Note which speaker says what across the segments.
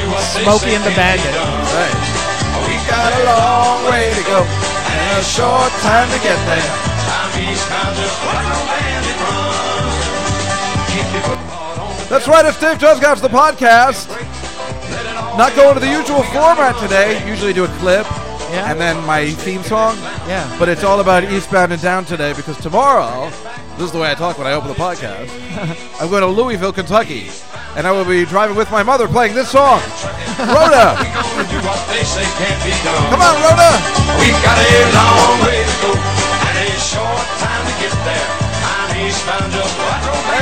Speaker 1: Smokey and the Bandit.
Speaker 2: Right. We got a long way to go and a short time to get there. That's right, it's Dave Juzgot's the podcast. Not going to the usual format today. Usually do a clip
Speaker 1: Yeah.
Speaker 2: and then my theme song.
Speaker 1: Yeah.
Speaker 2: But it's all about Eastbound and Down today because tomorrow, this is the way I talk when I open the podcast, I'm going to Louisville, Kentucky. And I will be driving with my mother playing this song. Rhoda! Come on, Rhoda!
Speaker 3: We got a long way to go and a short time to get there. I'm eastbound just what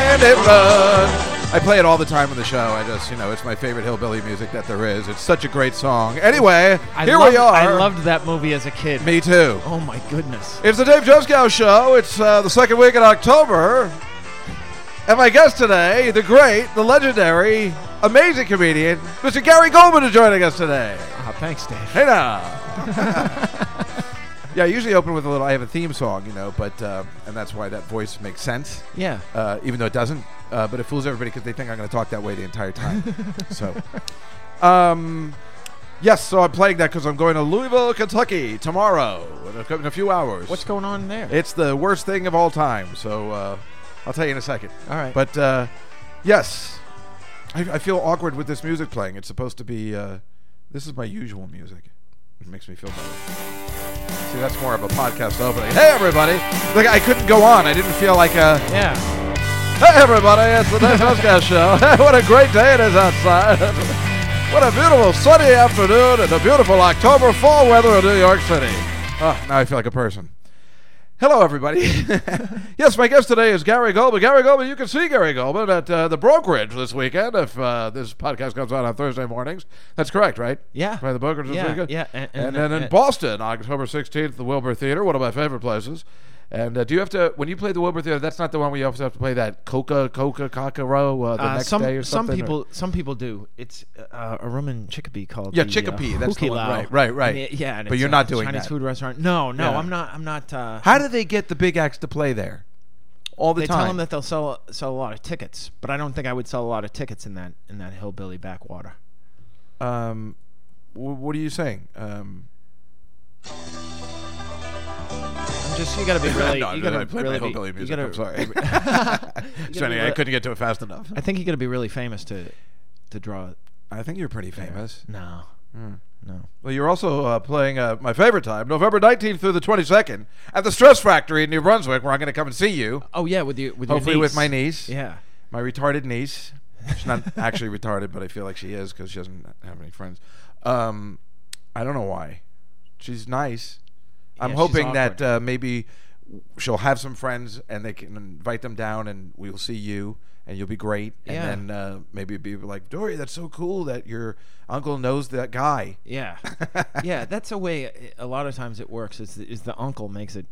Speaker 2: and it run. I play it all the time on the show. I just, you know, it's my favorite hillbilly music that there is. It's such a great song. Anyway,
Speaker 1: I
Speaker 2: here
Speaker 1: loved,
Speaker 2: we are.
Speaker 1: I loved that movie as a kid.
Speaker 2: Me too.
Speaker 1: Oh my goodness.
Speaker 2: It's the Dave Joskow Show. It's uh, the second week in October. And my guest today, the great, the legendary, amazing comedian, Mr. Gary Goldman is joining us today.
Speaker 1: Ah, thanks, Dave.
Speaker 2: Hey now. yeah, I usually open with a little, I have a theme song, you know, but, uh, and that's why that voice makes sense
Speaker 1: Yeah.
Speaker 2: uh, even though it doesn't. Uh, but it fools everybody because they think I'm going to talk that way the entire time. so, um, yes, so I'm playing that because I'm going to Louisville, Kentucky tomorrow in a, cou- in a few hours.
Speaker 1: What's going on there?
Speaker 2: It's the worst thing of all time. So uh, I'll tell you in a second.
Speaker 1: All right.
Speaker 2: But uh, yes, I, I feel awkward with this music playing. It's supposed to be. Uh, this is my usual music. It makes me feel better. See, that's more of a podcast opening. Hey, everybody! Like I couldn't go on. I didn't feel like a.
Speaker 1: yeah.
Speaker 2: Hey everybody, it's the Dave Huskar Show. what a great day it is outside. what a beautiful sunny afternoon and a beautiful October fall weather in New York City. Oh, now I feel like a person. Hello, everybody. yes, my guest today is Gary Goldman. Gary Goldman, you can see Gary Goldman at uh, the brokerage this weekend if uh, this podcast comes out on Thursday mornings. That's correct, right?
Speaker 1: Yeah.
Speaker 2: By the brokerage this
Speaker 1: Yeah,
Speaker 2: weekend?
Speaker 1: yeah, and-
Speaker 2: And,
Speaker 1: and-
Speaker 2: then in
Speaker 1: and-
Speaker 2: Boston, October 16th, the Wilbur Theater, one of my favorite places. And uh, do you have to, when you play the Wilbur Theater, that's not the one where you also have to play that Coca, Coca, Cockaro uh, the
Speaker 1: Uh,
Speaker 2: next
Speaker 1: some
Speaker 2: day or
Speaker 1: some
Speaker 2: something? or-
Speaker 1: people some people do. It's uh, a room in Chicopee called
Speaker 2: Yeah,
Speaker 1: the,
Speaker 2: Chicopee,
Speaker 1: Uh,
Speaker 2: that's the one.
Speaker 1: Hukilao.
Speaker 2: Right, right, right.
Speaker 1: And it- yeah, and
Speaker 2: But
Speaker 1: it's
Speaker 2: you're
Speaker 1: a
Speaker 2: not doing
Speaker 1: Chinese
Speaker 2: that.
Speaker 1: food restaurant. No, no,
Speaker 2: Yeah.
Speaker 1: I'm not. I'm not. Uh,
Speaker 2: How do they get the big acts to play there? All the
Speaker 1: they
Speaker 2: time.
Speaker 1: tell them that they'll sell sell a lot of tickets, but I don't think I would sell a lot of tickets in that in that hillbilly backwater.
Speaker 2: Um, w- what are you saying? Um,
Speaker 1: I'm just you gotta be really.
Speaker 2: no,
Speaker 1: you
Speaker 2: no,
Speaker 1: gotta
Speaker 2: I played
Speaker 1: really
Speaker 2: my
Speaker 1: be-
Speaker 2: hillbilly
Speaker 1: you
Speaker 2: music.
Speaker 1: gotta-
Speaker 2: I'm sorry.
Speaker 1: you gotta
Speaker 2: Sorry,
Speaker 1: be
Speaker 2: I
Speaker 1: re-
Speaker 2: couldn't get to it fast enough.
Speaker 1: I think you gotta be really famous to to draw.
Speaker 2: I think you're pretty famous.
Speaker 1: No, no.
Speaker 2: Well, you're also uh, playing uh, my favorite time, November 19th through the 22nd, at the Stress Factory in New Brunswick, where I'm going to come and see you.
Speaker 1: Oh yeah, with you. With your
Speaker 2: Hopefully, with my
Speaker 1: niece.
Speaker 2: niece,
Speaker 1: Yeah.
Speaker 2: my retarded niece. She's not actually retarded, but I feel like she is because she doesn't have any friends. Um, I don't know why. She's nice. I'm
Speaker 1: Yeah, she's
Speaker 2: hoping that
Speaker 1: awkward.
Speaker 2: uh, maybe she'll have some friends and they can invite them down, and we'll see you, and you'll be great.
Speaker 1: Yeah.
Speaker 2: And then uh, maybe be like, Dory, that's so cool that your uncle knows that guy.
Speaker 1: Yeah, yeah. That's a way. A lot of times it works. Is the, is the uncle makes it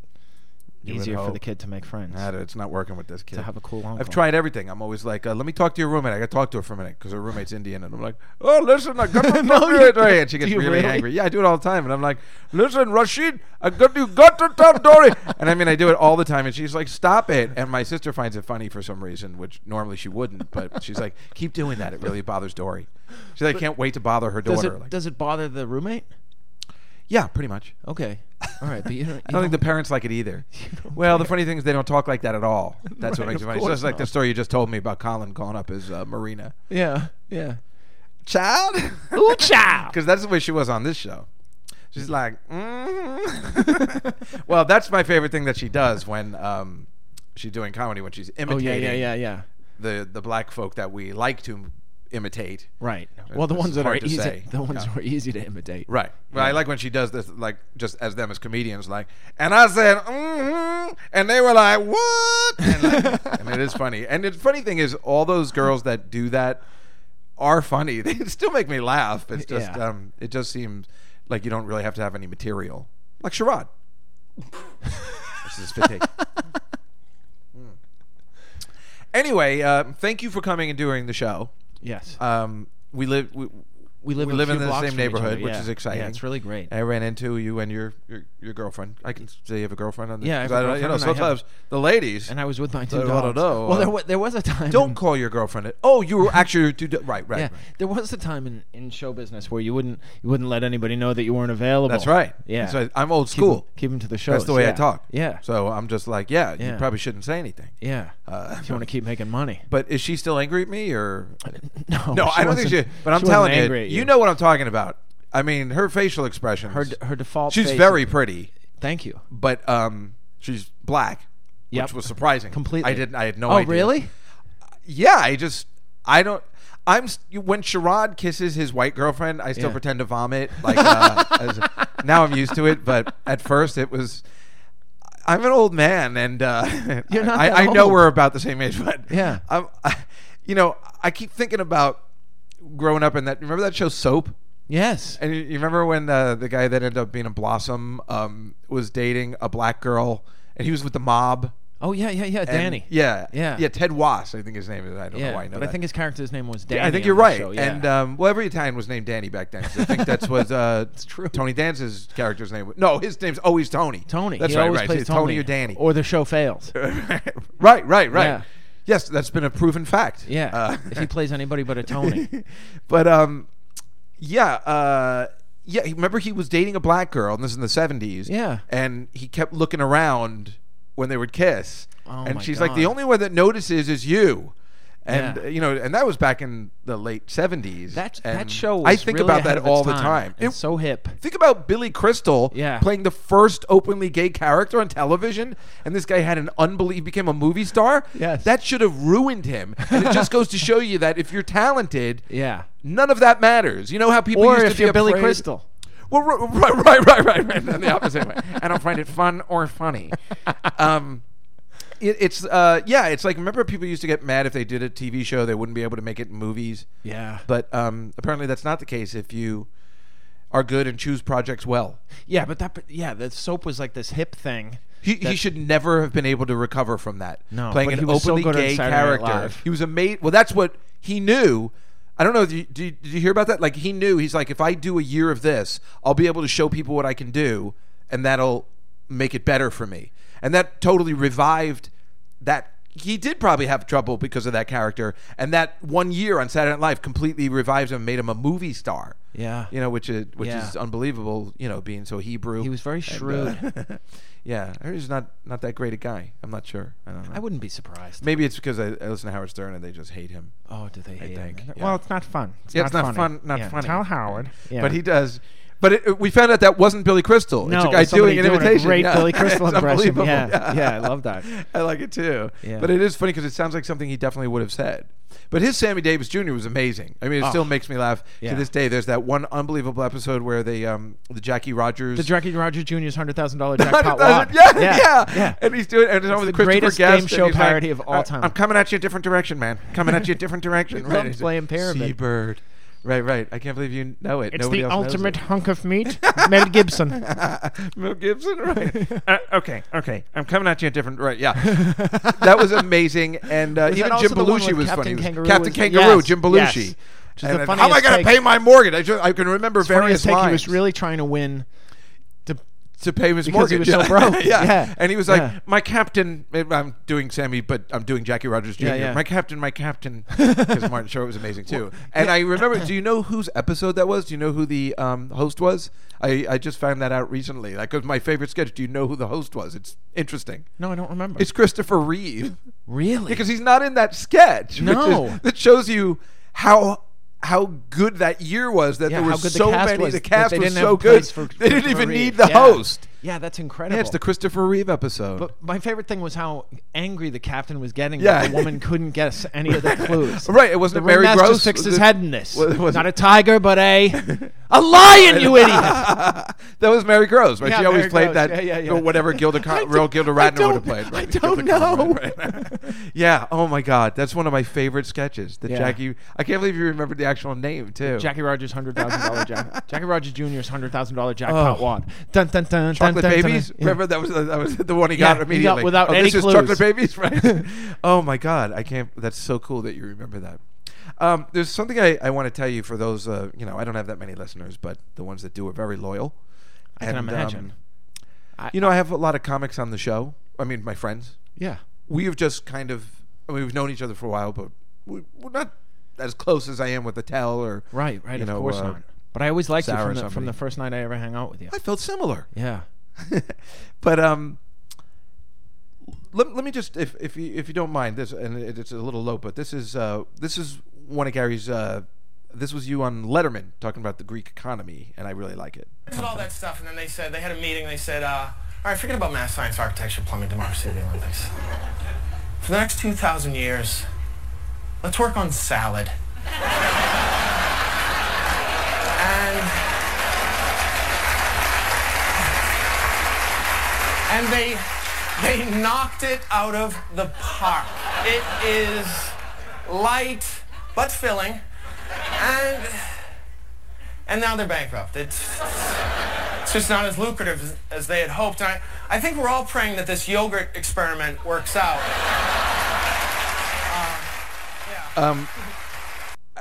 Speaker 2: would
Speaker 1: easier for the
Speaker 2: hope.
Speaker 1: kid to make friends.
Speaker 2: Nah, dude, it's not working with this kid.
Speaker 1: have a cool uncle.
Speaker 2: I've tried everything. I'm always like, uh, let me talk to your roommate. I got to talk to her for a minute because her roommate's Indian, and I'm like, oh, listen, I got to
Speaker 1: No,
Speaker 2: talk to
Speaker 1: you
Speaker 2: her.
Speaker 1: don't.
Speaker 2: And she
Speaker 1: Do
Speaker 2: gets
Speaker 1: you
Speaker 2: really,
Speaker 1: really?
Speaker 2: angry. Yeah, I do it all the time, and I'm like, listen, Rashid, I got you got to talk Dory. and I mean, I do it all the time, and she's like, stop it. And my sister finds it funny for some reason, which normally she wouldn't, but she's like, keep doing that. It really bothers Dory. She's like, I can't wait to bother her
Speaker 1: Does
Speaker 2: daughter.
Speaker 1: it
Speaker 2: Like,
Speaker 1: does it bother the roommate?
Speaker 2: yeah, pretty much.
Speaker 1: Okay. All right, but you don't. You
Speaker 2: I don't think the parents like it either. Well, the funny thing is they don't talk like that at all. That's what
Speaker 1: Right,
Speaker 2: makes it
Speaker 1: of
Speaker 2: funny. So
Speaker 1: course
Speaker 2: it's like the
Speaker 1: not.
Speaker 2: story you just told me about Colin calling up his uh, Marina
Speaker 1: yeah, yeah.
Speaker 2: child.
Speaker 1: Ooh, child.
Speaker 2: Because that's the way she was on this show. She's like, mm. well, that's my favorite thing that she does when um, she's doing comedy when she's
Speaker 1: Oh
Speaker 2: imitating
Speaker 1: yeah, yeah, yeah, yeah.
Speaker 2: the the black folk that we like to imitate.
Speaker 1: Right. Well, the
Speaker 2: This is
Speaker 1: ones that are
Speaker 2: hard to
Speaker 1: easy,
Speaker 2: say.
Speaker 1: the ones
Speaker 2: Yeah.
Speaker 1: who are easy to imitate.
Speaker 2: Right. Well, I like when she does this, like just as them as comedians, like, and I said, mm and they were like, what? And, like, I mean, it is funny. And the funny thing is, all those girls that do that are funny. They still make me laugh. It's just,
Speaker 1: Yeah.
Speaker 2: um, it just seems like you don't really have to have any material, like Sherrod. this is fit take. Mm. uh, Anyway, um, thank you for coming and doing the show
Speaker 1: Yes.
Speaker 2: um, we live. We,
Speaker 1: we live
Speaker 2: We
Speaker 1: a
Speaker 2: live in
Speaker 1: few
Speaker 2: the
Speaker 1: blocks
Speaker 2: same
Speaker 1: from each
Speaker 2: neighborhood,
Speaker 1: other.
Speaker 2: which
Speaker 1: Yeah.
Speaker 2: is exciting.
Speaker 1: Yeah, it's really great.
Speaker 2: I ran into you and your your, your girlfriend. I can say you have a girlfriend on this.
Speaker 1: Yeah, I have
Speaker 2: 'cause
Speaker 1: a
Speaker 2: don't- you know,
Speaker 1: girlfriend and I have-
Speaker 2: sometimes the ladies
Speaker 1: and I was with my two
Speaker 2: I
Speaker 1: dogs.
Speaker 2: wanna know,
Speaker 1: Well,
Speaker 2: uh,
Speaker 1: there, wa- there was a time.
Speaker 2: don't
Speaker 1: in-
Speaker 2: call your girlfriend. It, oh, you were actually two. do- Right, right,
Speaker 1: Yeah,
Speaker 2: right.
Speaker 1: there was a time in, in show business where you wouldn't you wouldn't let anybody know that you weren't available.
Speaker 2: That's right.
Speaker 1: Yeah.
Speaker 2: So I'm old
Speaker 1: Keep 'em-
Speaker 2: school.
Speaker 1: Keep them to the show.
Speaker 2: That's the way
Speaker 1: yeah.
Speaker 2: I talk.
Speaker 1: Yeah.
Speaker 2: So I'm just like, yeah, you
Speaker 1: Yeah.
Speaker 2: probably shouldn't say anything.
Speaker 1: yeah.
Speaker 2: Uh,
Speaker 1: if you want to keep making money.
Speaker 2: But is she still angry at me or?
Speaker 1: No.
Speaker 2: No,
Speaker 1: she
Speaker 2: I don't think she.
Speaker 1: wasn't-
Speaker 2: But I'm
Speaker 1: she wasn't
Speaker 2: telling you,
Speaker 1: angry at
Speaker 2: you, know what I'm talking about. I mean, her facial expression.
Speaker 1: her d- her default.
Speaker 2: She's
Speaker 1: face-
Speaker 2: very pretty,
Speaker 1: Thank you.
Speaker 2: but um, she's black,
Speaker 1: Yep.
Speaker 2: which was surprising.
Speaker 1: Completely.
Speaker 2: I didn't. I had no
Speaker 1: Oh,
Speaker 2: idea.
Speaker 1: really?
Speaker 2: Yeah. I just. I don't. I'm s- when Sherrod kisses his white girlfriend, I still
Speaker 1: Yeah.
Speaker 2: pretend to vomit. Like uh, as, now, I'm used to it, but at first it was. I'm an old man, and uh,
Speaker 1: You're not
Speaker 2: I,
Speaker 1: that
Speaker 2: I know
Speaker 1: old.
Speaker 2: we're about the same age, but
Speaker 1: Yeah.
Speaker 2: I'm, I, you know, I keep thinking about growing up in that. Remember that show Soap?
Speaker 1: Yes.
Speaker 2: And you, you remember when uh, the guy that ended up being a blossom um, was dating a black girl, and he was with the mob.
Speaker 1: Oh yeah, yeah, yeah.
Speaker 2: and-
Speaker 1: Danny.
Speaker 2: Yeah.
Speaker 1: Yeah.
Speaker 2: Yeah. Ted Was, I think his name is. I don't know
Speaker 1: Yeah.
Speaker 2: why I know
Speaker 1: but
Speaker 2: that.
Speaker 1: I think his character's name was Danny.
Speaker 2: Yeah, I think
Speaker 1: on
Speaker 2: you're
Speaker 1: the
Speaker 2: right.
Speaker 1: show, yeah.
Speaker 2: And um, well, every Italian was named Danny back then. So I think that's what uh,
Speaker 1: true.
Speaker 2: Tony Danza's character's name. was. No, his name's always Tony.
Speaker 1: Tony.
Speaker 2: That's
Speaker 1: he
Speaker 2: right.
Speaker 1: always
Speaker 2: right.
Speaker 1: plays
Speaker 2: It's Tony or Danny.
Speaker 1: Or the show fails.
Speaker 2: right. Right. Right.
Speaker 1: Yeah.
Speaker 2: Yes, that's been a proven fact.
Speaker 1: Yeah.
Speaker 2: Uh,
Speaker 1: if he plays anybody but a Tony.
Speaker 2: but um, yeah, uh, yeah. Remember, he was dating a black girl, and this is in the seventies.
Speaker 1: Yeah.
Speaker 2: and he kept looking around when they would kiss,
Speaker 1: Oh,
Speaker 2: and
Speaker 1: my
Speaker 2: she's like,
Speaker 1: God.
Speaker 2: "The only one that notices is you." And
Speaker 1: Yeah.
Speaker 2: uh, you know, and that was back in the late seventies.
Speaker 1: That that show. Was
Speaker 2: I think
Speaker 1: really
Speaker 2: about
Speaker 1: ahead
Speaker 2: that
Speaker 1: of
Speaker 2: all
Speaker 1: its
Speaker 2: the
Speaker 1: time.
Speaker 2: time.
Speaker 1: It's
Speaker 2: It-
Speaker 1: so hip.
Speaker 2: Think about Billy Crystal
Speaker 1: Yeah.
Speaker 2: playing the first openly gay character on television, and this guy had an unbelievable became a movie star.
Speaker 1: Yes.
Speaker 2: that should have ruined him. And it just goes to show you that if you're talented,
Speaker 1: Yeah.
Speaker 2: none of that matters. You know how people
Speaker 1: Or
Speaker 2: used to
Speaker 1: if
Speaker 2: be
Speaker 1: you're Billy
Speaker 2: afraid-
Speaker 1: Crystal.
Speaker 2: Well, ri- right, right, right, right, right, in the opposite way. I don't find it fun or funny. Um, it, it's uh, yeah, it's like remember people used to get mad if they did a TV show they wouldn't be able to make it in movies.
Speaker 1: Yeah.
Speaker 2: But um, apparently that's not the case if you are good and choose projects well.
Speaker 1: Yeah, but that yeah, the soap was like this hip thing.
Speaker 2: He, he should never have been able to recover from that.
Speaker 1: No,
Speaker 2: playing
Speaker 1: but
Speaker 2: an
Speaker 1: he was so
Speaker 2: openly
Speaker 1: good on
Speaker 2: gay
Speaker 1: Saturday Night
Speaker 2: character.
Speaker 1: Live.
Speaker 2: He was a mate. Well, that's what he knew. I don't know. Did you, did, you, did you hear about that? Like he knew. He's like, if I do a year of this, I'll be able to show people what I can do, and that'll make it better for me. And that totally revived that. He did probably have trouble because of that character, and that one year on Saturday Night Live completely revived him, and made him a movie star.
Speaker 1: Yeah.
Speaker 2: you know, which is which
Speaker 1: Yeah.
Speaker 2: is unbelievable. You know, being so Hebrew. uh,
Speaker 1: He was very shrewd.
Speaker 2: yeah, I heard he's not not that great a guy. I'm not sure. I don't know.
Speaker 1: I wouldn't be surprised.
Speaker 2: Maybe it's because I, I listen to Howard Stern and they just hate him.
Speaker 1: Oh, do they hate
Speaker 2: think,
Speaker 1: him?
Speaker 2: yeah.
Speaker 1: Well, it's not fun. It's
Speaker 2: Yeah,
Speaker 1: not
Speaker 2: it's not
Speaker 1: funny.
Speaker 2: fun. Not
Speaker 1: Yeah.
Speaker 2: funny.
Speaker 1: Tell Howard. Yeah.
Speaker 2: But he does. But it, we found out that wasn't Billy Crystal.
Speaker 1: No,
Speaker 2: it's a
Speaker 1: it
Speaker 2: guy
Speaker 1: was somebody
Speaker 2: doing an
Speaker 1: doing a
Speaker 2: imitation.
Speaker 1: great
Speaker 2: Yeah.
Speaker 1: Billy Crystal
Speaker 2: It's
Speaker 1: impression.
Speaker 2: unbelievable.
Speaker 1: Yeah. Yeah, I love that.
Speaker 2: I like it too.
Speaker 1: Yeah.
Speaker 2: But it is funny because it sounds like something he definitely would have said. But his Sammy Davis Jr. was amazing. I mean, it
Speaker 1: Oh.
Speaker 2: still makes me laugh
Speaker 1: Yeah.
Speaker 2: to this day. There's that one unbelievable episode where they, um, the Jackie Rogers,
Speaker 1: the Jackie Roger Jr.'s hundred thousand dollar jackpot. wad.
Speaker 2: 100,000 Yeah, yeah, yeah,
Speaker 1: yeah.
Speaker 2: And he's doing, and it's, over
Speaker 1: the
Speaker 2: the Christopher
Speaker 1: greatest
Speaker 2: Guest,
Speaker 1: game
Speaker 2: and
Speaker 1: show
Speaker 2: he's like,
Speaker 1: parody of all
Speaker 2: "I-
Speaker 1: time."
Speaker 2: I'm coming at you a different direction, man. Coming at you a different direction.
Speaker 1: loves
Speaker 2: he's
Speaker 1: playing Pyramid.
Speaker 2: Seabird. Right, right. I can't believe you know it.
Speaker 4: It's
Speaker 2: Nobody
Speaker 4: the
Speaker 2: else knows
Speaker 4: ultimate hunk of meat, Mel Gibson.
Speaker 2: it. Mel Gibson, right?
Speaker 4: Uh, okay, okay.
Speaker 2: I'm coming at you a different, right? Yeah, that was amazing. And uh,
Speaker 1: Was that
Speaker 2: even
Speaker 1: also
Speaker 2: Jim
Speaker 1: the one
Speaker 2: Belushi
Speaker 1: with
Speaker 2: was
Speaker 1: Captain
Speaker 2: funny. He was-
Speaker 1: Kangaroo
Speaker 2: Captain
Speaker 1: was-
Speaker 2: Kangaroo,
Speaker 1: yes,
Speaker 2: Jim
Speaker 1: yes.
Speaker 2: Belushi.
Speaker 1: Which is
Speaker 2: And
Speaker 1: the
Speaker 2: then, how am I
Speaker 1: funniest
Speaker 2: going to
Speaker 1: take-
Speaker 2: pay my mortgage? I, just, I can remember various
Speaker 1: Funniest take, he
Speaker 2: lines.
Speaker 1: was really trying to win. To,
Speaker 2: to pay his
Speaker 1: Because he
Speaker 2: mortgage.
Speaker 1: was so broke.
Speaker 2: yeah.
Speaker 1: Yeah.
Speaker 2: and he was like,
Speaker 1: Yeah.
Speaker 2: "My captain." eh, I'm doing Sammy, but I'm doing Jackie Rogers Jr.
Speaker 1: Yeah, yeah.
Speaker 2: My captain, my captain, because Martin Short was amazing too. and I remember. Do you know whose episode that was? Do you know who the um, host was? I, I just found that out recently. Like, 'cause my favorite sketch. Do you know who the host was? It's interesting.
Speaker 1: no, I don't remember.
Speaker 2: It's Christopher Reeve
Speaker 1: really
Speaker 2: because he's not in that sketch. which is-
Speaker 1: No.
Speaker 2: that shows you how how good that year was. That
Speaker 1: yeah,
Speaker 2: there were
Speaker 1: how good
Speaker 2: so
Speaker 1: the cast
Speaker 2: many.
Speaker 1: was.
Speaker 2: the
Speaker 1: that
Speaker 2: cast
Speaker 1: they
Speaker 2: was
Speaker 1: didn't have
Speaker 2: so
Speaker 1: a
Speaker 2: good.
Speaker 1: place for-
Speaker 2: they didn't
Speaker 1: for
Speaker 2: even
Speaker 1: Reed.
Speaker 2: need the
Speaker 1: Yeah.
Speaker 2: host.
Speaker 1: Yeah, that's incredible.
Speaker 2: Yeah, it's the Christopher Reeve episode.
Speaker 1: But my favorite thing was how angry the captain was getting
Speaker 2: Yeah.
Speaker 1: that the woman couldn't guess any of the clues.
Speaker 2: Right, it wasn't
Speaker 1: the
Speaker 2: Mary
Speaker 1: ringmaster
Speaker 2: Gross,
Speaker 1: sticks
Speaker 2: was
Speaker 1: his
Speaker 2: it-
Speaker 1: head in this.
Speaker 2: was- was
Speaker 1: Not
Speaker 2: it-
Speaker 1: a tiger, but a a lion, you idiot.
Speaker 2: that was Mary Gross, right?
Speaker 1: Yeah,
Speaker 2: she always
Speaker 1: Mary
Speaker 2: played
Speaker 1: Gross.
Speaker 2: that,
Speaker 1: Yeah, yeah, yeah.
Speaker 2: or whatever Gilda,
Speaker 1: I
Speaker 2: Con-
Speaker 1: don't-
Speaker 2: real Gilda
Speaker 1: I
Speaker 2: Radner would have
Speaker 1: don't-
Speaker 2: played. Right?
Speaker 1: I don't
Speaker 2: Gilda
Speaker 1: know.
Speaker 2: Conrad, right? yeah. Oh my God, that's one of my favorite sketches. The
Speaker 1: Yeah.
Speaker 2: Jackie. I can't believe you remembered the actual name too.
Speaker 1: Jackie Rogers hundred thousand dollar jack. Jackie Rogers Jr.'s hundred thousand dollar jackpot
Speaker 2: Oh.
Speaker 1: wad. Dun dun dun.
Speaker 2: Chocolate
Speaker 1: dun, dun,
Speaker 2: Babies.
Speaker 1: Dun,
Speaker 2: Remember that was that was the one he
Speaker 1: Yeah,
Speaker 2: got
Speaker 1: he got
Speaker 2: immediately
Speaker 1: without
Speaker 2: oh,
Speaker 1: any
Speaker 2: this is
Speaker 1: clues.
Speaker 2: Chocolate Babies, right? oh my God, I can't. That's so cool that you remember that. Um, there's something I, I want to tell you for those, uh, you know, I don't have that many listeners, but the ones that do are very loyal. um,
Speaker 1: I can imagine. I-
Speaker 2: you know, I have a lot of comics on the show. I mean, my friends.
Speaker 1: Yeah.
Speaker 2: We have just kind of, I mean, we've known each other for a while, but we, we're not as close as I am with Attell or.
Speaker 1: Right, right.
Speaker 2: you
Speaker 1: of
Speaker 2: know,
Speaker 1: course
Speaker 2: uh,
Speaker 1: not. But I always liked you
Speaker 2: Sarah or
Speaker 1: from the, from
Speaker 2: somebody.
Speaker 1: the first night I ever hung out with you.
Speaker 2: I felt similar.
Speaker 1: Yeah.
Speaker 2: but um, let, let me just if if you if you don't mind this, and it, it's a little low, but this is uh this is one of Gary's. Uh, this was you on Letterman talking about the Greek economy, and I really like it.
Speaker 5: did all that stuff, and then they said they had a meeting. They said, uh, "All right, forget about math, science, architecture, plumbing, democracy, the Olympics. For the next two thousand years, let's work on salad." and and they they knocked it out of the park. It is light but filling, and and now they're bankrupt. It's it's just not as lucrative as, as they had hoped. And I, I think we're all praying that this yogurt experiment works out.
Speaker 2: I,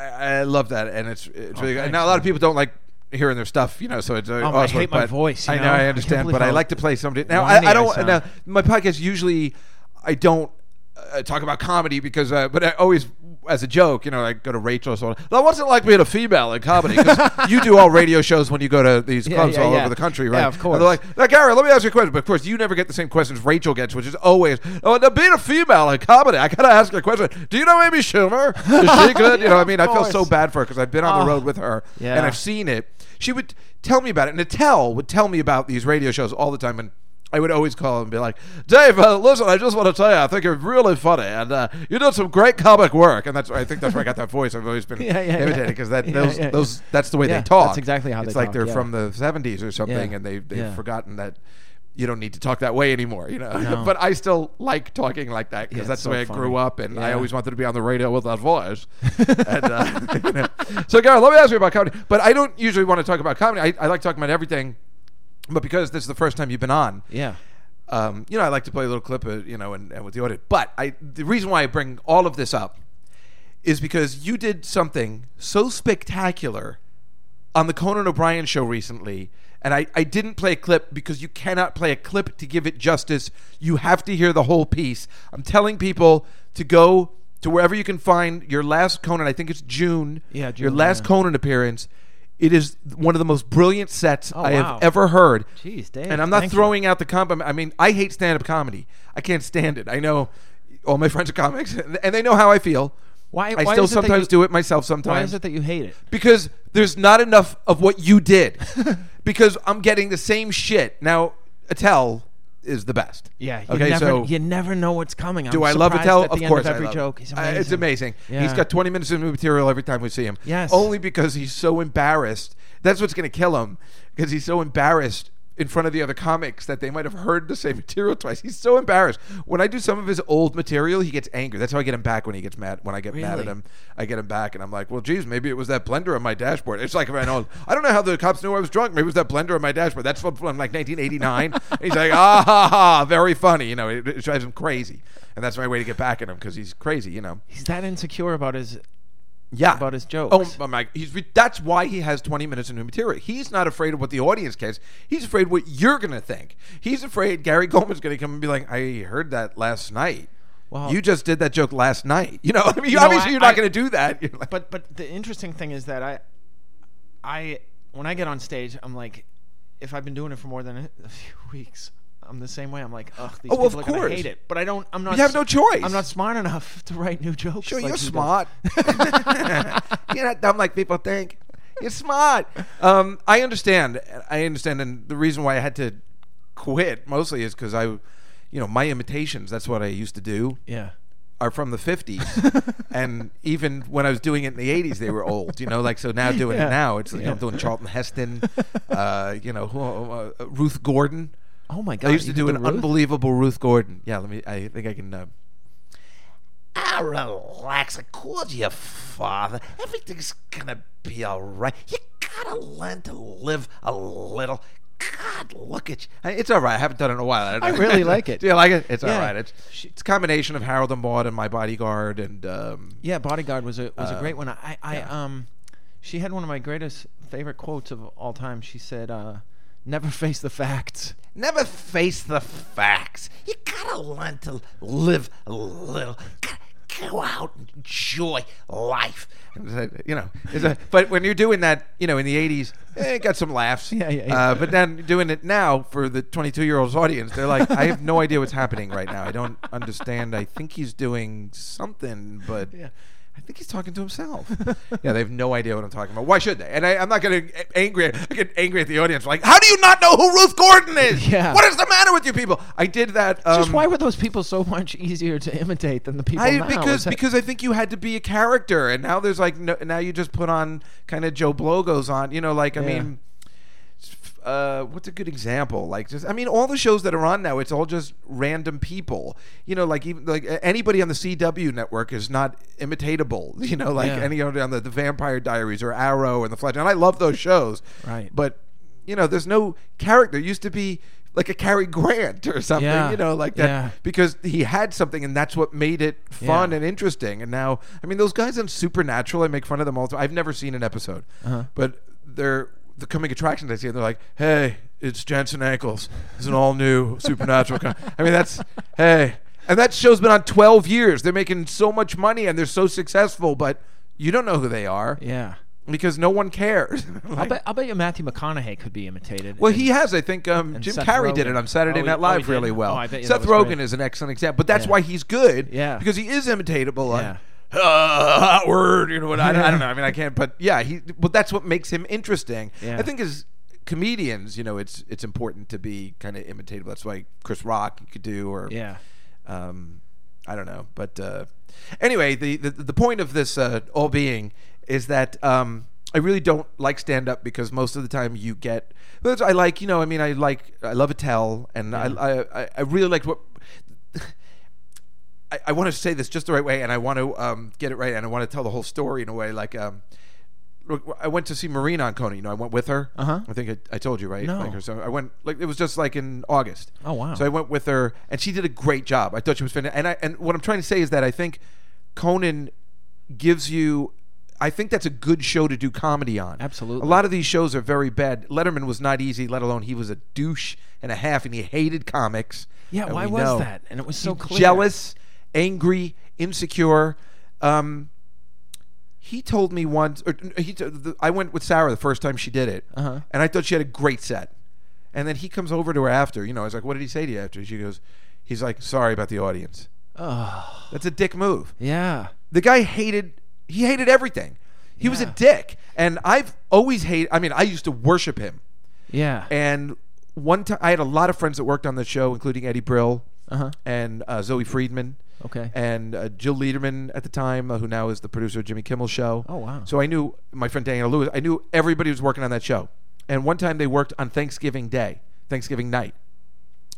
Speaker 2: I love that, and it's it's really good. Now a lot of people don't like hearing their stuff, you know. So it's uh,
Speaker 1: Oh, I
Speaker 2: awesome,
Speaker 1: hate my
Speaker 2: but
Speaker 1: voice, you
Speaker 2: I know,
Speaker 1: know? I
Speaker 2: I
Speaker 1: can't
Speaker 2: understand,
Speaker 1: believe
Speaker 2: but I
Speaker 1: how
Speaker 2: like to play somebody. Now I,
Speaker 1: whiny
Speaker 2: I
Speaker 1: I
Speaker 2: don't.
Speaker 1: sound.
Speaker 2: now, my podcast usually I don't uh, talk about comedy because, uh, but I always. As a joke, you know, I go to Rachel or so on. Now, what's it like being a female in comedy? 'Cause you do all radio shows when you go to these
Speaker 1: Yeah,
Speaker 2: clubs
Speaker 1: yeah,
Speaker 2: all
Speaker 1: yeah.
Speaker 2: over the country,
Speaker 1: Yeah,
Speaker 2: right?
Speaker 1: of
Speaker 2: And they're
Speaker 1: course.
Speaker 2: like, now, Gary, let me ask you a question. But of course, you never get the same questions Rachel gets, which is always, oh, now, being a female in comedy, I gotta ask you a question. Do you know Amy Schumer? Is she good? you know, I mean, I feel so
Speaker 1: course.
Speaker 2: bad for her because I've been on the
Speaker 1: Oh.
Speaker 2: road with her and
Speaker 1: Yeah.
Speaker 2: I've seen it. She would tell me about it, and Natel would tell me about these radio shows all the time, and I would always call and be like, "Dave, uh, listen, I just want to tell you, I think you're really funny, and uh, you did some great comic work." And that's I think that's where I got that voice. I've always been
Speaker 1: Yeah, yeah,
Speaker 2: imitated
Speaker 1: yeah.
Speaker 2: because that
Speaker 1: Yeah,
Speaker 2: those,
Speaker 1: yeah, yeah.
Speaker 2: those that's the way
Speaker 1: Yeah,
Speaker 2: they talk.
Speaker 1: that's exactly how they
Speaker 2: it's like
Speaker 1: talk,
Speaker 2: they're
Speaker 1: yeah.
Speaker 2: from the '70s or something,
Speaker 1: Yeah,
Speaker 2: and they they've
Speaker 1: yeah.
Speaker 2: forgotten that. You don't need to talk that way anymore, you know. but I still like talking like that because
Speaker 1: Yeah,
Speaker 2: that's
Speaker 1: it's
Speaker 2: the way
Speaker 1: so
Speaker 2: I grew
Speaker 1: funny.
Speaker 2: up, and I
Speaker 1: Yeah.
Speaker 2: always wanted to be on the radio with that voice. and, uh, you know. So, Gary, let me ask you about comedy. But I don't usually want to talk about comedy. I, I like talking about everything. But because this is the first time you've been on,
Speaker 1: Yeah.
Speaker 2: um, you know, I like to play a little clip, uh, you know, and, and with the audience. But I, the reason why I bring all of this up is because you did something so spectacular on the Conan O'Brien show recently, and I, I didn't play a clip because you cannot play a clip to give it justice. You have to hear the whole piece. I'm telling people to go to wherever you can find your last Conan. I think it's June.
Speaker 1: Yeah,
Speaker 2: your
Speaker 1: June,
Speaker 2: last
Speaker 1: yeah.
Speaker 2: Conan appearance. It is one of the most brilliant sets I
Speaker 1: Oh, wow.
Speaker 2: have ever heard.
Speaker 1: Jeez, Dave,
Speaker 2: And I'm not
Speaker 1: thank you.
Speaker 2: throwing out the compliment. I mean, I hate stand up comedy. I can't stand it. I know all my friends are comics, and they know how I feel.
Speaker 1: Why-
Speaker 2: I
Speaker 1: why
Speaker 2: still
Speaker 1: is it that
Speaker 2: sometimes
Speaker 1: you-
Speaker 2: do it myself. Sometimes
Speaker 1: Why is it that you hate it?
Speaker 2: because there's not enough of what you did. because I'm getting the same shit. Now, Attell is the best.
Speaker 1: Yeah. You
Speaker 2: Okay,
Speaker 1: Never,
Speaker 2: so
Speaker 1: you never know what's coming. I'm
Speaker 2: do I love
Speaker 1: surprised
Speaker 2: Attell?
Speaker 1: At the
Speaker 2: Of
Speaker 1: end
Speaker 2: course,
Speaker 1: Of
Speaker 2: I
Speaker 1: every
Speaker 2: love.
Speaker 1: joke, he's
Speaker 2: Uh,
Speaker 1: amazing.
Speaker 2: It's amazing. He's
Speaker 1: Yeah.
Speaker 2: got 20 minutes of new material every time we see him.
Speaker 1: Yes.
Speaker 2: Only because he's so embarrassed. That's what's going to kill him because he's so embarrassed in front of the other comics that they might have heard the same material twice. He's so embarrassed. When I do some of his old material, he gets angry. That's how I get him back when he gets mad. When I get mad at
Speaker 1: Really?
Speaker 2: him, I get him back and I'm like, "Well, geez, maybe it was that blender on my dashboard." It's like if I know I don't know how the cops knew I was drunk. Maybe it was that blender on my dashboard. That's from, from like 1989. And he's like, "Ah, ha, ha, very funny." You know, it, it drives him crazy. And that's my way to get back at him cuz he's crazy, you know.
Speaker 1: He's that insecure about his.
Speaker 2: Yeah,
Speaker 1: about his jokes.
Speaker 2: Oh, oh my! He's re- that's why he has twenty minutes of new material. He's not afraid of what the audience gets. He's afraid what you're going to think. He's afraid Gary Goldman's going to come and be like, "I heard that last night.
Speaker 1: Wow.
Speaker 2: you just did that joke last night. You know, I mean,
Speaker 1: You know,
Speaker 2: obviously
Speaker 1: I-
Speaker 2: you're
Speaker 1: I-
Speaker 2: not going to do that. You're like-
Speaker 1: But but the interesting thing is that I, I when I get on stage, I'm like, if I've been doing it for more than a few weeks. I'm the same way. I'm like, ugh, these
Speaker 2: Oh,
Speaker 1: people
Speaker 2: of
Speaker 1: are gonna
Speaker 2: course.
Speaker 1: hate it. But I don't. I'm not.
Speaker 2: You have no choice.
Speaker 1: I'm not smart enough to write new jokes.
Speaker 2: sure,
Speaker 1: like he
Speaker 2: you're
Speaker 1: does.
Speaker 2: smart. you're not dumb like people think. You're smart. Um, I understand. I understand, and the reason why I had to quit mostly is because I, you know, my imitations. That's what I used to do.
Speaker 1: Yeah.
Speaker 2: are from the 50s and even when i was doing it in the 80s they were old you know like so now doing it
Speaker 1: Yeah.
Speaker 2: now it's like i'm doing charlton heston uh, you know who, uh, ruth gordon
Speaker 1: Oh my god.
Speaker 2: i used
Speaker 1: you
Speaker 2: to
Speaker 1: can
Speaker 2: do an
Speaker 1: Ruth?
Speaker 2: unbelievable ruth gordon yeah let me i think i can uh, I Ah, relax. I called you, Father. Everything's gonna be all right. You gotta learn to live a little. God, God, look at you. I- It's all right. I haven't done it in a while. don't
Speaker 1: I
Speaker 2: know.
Speaker 1: really like it.
Speaker 2: Do you like it? It's all
Speaker 1: Yeah.
Speaker 2: right. It's, it's a combination of Harold and Maude and My Bodyguard and um,
Speaker 1: Yeah, Bodyguard was a was a
Speaker 2: Uh,
Speaker 1: great one. I, I um she had one of my greatest favorite quotes of all time. She said, uh, never face the facts.
Speaker 2: never face the facts. You gotta learn to live a little. Gotta go out and enjoy life. And it's like, You know, it's a, but when you're doing that, you know, in the '80s, eh, it got some laughs.
Speaker 1: Yeah, yeah, yeah.
Speaker 2: Uh, but then doing it now for the 22 year old's audience, they're like, I have no idea what's happening right now. I don't understand. I think he's doing something, but.
Speaker 1: Yeah.
Speaker 2: I think he's talking to himself. yeah, they have no idea what I'm talking about. Why should they? And I, I'm not going to angry. I get angry at the audience. Like, how do you not know who Ruth Gordon is?
Speaker 1: Yeah.
Speaker 2: What is the matter with you people? I did that. Um,
Speaker 1: Just why were those people so much easier to imitate than the people
Speaker 2: I,
Speaker 1: now?
Speaker 2: because
Speaker 1: Is that-
Speaker 2: because I think you had to be a character, and now there's like no, now you just put on kind of Joe Blogos on. You know, like I
Speaker 1: Yeah.
Speaker 2: mean, uh, what's a good example? Like just I mean, all the shows that are on now, it's all just random people. You know, like even like a- anybody on the CW network is not imitatable. You know, like
Speaker 1: Yeah.
Speaker 2: any other on the, the Vampire Diaries or Arrow and the Flash, and I love those shows.
Speaker 1: Right.
Speaker 2: but you know, there's no character. It used to be. Like a Cary Grant or something,
Speaker 1: Yeah.
Speaker 2: you know, like that
Speaker 1: Yeah.
Speaker 2: because he had something and that's what made it fun
Speaker 1: Yeah.
Speaker 2: and interesting and now i mean those guys on supernatural i make fun of them all the time i've never seen an episode
Speaker 1: Uh-huh.
Speaker 2: but they're the coming attractions i see they're like hey it's jensen ankles it's an all new supernatural con-" i mean that's hey and that show's been on 12 years they're making so much money and they're so successful but you don't know who they are
Speaker 1: yeah.
Speaker 2: because no one cares
Speaker 1: I'll
Speaker 2: Like-
Speaker 1: bet, I'll bet you Matthew McConaughey could be imitated.
Speaker 2: well,
Speaker 1: in-
Speaker 2: he has. I think um,
Speaker 1: and
Speaker 2: Jim
Speaker 1: Seth
Speaker 2: Carrey did
Speaker 1: Rogen.
Speaker 2: it on Saturday
Speaker 1: Oh, he-
Speaker 2: Night
Speaker 1: oh,
Speaker 2: Live
Speaker 1: he did?
Speaker 2: really well.
Speaker 1: Oh, I bet you that
Speaker 2: Seth
Speaker 1: was
Speaker 2: Rogen
Speaker 1: great.
Speaker 2: is an excellent example, but that's
Speaker 1: Yeah.
Speaker 2: why he's good.
Speaker 1: Yeah.
Speaker 2: because he is imitatable.
Speaker 1: Yeah.
Speaker 2: On, uh, outward, you know what? I, I don't know. I mean, I can't. But yeah, he. But that's what makes him interesting.
Speaker 1: Yeah.
Speaker 2: I think as comedians, you know, it's it's important to be kind of imitatable. That's why Chris Rock you could do, or
Speaker 1: Yeah.
Speaker 2: um, I don't know, but uh, anyway, the, the the point of this uh, all being is that um, I really don't like stand up because most of the time you get. but it's- I like you know I mean I like I love a tell and I, I I- I really liked what. I, I want to say this just the right way, and I want to um, get it right, and I want to tell the whole story in a way like. Um, look, I went to see Marina on Coney. You know, I went with her.
Speaker 1: Uh-huh.
Speaker 2: I think I, I told you, right?
Speaker 1: No.
Speaker 2: Like, or so I went like it was just like in August.
Speaker 1: Oh, wow.
Speaker 2: So I went with her, and she did a great job. I thought she was fantastic. And I and what I'm trying to say is that I think Conan gives you. I think that's a good show to do comedy on.
Speaker 1: Absolutely.
Speaker 2: A lot of these shows are very bad. Letterman was not easy, let alone he was a douche and a half, and he hated comics.
Speaker 1: Yeah,
Speaker 2: And
Speaker 1: why
Speaker 2: Oh, we
Speaker 1: was
Speaker 2: know.
Speaker 1: that? And it was so clear.
Speaker 2: Jealous, angry, insecure. Um, he told me once, or he, t- the- I went with Sarah the first time she did it,
Speaker 1: Uh-huh.
Speaker 2: and I thought she had a great set. And then he comes over to her after, you know, I was like, "What did he say to you after?" She goes, "He's like, sorry about the audience." That's a dick move.
Speaker 1: Yeah.
Speaker 2: The guy hated, he hated everything. He was a
Speaker 1: Yeah.
Speaker 2: dick, and I've always hated. I mean, I used to worship him.
Speaker 1: Yeah.
Speaker 2: And one time, I had a lot of friends that worked on the show, including Eddie Brill
Speaker 1: Uh-huh.
Speaker 2: and uh, Zoe Friedman.
Speaker 1: Okay.
Speaker 2: And uh, Jill Lederman at the time, uh, who now is the producer of Jimmy Kimmel's show.
Speaker 1: Oh, wow.
Speaker 2: So I knew my friend Daniel Lewis. I knew everybody was working on that show. And one time they worked on Thanksgiving Day, Thanksgiving night.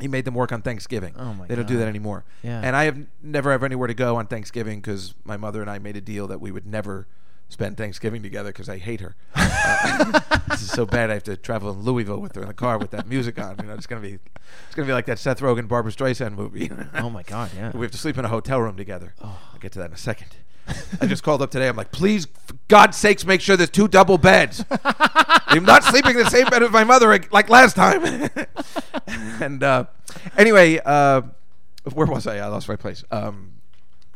Speaker 2: He made them work on Thanksgiving.
Speaker 1: Oh, my
Speaker 2: They don't do
Speaker 1: God.
Speaker 2: that anymore.
Speaker 1: Yeah.
Speaker 2: And I have never have anywhere to go on Thanksgiving because my mother and I made a deal that we would never spend Thanksgiving together because I hate her. Uh, this is so bad. I have to travel in Louisville with her in the car with that music on. You know, it's gonna be it's gonna be like that Seth Rogen Barbara Streisand movie.
Speaker 1: oh my Oh. God. Yeah.
Speaker 2: We have to sleep in a hotel room together. I'll get to that in a second. I just called up today. I'm like, please, for God's sakes, make sure there's two double beds. I'm not sleeping in the same bed with my mother ag- like last time. and uh, anyway, uh, where was I? I lost my place. Um,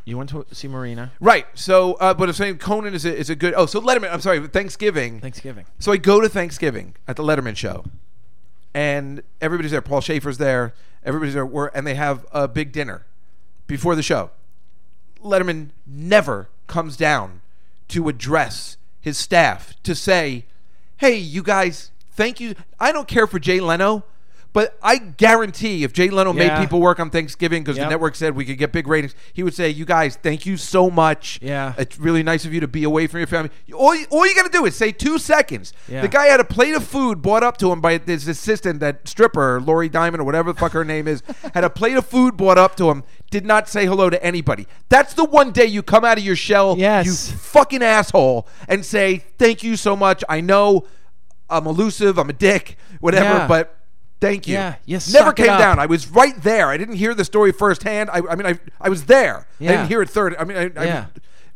Speaker 1: You went to see Marina.
Speaker 2: right. So, uh, but I'm saying Conan is a, is a good. Oh, so Letterman. I'm sorry. Thanksgiving.
Speaker 1: Thanksgiving.
Speaker 2: So I go to Thanksgiving at the Letterman show, and everybody's there. Paul Schaefer's there. Everybody's there. We're, and they have a big dinner before the show. Letterman never comes down to address his staff to say, "Hey, you guys, thank you. I don't care for Jay Leno." But I guarantee if Jay Leno
Speaker 1: Yeah.
Speaker 2: made people work on Thanksgiving because the
Speaker 1: Yep.
Speaker 2: network said we could get big ratings, he would say, You guys, thank you so much.
Speaker 1: Yeah.
Speaker 2: It's really nice of you to be away from your family. All you, all you got to do is say two seconds.
Speaker 1: Yeah.
Speaker 2: The guy had a plate of food brought up to him by his assistant, that stripper, Lori Diamond, or whatever the fuck her name is, had a plate of food brought up to him, did not say hello to anybody. That's the one day you come out of your shell,
Speaker 1: Yes.
Speaker 2: you fucking asshole, and say, Thank you so much. I know I'm elusive, I'm a dick, whatever,
Speaker 1: Yeah.
Speaker 2: but Thank you.
Speaker 1: Yeah, you
Speaker 2: Never
Speaker 1: suck it
Speaker 2: came
Speaker 1: up.
Speaker 2: down. I was right there. I didn't hear the story firsthand. I, I mean, I, I was there. I
Speaker 1: Yeah.
Speaker 2: didn't hear it third. I mean, I, I
Speaker 1: Yeah.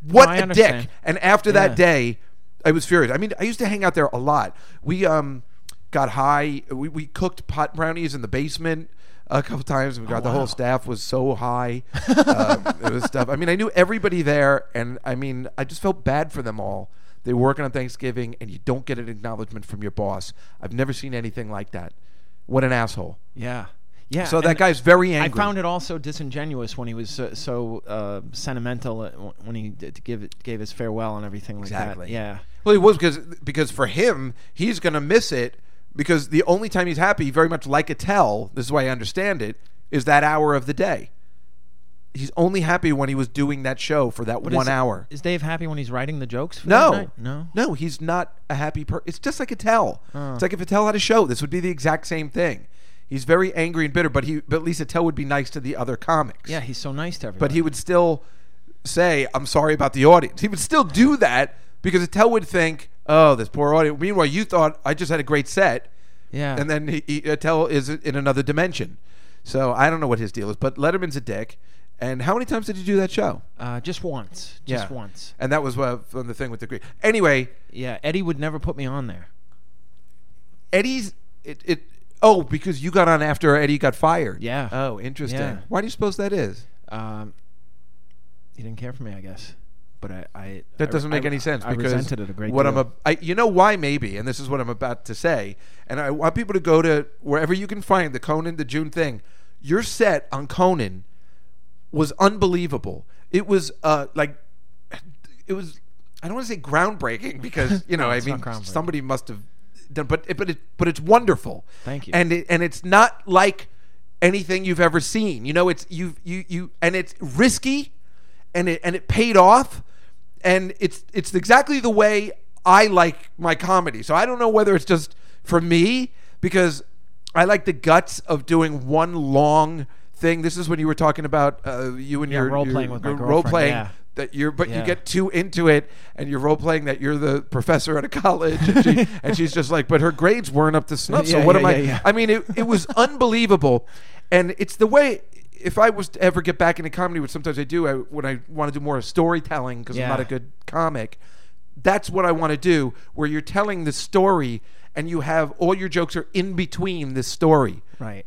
Speaker 2: what
Speaker 1: No, I
Speaker 2: a
Speaker 1: understand.
Speaker 2: dick. And after that
Speaker 1: Yeah.
Speaker 2: day, I was furious. I mean, I used to hang out there a lot. We um got high. We, we cooked pot brownies in the basement a couple times.
Speaker 1: Oh,
Speaker 2: We got the whole staff was so high. uh, it was stuff. I mean, I knew everybody there, and I mean, I just felt bad for them all. They were working on Thanksgiving, and you don't get an acknowledgement from your boss. I've never seen anything like that. What an asshole!
Speaker 1: Yeah. Yeah.
Speaker 2: So that
Speaker 1: and
Speaker 2: guy's very angry.
Speaker 1: I found it also disingenuous when he was so, so uh, sentimental uh, when he did give it- gave his farewell and everything like
Speaker 2: Exactly.
Speaker 1: that. Yeah.
Speaker 2: Well, he was because because for him, he's gonna miss it because the only time he's happy, very much like a tell, this is why I understand it, is that hour of the day. He's only happy when he was doing that show for that
Speaker 1: But
Speaker 2: one
Speaker 1: is-
Speaker 2: hour.
Speaker 1: Is Dave happy when he's writing the jokes? For that
Speaker 2: no,
Speaker 1: night? No. Oh.
Speaker 2: no, he's not a happy person. It's just like a tell. It's like if a tell had a show, this would be the exact same thing. He's very angry and bitter, but he but at least a tell would be nice to the other comics.
Speaker 1: Yeah, he's so nice to everyone.
Speaker 2: but he would still say, "I'm sorry about the audience." He would still do that because Attell would think, "Oh, this poor audience." Meanwhile, you thought I just had a great set,
Speaker 1: Yeah.
Speaker 2: and then he, he, Attell is in another dimension. So I don't know what his deal is, but Letterman's a dick. And how many times did you do that show?
Speaker 1: uh, just once. Just
Speaker 2: Yeah.
Speaker 1: once.
Speaker 2: And that was uh, from the thing with the Greek. Anyway,
Speaker 1: Yeah. Eddie would never put me on there.
Speaker 2: Eddie's it. it Oh, because you got on after Eddie got fired.
Speaker 1: Yeah.
Speaker 2: Oh, interesting.
Speaker 1: Yeah.
Speaker 2: Why do you suppose that is?
Speaker 1: Um, he didn't care for me, I guess. But I. I
Speaker 2: That
Speaker 1: I-
Speaker 2: doesn't make
Speaker 1: I-
Speaker 2: any sense
Speaker 1: I
Speaker 2: because
Speaker 1: resented it a great
Speaker 2: what
Speaker 1: deal.
Speaker 2: I'm a, I, you know why maybe, and this is what I'm about to say, and I want people to go to wherever you can find the Conan the June thing. Your set on Conan was unbelievable. It was uh like it was I don't want to say groundbreaking because you know I
Speaker 1: it's not
Speaker 2: mean
Speaker 1: groundbreaking.
Speaker 2: somebody must have done, but it, but it but it's wonderful.
Speaker 1: Thank you.
Speaker 2: And it, and it's not like anything you've ever seen. You know, it's you you you and it's risky, and it and it paid off, and it's it's exactly the way I like my comedy. So I don't know whether it's just for me because I like the guts of doing one long thing. This is when you were talking about uh, you and
Speaker 1: Yeah,
Speaker 2: your
Speaker 1: role-playing
Speaker 2: your-
Speaker 1: with my
Speaker 2: your
Speaker 1: girlfriend,
Speaker 2: role-playing
Speaker 1: yeah.
Speaker 2: that you're but you
Speaker 1: Yeah.
Speaker 2: get too into it and you're role playing that you're the professor at a college and, she, and she's just like but her grades weren't up to snuff so
Speaker 1: Yeah,
Speaker 2: what
Speaker 1: yeah,
Speaker 2: am i
Speaker 1: yeah, yeah.
Speaker 2: i mean it, it was unbelievable and it's the way if i was to ever get back into comedy which sometimes i do I, when i want to do more storytelling because i'm
Speaker 1: Yeah.
Speaker 2: not a good comic that's what i want to do where you're telling the story and you have all your jokes are in between this story
Speaker 1: Right.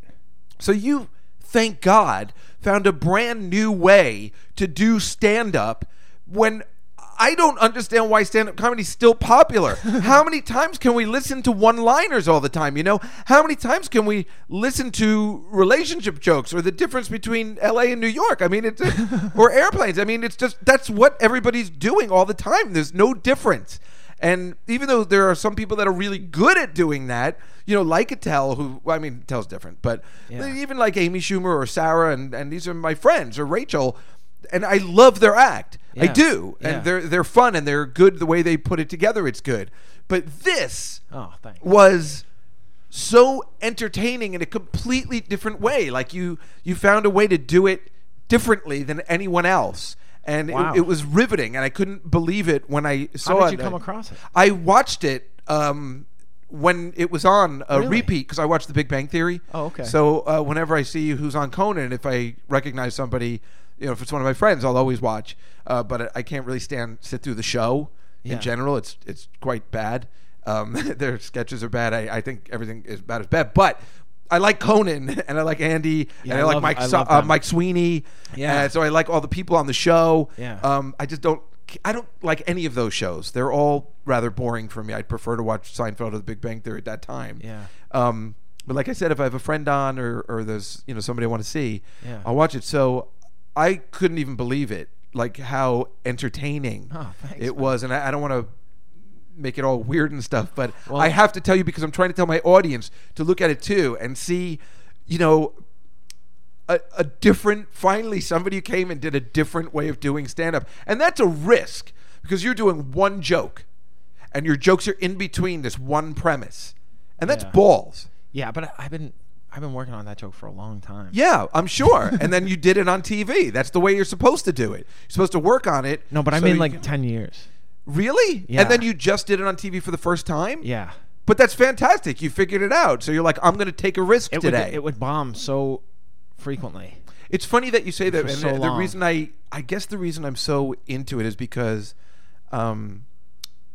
Speaker 2: so you, thank God, found a brand new way to do stand up when I don't understand why stand up comedy's still popular. How many times can we listen to one liners all the time? You know, how many times can we listen to relationship jokes or the difference between LA and New York? I mean, it's or airplanes. I mean, it's just that's what everybody's doing all the time. There's no difference. And even though there are some people that are really good at doing that, you know, like Attell, who well, I mean, Attell's different, but even like Amy Schumer or Sarah, and, and these are my friends or Rachel, and I love their act. I
Speaker 1: Yeah.
Speaker 2: do, and
Speaker 1: Yeah.
Speaker 2: they're they're fun and they're good. The way they put it together, it's good. But this
Speaker 1: Oh, thanks.
Speaker 2: was so entertaining in a completely different way. Like you you found a way to do it differently than anyone else. And it-
Speaker 1: Wow.
Speaker 2: it, was riveting, and I couldn't believe it when I saw
Speaker 1: How
Speaker 2: it.
Speaker 1: did you come across it?
Speaker 2: I watched it um, when it was on a
Speaker 1: Really?
Speaker 2: repeat because I watched The Big Bang Theory.
Speaker 1: Oh, okay.
Speaker 2: So uh, whenever I see who's on Conan, if I recognize somebody, you know, if it's one of my friends, I'll always watch. Uh, but I, I can't really stand sit through the show
Speaker 1: Yeah.
Speaker 2: in general. It's it's quite bad. Um, their sketches are bad. I, I think everything is about as bad. But I like Conan and I like Andy and
Speaker 1: I
Speaker 2: I, like
Speaker 1: love-
Speaker 2: Mike
Speaker 1: I
Speaker 2: Sa-
Speaker 1: love
Speaker 2: uh,
Speaker 1: them.
Speaker 2: Mike Sweeney.
Speaker 1: Yeah.
Speaker 2: Uh, so I like all the people on the show.
Speaker 1: Yeah.
Speaker 2: Um, I just don't. I don't like any of those shows. They're all rather boring for me. I'd prefer to watch Seinfeld or The Big Bang Theory at that time.
Speaker 1: Yeah.
Speaker 2: Um, but like I said, if I have a friend on or, or there's you know somebody I want to see,
Speaker 1: Yeah.
Speaker 2: I'll watch it. So I couldn't even believe it, like how entertaining
Speaker 1: Oh, thanks,
Speaker 2: it
Speaker 1: man.
Speaker 2: was. And I, I don't want to make it all weird and stuff, but
Speaker 1: Well-
Speaker 2: I have to tell you because I'm trying to tell my audience to look at it too and see, you know, a, a different finally somebody came and did a different way of doing stand up and that's a risk because you're doing one joke and your jokes are in between this one premise and that's
Speaker 1: Yeah.
Speaker 2: balls
Speaker 1: Yeah, but I, I've been I've been working on that joke for a long time.
Speaker 2: yeah i'm sure and then you did it on tv that's the way you're supposed to do it you're supposed to work on it
Speaker 1: No, but I
Speaker 2: so
Speaker 1: mean
Speaker 2: you
Speaker 1: like
Speaker 2: can-
Speaker 1: ten years.
Speaker 2: really
Speaker 1: Yeah.
Speaker 2: and then you just did it on tv for the first time
Speaker 1: Yeah.
Speaker 2: But that's fantastic. You figured it out. So you're like, I'm going to take a risk
Speaker 1: It
Speaker 2: today.
Speaker 1: would it would bomb so frequently.
Speaker 2: It's funny that you say that.
Speaker 1: for
Speaker 2: And
Speaker 1: so
Speaker 2: the, the
Speaker 1: long.
Speaker 2: reason I, I guess the reason I'm so into it is because, um,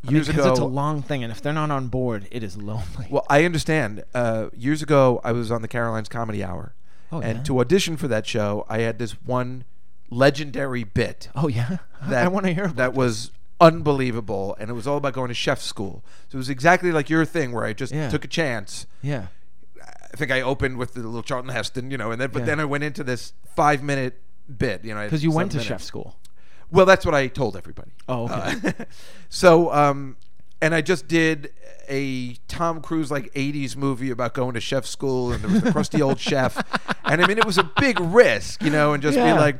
Speaker 2: years
Speaker 1: because
Speaker 2: ago,
Speaker 1: it's a long thing, and if they're not on board, it is lonely.
Speaker 2: well, I understand. Uh, years ago, I was on the Caroline's Comedy Hour,
Speaker 1: Oh,
Speaker 2: and
Speaker 1: yeah.
Speaker 2: to audition for that show, I had this one legendary bit.
Speaker 1: oh yeah,
Speaker 2: that
Speaker 1: I want to hear about
Speaker 2: that was unbelievable, and it was all about going to chef school. So it was exactly like your thing, where I just
Speaker 1: Yeah.
Speaker 2: took a chance.
Speaker 1: Yeah,
Speaker 2: I think I opened with the little Charlton Heston, you know, and then but
Speaker 1: Yeah.
Speaker 2: then I went into this five minute bit, you know,
Speaker 1: because you went to
Speaker 2: seven
Speaker 1: chef
Speaker 2: minutes.
Speaker 1: school.
Speaker 2: Well, that's what I told everybody.
Speaker 1: Oh, okay.
Speaker 2: So, um, and I just did a Tom Cruise like '80s movie about going to chef school, and there was the crusty old chef, and I mean it was a big risk, you know, and just be
Speaker 1: Yeah.
Speaker 2: like.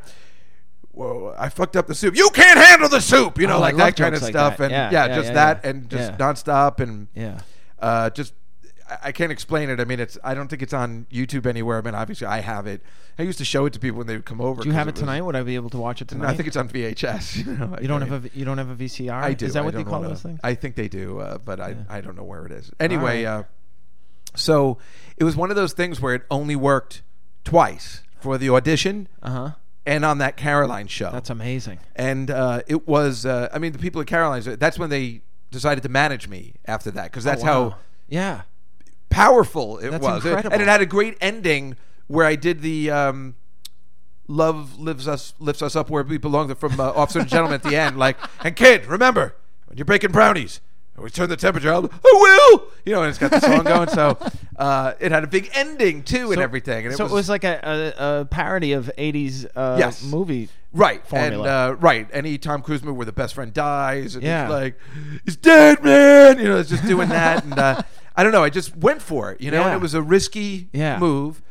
Speaker 2: Well, I fucked up the soup. You can't handle the soup, you know,
Speaker 1: Oh, I
Speaker 2: like
Speaker 1: love
Speaker 2: that kind of
Speaker 1: jokes like
Speaker 2: stuff,
Speaker 1: that.
Speaker 2: and yeah,
Speaker 1: Yeah, yeah,
Speaker 2: just
Speaker 1: yeah,
Speaker 2: that,
Speaker 1: yeah.
Speaker 2: and just
Speaker 1: Yeah.
Speaker 2: nonstop, and
Speaker 1: yeah,
Speaker 2: uh, just I- I can't explain it. I mean, it's I don't think it's on YouTube anywhere. I mean, obviously I have it. I used to show it to people when they would come over.
Speaker 1: do you
Speaker 2: 'cause
Speaker 1: have it
Speaker 2: was-
Speaker 1: tonight? Would I be able to watch it
Speaker 2: No,
Speaker 1: tonight?
Speaker 2: I think it's on VHS. You, know,
Speaker 1: you don't have a you don't have a VCR.
Speaker 2: I do.
Speaker 1: Is that
Speaker 2: I
Speaker 1: what they
Speaker 2: don't
Speaker 1: call
Speaker 2: wanna-
Speaker 1: those things?
Speaker 2: I think they do, uh, but I, I don't know where it is. Anyway,
Speaker 1: right.
Speaker 2: uh, so it was one of those things where it only worked twice for the audition
Speaker 1: Uh huh.
Speaker 2: and on that Caroline show.
Speaker 1: That's amazing.
Speaker 2: and uh, it was, uh, I mean, the people at Caroline's, that's when they decided to manage me after that because that's
Speaker 1: Oh, Wow.
Speaker 2: how
Speaker 1: Yeah.
Speaker 2: powerful it
Speaker 1: That's
Speaker 2: was. It-
Speaker 1: incredible.
Speaker 2: and it had a great ending where I did the um, love lives us lifts us up where we belong from uh, Officer and Gentleman at the end. Like, and kid, remember when you're baking brownies. We turn the temperature up. I will, you know, and it's got the song going. So uh, it had a big ending too, and
Speaker 1: So-
Speaker 2: everything. And
Speaker 1: so it was, like a, a, a parody of '80s uh,
Speaker 2: Yes.
Speaker 1: movie.
Speaker 2: Right.
Speaker 1: formula.
Speaker 2: And uh, right. Any Tom Cruise movie where the best friend dies and
Speaker 1: Yeah.
Speaker 2: it's like, he's dead, man. You know, it's just doing that. and uh, I don't know. I just went for it, you know, and
Speaker 1: Yeah.
Speaker 2: it was a risky
Speaker 1: Yeah.
Speaker 2: move.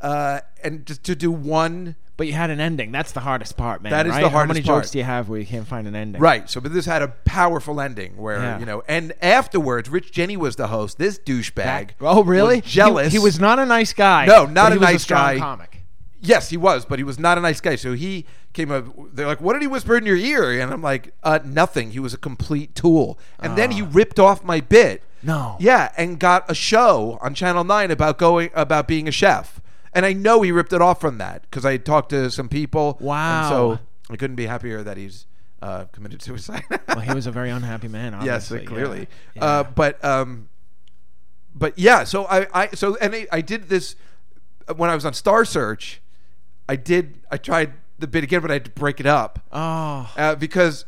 Speaker 2: Uh, and just to do one.
Speaker 1: But you had an ending. That's the hardest part, man.
Speaker 2: That is
Speaker 1: right?
Speaker 2: the
Speaker 1: How
Speaker 2: hardest
Speaker 1: many
Speaker 2: part.
Speaker 1: jokes do you have where you can't find an ending?
Speaker 2: Right. So, but this had a powerful ending where,
Speaker 1: Yeah.
Speaker 2: you know, and afterwards, Rich Jenny was the host. This douchebag.
Speaker 1: Oh, really?
Speaker 2: was jealous.
Speaker 1: He, he was not a nice guy.
Speaker 2: No, not
Speaker 1: but
Speaker 2: a
Speaker 1: he was
Speaker 2: nice
Speaker 1: strong
Speaker 2: guy.
Speaker 1: Comic.
Speaker 2: Yes, he was, but he was not a nice guy. So he came up. They're like, "What did he whisper in your ear?" And I'm like, uh, "Nothing." He was a complete tool. And then he ripped off my bit.
Speaker 1: Ah. No.
Speaker 2: Yeah, and got a show on Channel Nine about going about being a chef. And I know he ripped it off from that because I had talked to some people.
Speaker 1: Wow.
Speaker 2: And so I couldn't be happier that he's uh, committed suicide.
Speaker 1: Well, he was a very unhappy man.
Speaker 2: yes,
Speaker 1: Obviously. yeah.
Speaker 2: clearly.
Speaker 1: Yeah.
Speaker 2: Uh, but um, but yeah. So I, I so and I, I did this uh, when I was on Star Search. I did. I tried the bit again, but I had to break it up
Speaker 1: oh,
Speaker 2: uh, because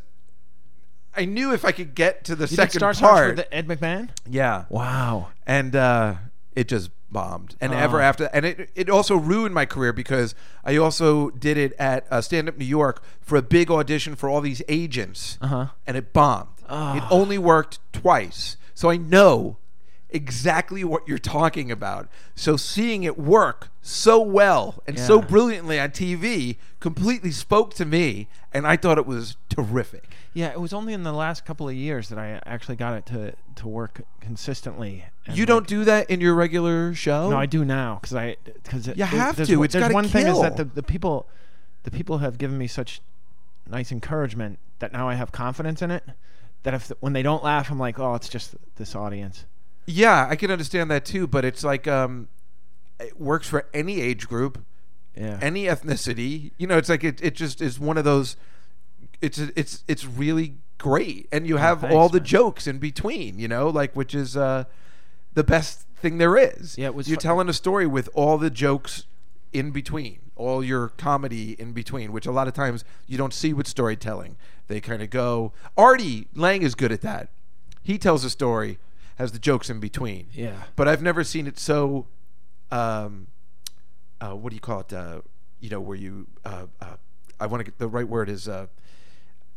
Speaker 2: I knew if I could get to the
Speaker 1: you
Speaker 2: second
Speaker 1: did Star Search
Speaker 2: part.
Speaker 1: with the Ed McMahon.
Speaker 2: yeah.
Speaker 1: Wow.
Speaker 2: And uh, it just bombed. And
Speaker 1: Oh.
Speaker 2: ever after, and it it also ruined my career because I also did it at uh, Stand Up New York for a big audition for all these agents, uh-huh. and it bombed. It only worked twice, so I know exactly what you're talking about. So seeing it work so well and so
Speaker 1: Yeah.
Speaker 2: brilliantly on TV completely spoke to me, and I thought it was terrific.
Speaker 1: Yeah, it was only in the last couple of years that I actually got it to to work consistently. and,
Speaker 2: You
Speaker 1: like,
Speaker 2: don't do that in your regular show?
Speaker 1: No, I do now because I because
Speaker 2: You have to. It's
Speaker 1: there's
Speaker 2: gotta
Speaker 1: one thing is
Speaker 2: kill.
Speaker 1: that the, the people, the people have given me such nice encouragement that now I have confidence in it. That if when they don't laugh, I'm like, oh, it's just this audience.
Speaker 2: Yeah, I can understand that too, but it's like um, it works for any age group,
Speaker 1: Yeah.
Speaker 2: any ethnicity. You know, it's like it, it just is one of those. It's it's it's really great, and you have
Speaker 1: thanks,
Speaker 2: all the
Speaker 1: man.
Speaker 2: jokes in between. You know, like which is uh, the best thing there is.
Speaker 1: Yeah, it was
Speaker 2: You're
Speaker 1: fu-
Speaker 2: telling a story with all the jokes in between, all your comedy in between, which a lot of times you don't see with storytelling. They kind of go. Artie Lang is good at that. He tells a story, has the jokes in between.
Speaker 1: Yeah.
Speaker 2: But I've never seen it so, um, uh, what do you call it? Uh, you know, where you, uh, uh, I want to get the right word is, uh,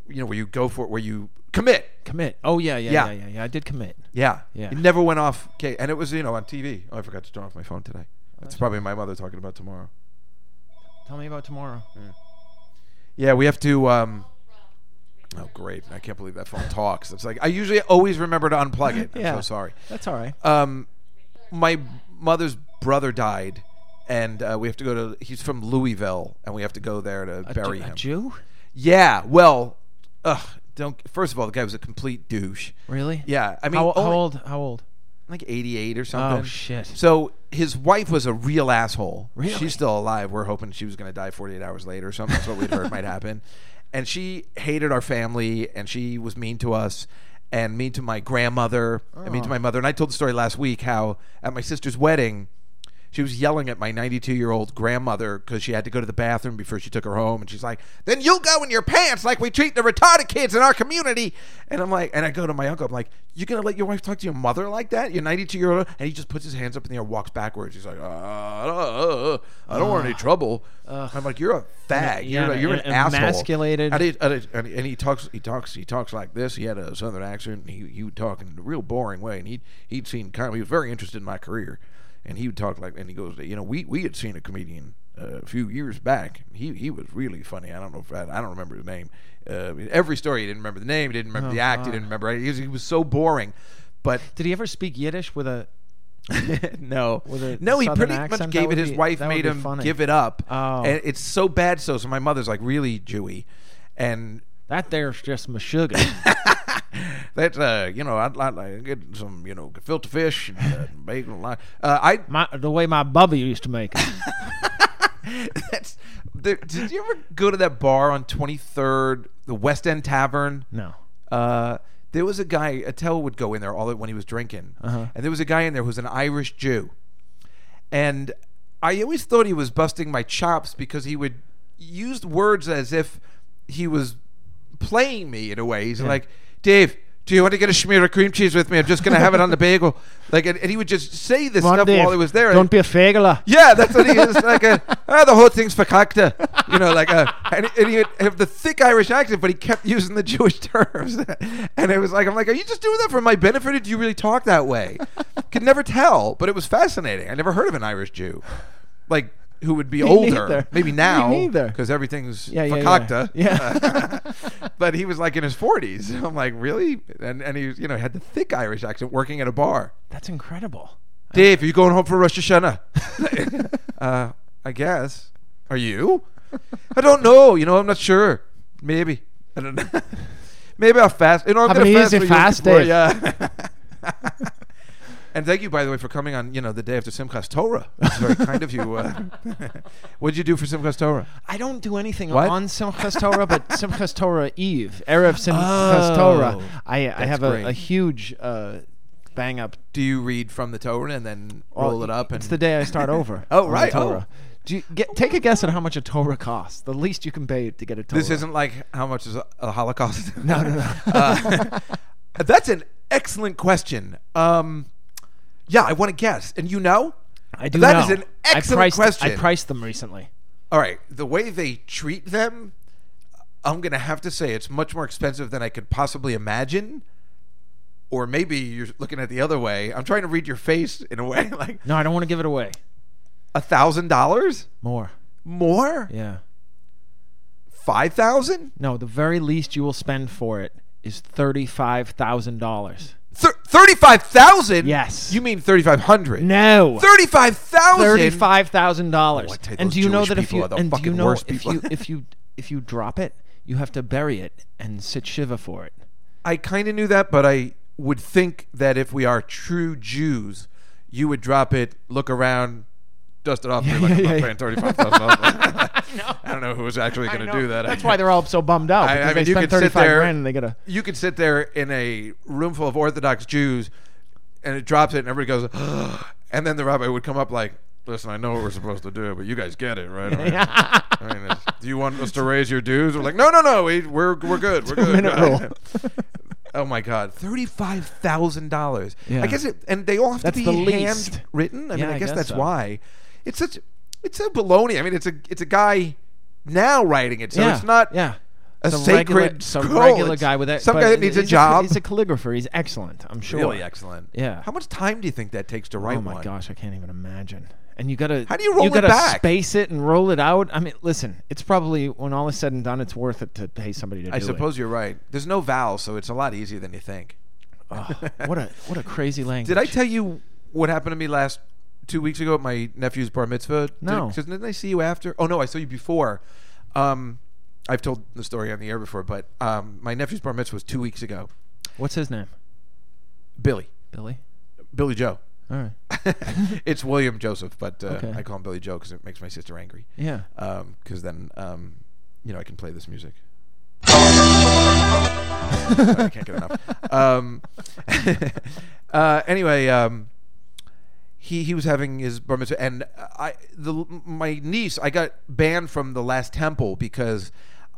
Speaker 2: you know, where you go for it, where you commit.
Speaker 1: commit. Oh yeah, yeah,
Speaker 2: Yeah.
Speaker 1: yeah, yeah, yeah. I did commit.
Speaker 2: Yeah.
Speaker 1: Yeah.
Speaker 2: It never went off. Okay. And it was, you know, on TV. Oh, I forgot to turn off my phone today. That's probably my mother talking about tomorrow.
Speaker 1: Tell me about tomorrow.
Speaker 2: Mm, Yeah, we have to. Um, oh, great. I can't believe that phone talks. It's like, I usually always remember to unplug it. I'm
Speaker 1: Yeah.
Speaker 2: so sorry.
Speaker 1: That's all right.
Speaker 2: um, my mother's brother died, and uh, we have to go to. He's from Louisville, and we have to go there to
Speaker 1: a,
Speaker 2: bury
Speaker 1: Ju-
Speaker 2: him.
Speaker 1: a Jew?
Speaker 2: Yeah. Well, ugh, don't. First of all, the guy was a complete douche.
Speaker 1: Really?
Speaker 2: Yeah. I mean,
Speaker 1: How, how
Speaker 2: only-
Speaker 1: old? How old?
Speaker 2: like 88 or something.
Speaker 1: Oh, shit.
Speaker 2: So his wife was a real asshole.
Speaker 1: Really?
Speaker 2: She's still alive. We're hoping she was going to die 48 hours later or something. That's what we'd heard might happen. And she hated our family and she was mean to us and mean to my grandmother and mean to my mother. And I told the story last week how at my sister's wedding, she was yelling at my 92 year old grandmother because she had to go to the bathroom before she took her home. And she's like, Then you'll go in your pants like we treat the retarded kids in our community. And I'm like, And I go to my uncle, I'm like, You're going to let your wife talk to your mother like that? Your 92 year old? And he just puts his hands up in the air, walks backwards. He's like, uh, uh, uh, I don't want any trouble. I'm like, You're a fag.
Speaker 1: Yeah,
Speaker 2: you're a- you're an
Speaker 1: and e-,
Speaker 2: asshole.
Speaker 1: emasculated.
Speaker 2: And he, and he- and he- and he talks, he talks, he talks like this. He had a southern accent. And he he would talk in a real boring way. And he he'd seen comedy. He was very interested in my career, and he would talk like. And he goes, you know, we we had seen a comedian uh, a few years back. He he was really funny. I don't know if I, I don't remember his name. Uh, every story, he didn't remember the name. He didn't
Speaker 1: Oh,
Speaker 2: remember the act. He didn't remember. He was, he was so boring. But
Speaker 1: Did he ever speak Yiddish with a?
Speaker 2: no,
Speaker 1: With a
Speaker 2: no, he
Speaker 1: southern
Speaker 2: pretty
Speaker 1: accent?
Speaker 2: much
Speaker 1: That
Speaker 2: gave it.
Speaker 1: would
Speaker 2: His
Speaker 1: be-
Speaker 2: wife
Speaker 1: that would
Speaker 2: made
Speaker 1: be
Speaker 2: him
Speaker 1: funny.
Speaker 2: give it up.
Speaker 1: Oh.
Speaker 2: and it's so bad. So so my mother's like really Jewy, and
Speaker 1: That there's just sugar.
Speaker 2: That's uh, you know, I'd like to get some, you know, filter fish and uh, bagel. and li- Uh, I
Speaker 1: my the way my bubba used to make it.
Speaker 2: that's. There, did you ever go to that bar on Twenty Third, the West End Tavern?
Speaker 1: No.
Speaker 2: Uh, there was a guy. Attell would go in there all the- when he was drinking,
Speaker 4: Uh-huh.
Speaker 2: and there was a guy in there who was an Irish Jew, and I always thought he was busting my chops because he would use words as if he was playing me in a way. He's like, Dave. Do you want to get a schmear of cream cheese with me? I'm just going to have it on the bagel. Like, and, and he would just say this
Speaker 4: Come on,
Speaker 2: stuff
Speaker 4: Dave.
Speaker 2: while he was there.
Speaker 4: Don't be a fagler.
Speaker 2: Yeah, that's what he is. Like, a, ah, the whole thing's fakakta. You know, like, a, and, he, and he would have the thick Irish accent, but he kept using the Jewish terms. and it was like, I'm like, are you just doing that for my benefit, or do you really talk that way? Could never tell, but it was fascinating. I never heard of an Irish Jew, like, who would be older.
Speaker 1: neither.
Speaker 2: Maybe
Speaker 1: Me
Speaker 2: now.
Speaker 1: neither.
Speaker 2: Because everything's
Speaker 1: Yeah, yeah, yeah.
Speaker 2: fakakta.
Speaker 1: Yeah.
Speaker 2: but he was like in his 40s. I'm like, really? And, and he, was, you know, had the thick Irish accent working at a bar.
Speaker 1: That's incredible.
Speaker 2: Dave, are you going home for Rosh Hashanah? uh, I guess. Are you? I don't know. You know, I'm not sure. Maybe. I don't know. Maybe I'll fast. You know, I'm
Speaker 4: Have an
Speaker 2: going to fast.
Speaker 4: easy
Speaker 2: for Yom
Speaker 4: fast,
Speaker 2: Kippur,
Speaker 4: Dave.
Speaker 2: Yeah. and thank you, by the way, for coming on. You know, the day after Simchas Torah. It's very kind of you. Uh, what did you do for Simchas Torah?
Speaker 1: I don't do anything
Speaker 2: What?
Speaker 1: on Simchas Torah, but Simchas Torah Eve, erev Simchas Torah.
Speaker 2: Oh,
Speaker 1: I, I have
Speaker 2: great.
Speaker 1: a, a huge uh, bang up.
Speaker 2: Do you read from the Torah and then
Speaker 1: Well,
Speaker 2: roll it up? And
Speaker 1: it's the day I start over.
Speaker 2: Oh,
Speaker 1: on
Speaker 2: right. Oh.
Speaker 1: Torah. Do you get, take a guess at how much a Torah costs. The least you can pay to get a Torah.
Speaker 2: This isn't like how much is a, a Holocaust.
Speaker 1: No, no, no.
Speaker 2: Uh, that's an excellent question. Um, yeah, I want to guess, and you know,
Speaker 1: I do
Speaker 2: That is
Speaker 1: know.
Speaker 2: an
Speaker 1: I
Speaker 2: excellent
Speaker 1: priced-
Speaker 2: question.
Speaker 1: I priced them recently.
Speaker 2: all right, the way they treat them, I'm gonna have to say it's much more expensive than I could possibly imagine. Or maybe you're looking at the other way. I'm trying to read your face in a way, like
Speaker 1: No, I don't want to give it away.
Speaker 2: a thousand dollars
Speaker 1: More.
Speaker 2: more,
Speaker 1: Yeah.
Speaker 2: five thousand,
Speaker 1: No, the very least you will spend for it is thirty-five thousand dollars.
Speaker 2: thirty-five thousand.
Speaker 1: Yes.
Speaker 2: you mean thirty-five hundred?
Speaker 1: No.
Speaker 2: thirty-five thousand.
Speaker 1: Thirty-five thousand dollars.
Speaker 2: Oh, I tell you,
Speaker 1: And
Speaker 2: those
Speaker 1: do you know
Speaker 2: Jewish
Speaker 1: that if
Speaker 2: people
Speaker 1: you
Speaker 2: are the
Speaker 1: and do you
Speaker 2: fucking
Speaker 1: know
Speaker 2: worst
Speaker 1: if
Speaker 2: people.
Speaker 1: you if you if you drop it, you have to bury it and sit shiva for it.
Speaker 2: I kind of knew that, but I would think that if we are true Jews, you would drop it, look around, dust it off, and be like,
Speaker 1: yeah,
Speaker 2: I'm
Speaker 1: yeah.
Speaker 2: not paying $35,000. I don't know who was actually going to do that.
Speaker 4: That's why they're all so bummed out.
Speaker 2: I- I
Speaker 4: Because
Speaker 2: mean,
Speaker 4: they
Speaker 2: you
Speaker 4: spent
Speaker 2: could sit
Speaker 4: 35
Speaker 2: there-
Speaker 4: grand and they get a.
Speaker 2: You could sit there in a room full of Orthodox Jews, and it drops it, and everybody goes, and then the rabbi would come up like, Listen, I know what we're supposed to do, but you guys get it, right? I mean, I mean, it's- do you want us to raise your dues? We're like, no, no, no, we, we're we're good, we're good.
Speaker 4: Two-minute rule.
Speaker 2: oh my God, thirty-five thousand dollars. I
Speaker 1: Yeah.
Speaker 2: guess, it, and they all have
Speaker 1: That's
Speaker 2: to
Speaker 1: the
Speaker 2: be
Speaker 1: least.
Speaker 2: handwritten. I mean,
Speaker 1: Yeah,
Speaker 2: I
Speaker 1: I
Speaker 2: guess,
Speaker 1: guess
Speaker 2: that's
Speaker 1: so.
Speaker 2: why. It's such, it's so baloney. I mean, it's a it's a guy now writing it, so
Speaker 1: yeah.
Speaker 2: it's not
Speaker 1: Yeah.
Speaker 2: a
Speaker 1: Some
Speaker 2: sacred
Speaker 1: regular, some
Speaker 2: scroll.
Speaker 1: regular
Speaker 2: It's
Speaker 1: guy with that.
Speaker 2: Some
Speaker 1: but
Speaker 2: guy that needs a
Speaker 1: he's
Speaker 2: job.
Speaker 1: He's a calligrapher. He's excellent. I'm sure.
Speaker 2: really excellent.
Speaker 1: Yeah.
Speaker 2: How much time do you think that takes to write
Speaker 1: Oh my
Speaker 2: one?
Speaker 1: gosh, I can't even imagine. And you gotta
Speaker 2: How do you roll it
Speaker 1: gotta
Speaker 2: back?
Speaker 1: space it and roll it out. I mean, listen, it's probably when all is said and done, it's worth it to pay somebody to
Speaker 2: I
Speaker 1: do
Speaker 2: suppose you're right. There's no vowels, so it's a lot easier than you think.
Speaker 1: it. Oh, what a what a crazy language.
Speaker 2: Did I tell you what happened to me last two weeks ago at my nephew's bar mitzvah? Did-
Speaker 1: No.
Speaker 2: 'cause didn't I see you after? Oh no, I saw you before. Um, I've told the story on the air before, but um, my nephew's bar mitzvah was two weeks ago.
Speaker 1: What's his name?
Speaker 2: Billy.
Speaker 1: Billy.
Speaker 2: Billy Joe.
Speaker 1: All right.
Speaker 2: it's William Joseph, but uh,
Speaker 1: Okay.
Speaker 2: I call him Billy Joe because it makes my sister angry.
Speaker 1: Yeah.
Speaker 2: Because then, um, you know, I can play this music. I can't get enough. Um, uh, anyway, um, he he was having his bar mitzvah, and I the my niece I got banned from the last temple because.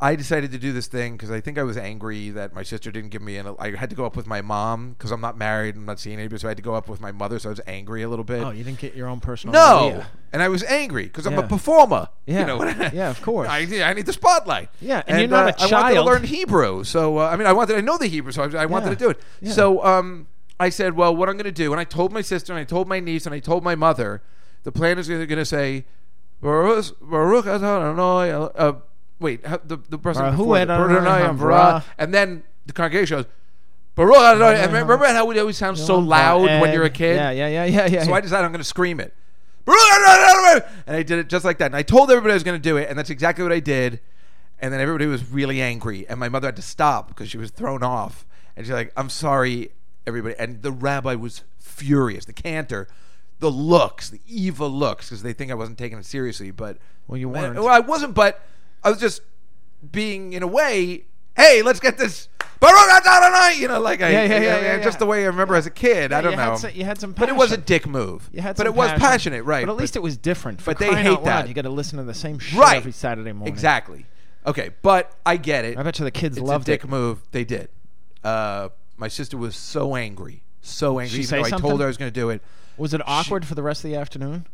Speaker 2: I decided to do this thing because I think I was angry that my sister didn't give me an. I had to go up with my mom because I'm not married, I'm not seeing anybody, so I had to go up with my mother. So I was angry a little bit.
Speaker 1: Oh, you didn't get your own personal.
Speaker 2: No,
Speaker 1: idea.
Speaker 2: and I was angry because I'm a
Speaker 1: Yeah.
Speaker 2: performer.
Speaker 1: Yeah.
Speaker 2: you know?
Speaker 1: Yeah, of course.
Speaker 2: I, I need the spotlight.
Speaker 1: Yeah, and you're not a
Speaker 2: uh, I wanted to
Speaker 1: child.
Speaker 2: learn Hebrew, so uh, I mean, I wanted I know the Hebrew, so I, I wanted
Speaker 1: Yeah.
Speaker 2: to do it.
Speaker 1: Yeah.
Speaker 2: So um, I said, well, what I'm going to do, and I told my sister, and I told my niece, and I told my mother, the plan is going to say, Baruch, Baruch atah Adonai el- uh, wait, how- the the person
Speaker 1: Baruch
Speaker 2: before that,
Speaker 1: Adonai
Speaker 2: Adonai
Speaker 1: Habrah.
Speaker 2: Habrah. and then the congregation goes. Baruch Adonai. And remember how it always sounds so loud when you're a kid?
Speaker 1: Yeah, yeah, yeah, yeah, yeah.
Speaker 2: So I decided I'm going to scream it. And I did it just like that. And I told everybody I was going to do it, and that's exactly what I did. And then everybody was really angry, and my mother had to stop because she was thrown off. And she's like, "I'm sorry, everybody." And the rabbi was furious. The cantor, the looks, the evil looks, because they think I wasn't taking it seriously. But
Speaker 1: Well, you
Speaker 2: Man,
Speaker 1: weren't.
Speaker 2: Well, I wasn't, but I was just being in a way. Hey, let's get this. You know, like I,
Speaker 1: Yeah, yeah, yeah, yeah,
Speaker 2: just
Speaker 1: yeah.
Speaker 2: the way I remember as a kid. I
Speaker 1: Yeah,
Speaker 2: don't
Speaker 1: you
Speaker 2: know.
Speaker 1: Had some, you had some,
Speaker 2: But it was a
Speaker 1: passion.
Speaker 2: dick move.
Speaker 1: You had some
Speaker 2: but it was
Speaker 1: passion.
Speaker 2: passionate, right?
Speaker 1: But at least it was different. For
Speaker 2: but they
Speaker 1: crying
Speaker 2: hate
Speaker 1: out loud,
Speaker 2: that.
Speaker 1: You got to listen to the same shit
Speaker 2: right
Speaker 1: every Saturday morning.
Speaker 2: Exactly. Okay, but I get it.
Speaker 1: I bet you the kids
Speaker 2: it's
Speaker 1: loved
Speaker 2: a dick
Speaker 1: it.
Speaker 2: move. They did. Uh, my sister was so angry, so angry.
Speaker 1: She
Speaker 2: even
Speaker 1: say
Speaker 2: though I
Speaker 1: something?
Speaker 2: told her I was going to do it.
Speaker 1: Was it awkward for the rest of the afternoon?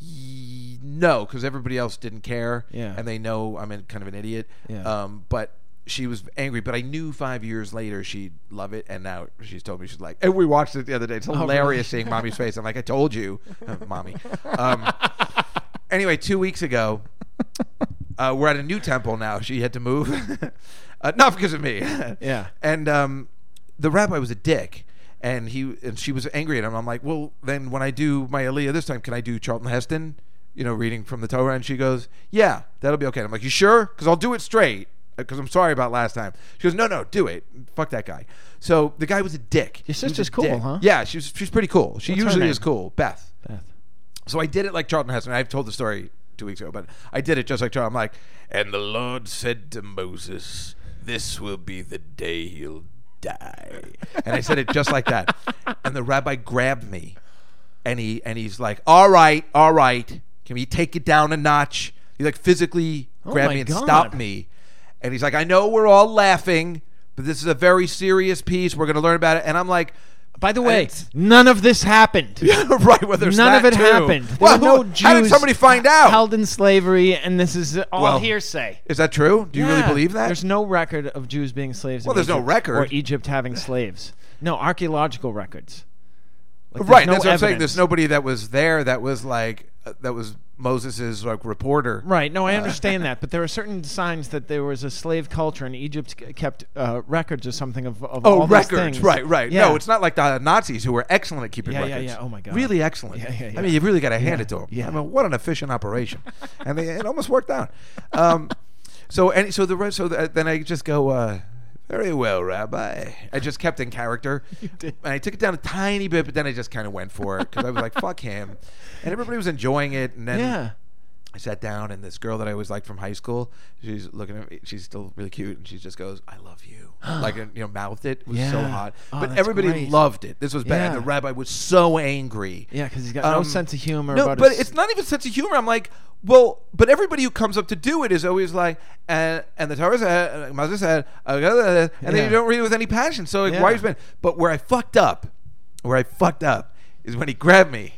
Speaker 2: Ye- No, because everybody else didn't care.
Speaker 1: Yeah.
Speaker 2: And they know I'm in, kind of an idiot.
Speaker 1: Yeah.
Speaker 2: Um, but she was angry. But I knew five years later she'd love it. And now she's told me she's like, and we watched it the other day. It's
Speaker 1: Oh, really?
Speaker 2: hilarious seeing mommy's face. I'm like, I told you, mommy. Um, anyway, two weeks ago, uh, we're at a new temple now. She had to move. uh, not because of me.
Speaker 1: Yeah.
Speaker 2: And um, the rabbi was a dick. And he and she was angry at him. I'm like, well, then when I do my Aliyah this time, can I do Charlton Heston, you know, reading from the Torah? And she goes, yeah, that'll be okay. And I'm like, you sure? Because I'll do it straight. Because I'm sorry about last time. She goes, no, no, do it. Fuck that guy. So the guy was a dick. He was
Speaker 1: sister's
Speaker 2: a
Speaker 1: cool,
Speaker 2: dick.
Speaker 1: huh?
Speaker 2: Yeah, she's she's pretty cool. She
Speaker 1: What's her
Speaker 2: usually
Speaker 1: name?
Speaker 2: is cool. Beth.
Speaker 1: Beth.
Speaker 2: So I did it like Charlton Heston. I've told the story two weeks ago, but I did it just like Charlton. I'm like, and the Lord said to Moses, "This will be the day he'll die." and I said it just like that. And the rabbi grabbed me, and he and he's like, "All right, all right, can we take it down a notch?" He like physically grabbed
Speaker 1: Oh my
Speaker 2: me and
Speaker 1: God.
Speaker 2: stopped me, and he's like, "I know we're all laughing, but this is a very serious piece. We're going to learn about it." And I'm like.
Speaker 1: By the way,
Speaker 2: It's-
Speaker 1: none of this happened.
Speaker 2: right, well, there's
Speaker 1: None of
Speaker 2: that
Speaker 1: it
Speaker 2: too.
Speaker 1: happened. There
Speaker 2: Well,
Speaker 1: were no
Speaker 2: who-
Speaker 1: Jews
Speaker 2: how did somebody find out?
Speaker 1: held in slavery, and this is all
Speaker 2: Well,
Speaker 1: hearsay.
Speaker 2: Is that true? Do you really
Speaker 1: Yeah.
Speaker 2: believe that?
Speaker 1: There's no record of Jews being slaves.
Speaker 2: Well,
Speaker 1: in
Speaker 2: there's no
Speaker 1: Egypt
Speaker 2: record.
Speaker 1: or Egypt having slaves. No archaeological records. Like, there's
Speaker 2: right.
Speaker 1: no
Speaker 2: that's what I'm saying.
Speaker 1: evidence.
Speaker 2: There's nobody that was there that was like uh, that was Moses's like reporter.
Speaker 1: Right. No, I understand that, but there are certain signs that there was a slave culture, and Egypt c- kept uh, records or something of, of
Speaker 2: Oh,
Speaker 1: all these
Speaker 2: records.
Speaker 1: things.
Speaker 2: Right, right.
Speaker 1: Yeah.
Speaker 2: No, it's not like the Nazis who were excellent at keeping
Speaker 1: Yeah, yeah,
Speaker 2: records.
Speaker 1: yeah. Oh, my God.
Speaker 2: Really excellent.
Speaker 1: Yeah, yeah,
Speaker 2: I
Speaker 1: yeah.
Speaker 2: mean, you really got to hand it to them.
Speaker 1: yeah.
Speaker 2: I mean, what an efficient operation, and they, it almost worked out. Um, so, and so the rest. So the, then I just go. Uh, very well, Rabbi. I just kept in character, and I took it down a tiny bit, but then I just kind of went for it because I was like, "Fuck him," and everybody was enjoying it. And then
Speaker 1: Yeah.
Speaker 2: I sat down, and this girl that I always liked from high school, she's looking at me. She's still really cute, and she just goes, "I love you," like you know, mouthed it. It was so
Speaker 1: Yeah.
Speaker 2: hot,
Speaker 1: Oh,
Speaker 2: but
Speaker 1: that's
Speaker 2: everybody
Speaker 1: great.
Speaker 2: loved it. This was bad.
Speaker 1: Yeah.
Speaker 2: The rabbi was so angry.
Speaker 1: Yeah, 'cause he's got Um, no sense of humor
Speaker 2: Um, No,
Speaker 1: about
Speaker 2: but
Speaker 1: his-
Speaker 2: it's not even sense of humor. I'm like, well, but everybody who comes up to do it is always like, and and the Torah said, uh, Moses said, uh, uh, uh, and then
Speaker 1: Yeah.
Speaker 2: you don't read it with any passion. So like, why
Speaker 1: Yeah.
Speaker 2: you spend? But where I fucked up, where I fucked up, is when he grabbed me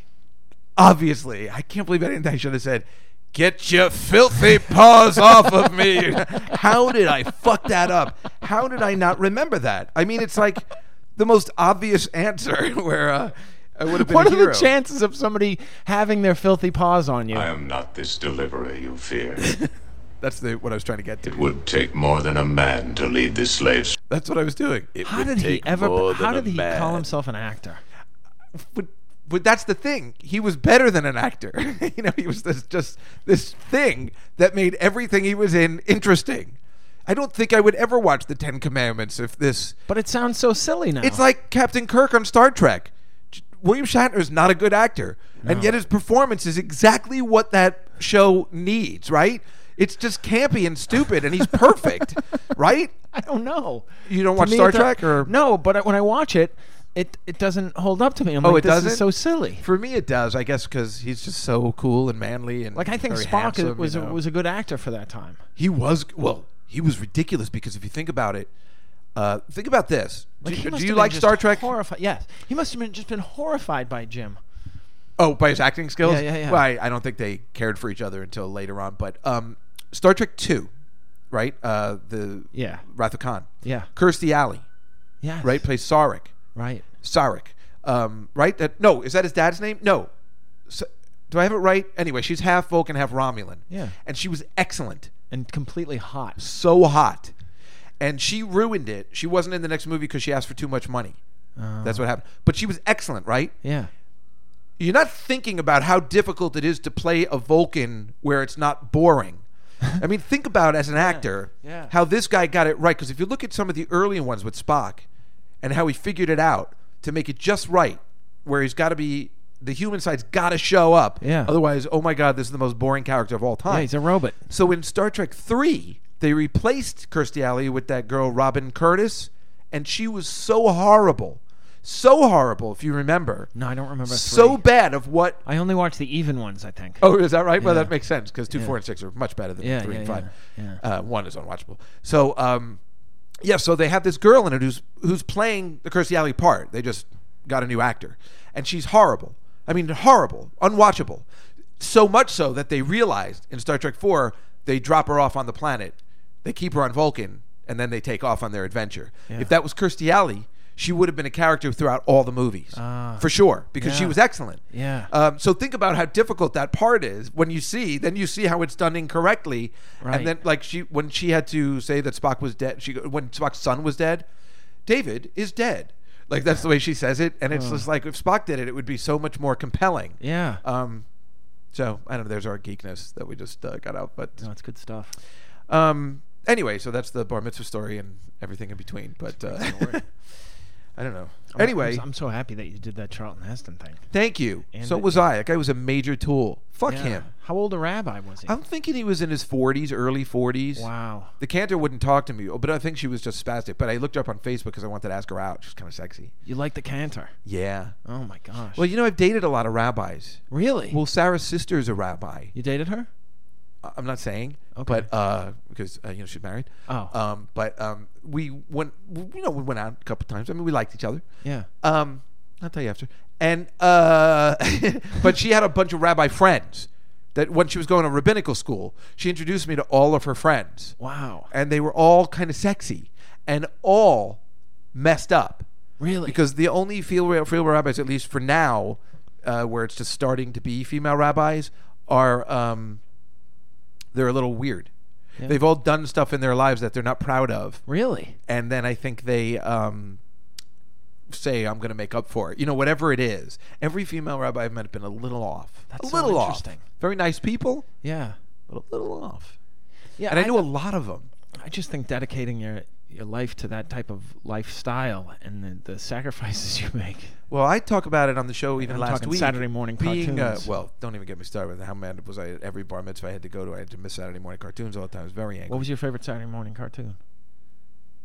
Speaker 2: obviously, I can't believe I didn't. I should have said, "Get your filthy paws off of me." How did I fuck that up? How did I not remember that? I mean, it's like the most obvious answer. Where uh, I would have been.
Speaker 1: What
Speaker 2: a
Speaker 1: are
Speaker 2: hero.
Speaker 1: the chances of somebody having their filthy paws on you?
Speaker 6: I am not this deliverer you fear.
Speaker 2: That's the, what I was trying to get to.
Speaker 6: It would take more than a man to lead this slave.
Speaker 2: That's what I was doing. It
Speaker 1: how
Speaker 2: would
Speaker 1: did he
Speaker 2: take
Speaker 1: ever?
Speaker 2: more
Speaker 1: How
Speaker 2: than a
Speaker 1: did he
Speaker 2: man.
Speaker 1: call himself an actor?
Speaker 2: But, but that's the thing. He was better than an actor. you know, he was this just this thing that made everything he was in interesting. I don't think I would ever watch the Ten Commandments if this
Speaker 1: But it sounds so silly now.
Speaker 2: It's like Captain Kirk on Star Trek. J- William Shatner is not a good actor, and yet his performance is exactly what that show needs. Right? It's just campy and stupid, and he's perfect. right?
Speaker 1: I don't know.
Speaker 2: You don't
Speaker 1: To
Speaker 2: watch
Speaker 1: me,
Speaker 2: Star
Speaker 1: it do-
Speaker 2: Trek, or-
Speaker 1: no? But I- when I watch it, it it doesn't hold up to me. I'm
Speaker 2: Oh,
Speaker 1: like,
Speaker 2: it
Speaker 1: this
Speaker 2: doesn't?
Speaker 1: is so silly.
Speaker 2: For me, it does. I guess because he's just so cool and manly, and
Speaker 1: Like I think
Speaker 2: very
Speaker 1: Spock
Speaker 2: handsome,
Speaker 1: was
Speaker 2: you know.
Speaker 1: was a good actor for that time.
Speaker 2: he was well he was ridiculous because if you think about it uh, think about this
Speaker 1: Like, he
Speaker 2: do,
Speaker 1: must
Speaker 2: do
Speaker 1: have
Speaker 2: you
Speaker 1: been
Speaker 2: like
Speaker 1: just
Speaker 2: star trek
Speaker 1: Horrified. Yes, he must have been just been horrified by Jim.
Speaker 2: oh by his acting skills
Speaker 1: Yeah, yeah, yeah.
Speaker 2: well I, I don't think they cared for each other until later on but um, star trek 2 right uh, the
Speaker 1: Yeah.
Speaker 2: wrath of khan
Speaker 1: Yeah.
Speaker 2: kirstie alley
Speaker 1: Yes.
Speaker 2: right plays sarek
Speaker 1: Right.
Speaker 2: sarek um, right that no is that his dad's name no S do I have it right? Anyway, she's half Vulcan, half Romulan.
Speaker 1: Yeah.
Speaker 2: And she was excellent.
Speaker 1: And completely hot.
Speaker 2: so hot. And she ruined it. She wasn't in the next movie because she asked for too much money. That's what happened. But she was excellent, right?
Speaker 1: Yeah.
Speaker 2: You're not thinking about how difficult it is to play a Vulcan where it's not boring. I mean, think about as an actor
Speaker 1: yeah.
Speaker 2: how this guy got it right. Because if you look at some of the early ones with Spock and how he figured it out to make it just right, where he's got to be the human side's got to show up.
Speaker 1: Yeah.
Speaker 2: Otherwise, oh my God, this is the most boring character of all time.
Speaker 1: Yeah, he's a robot.
Speaker 2: So in Star Trek Three, they replaced Kirstie Alley with that girl Robin Curtis, and she was so horrible, so horrible. If you remember,
Speaker 1: No, I don't remember.
Speaker 2: so
Speaker 1: three.
Speaker 2: bad of what.
Speaker 1: I only watch the even ones. I think.
Speaker 2: Oh, is that right? Well,
Speaker 1: Yeah.
Speaker 2: that makes sense because two, four, and six are much better than
Speaker 1: Yeah,
Speaker 2: three
Speaker 1: yeah,
Speaker 2: and five.
Speaker 1: yeah,
Speaker 2: Uh, one is unwatchable. So, um, yeah, so they have this girl in it who's who's playing the Kirstie Alley part. They just got a new actor, and she's horrible. I mean, horrible, unwatchable. So much so that they realized in Star Trek Four they drop her off on the planet. They keep her on Vulcan, and then they take off on their adventure. If that was Kirstie Alley, she would have been a character throughout all the movies for sure because she
Speaker 1: Ah. yeah.
Speaker 2: was excellent.
Speaker 1: Yeah.
Speaker 2: Um, so think about how difficult that part is when you see. Then you see how it's done incorrectly,
Speaker 1: Right.
Speaker 2: and then like she when she had to say that Spock was dead. She go- when Spock's son was dead, David is dead. Like that's the way she says it, and it's just like if Spock did it, it would be so much more compelling.
Speaker 1: Yeah.
Speaker 2: Um, so I don't know. There's our geekness that we just uh, got out, but
Speaker 1: no, it's good stuff.
Speaker 2: um, anyway, so that's the bar mitzvah story and everything in between. But uh, I don't know. Anyway,
Speaker 1: I'm so happy that you did that Charlton Heston thing.
Speaker 2: thank you.
Speaker 1: And
Speaker 2: So
Speaker 1: it-
Speaker 2: was I. That guy was a major tool. Fuck
Speaker 1: Yeah.
Speaker 2: him.
Speaker 1: How old a rabbi was he?
Speaker 2: I'm thinking he was in his 40s, early 40s.
Speaker 1: wow.
Speaker 2: The cantor wouldn't talk to me, oh, but I think she was just spastic. But I looked her up on Facebook because I wanted to ask her out. She's kind of sexy.
Speaker 1: You like the cantor?
Speaker 2: Yeah.
Speaker 1: Oh my gosh.
Speaker 2: Well, you know, I've dated a lot of rabbis.
Speaker 1: really?
Speaker 2: Well, Sarah's sister is a rabbi.
Speaker 1: you dated her?
Speaker 2: I- I'm not saying,
Speaker 1: Okay.
Speaker 2: but uh, because uh, you know she's married.
Speaker 1: Oh.
Speaker 2: Um, but um, we went, you know, we went out a couple times. I mean, we liked each other.
Speaker 1: Yeah.
Speaker 2: Um, I'll tell you after. And uh, but she had a bunch of rabbi friends that when she was going to rabbinical school, she introduced me to all of her friends.
Speaker 1: Wow.
Speaker 2: And they were all kind of sexy and all messed up
Speaker 1: Really?
Speaker 2: because the only female, female rabbis, at least for now, uh, where it's just starting to be female rabbis, are um, they're a little weird. They've all done stuff in their lives that they're not proud of,
Speaker 1: really?
Speaker 2: and then I think they um, say, "I'm going to make up for it." You know, whatever it is, every female rabbi I've met have been a little off,
Speaker 1: That's
Speaker 2: a
Speaker 1: so
Speaker 2: little
Speaker 1: interesting.
Speaker 2: off. Very nice people,
Speaker 1: Yeah.
Speaker 2: but a little off.
Speaker 1: Yeah.
Speaker 2: And I, knew a lot of them.
Speaker 1: I just think dedicating your your life to that type of lifestyle and the, the sacrifices you make.
Speaker 2: Well, I talk about it on the show even
Speaker 1: I'm
Speaker 2: last
Speaker 1: talking
Speaker 2: week.
Speaker 1: Saturday morning
Speaker 2: being, uh,
Speaker 1: cartoons.
Speaker 2: well, don't even get me started with how mad was I at every bar mitzvah I had to go to. I had to miss Saturday morning cartoons all the time. I was very angry.
Speaker 1: What was your favorite Saturday morning cartoon?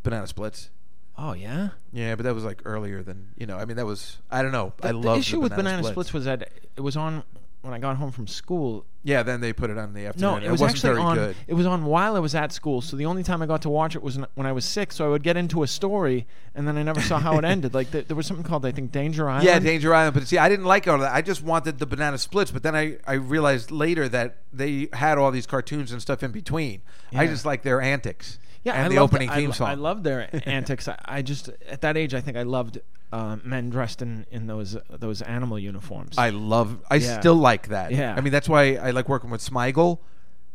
Speaker 2: Banana splits.
Speaker 1: Oh yeah.
Speaker 2: Yeah, but that was like earlier than you know. I mean, that was I don't know. I
Speaker 1: the
Speaker 2: love
Speaker 1: issue with banana splits. was that it was on when I got home from school.
Speaker 2: yeah. Then they put it on in the afternoon.
Speaker 1: No, it was
Speaker 2: wasn't
Speaker 1: actually
Speaker 2: very
Speaker 1: on.
Speaker 2: good.
Speaker 1: It was on while I was at school. So the only time I got to watch it was n- when I was sick. So I would get into a story and then I never saw how it ended. Like th- there was something called I think Danger Island.
Speaker 2: Yeah, Danger Island. But see, I didn't like all that. I just wanted the banana splits. But then I, I realized later that they had all these cartoons and stuff in between. I
Speaker 1: Yeah.
Speaker 2: just like their antics.
Speaker 1: Yeah,
Speaker 2: and
Speaker 1: I
Speaker 2: the
Speaker 1: loved-
Speaker 2: opening
Speaker 1: I
Speaker 2: theme
Speaker 1: lo-
Speaker 2: song.
Speaker 1: I loved their antics. I, I just at that age, I think I loved uh, men dressed in, in those those animal uniforms.
Speaker 2: I love. I
Speaker 1: Yeah.
Speaker 2: still like that.
Speaker 1: Yeah.
Speaker 2: I mean, that's why I like working with Smigel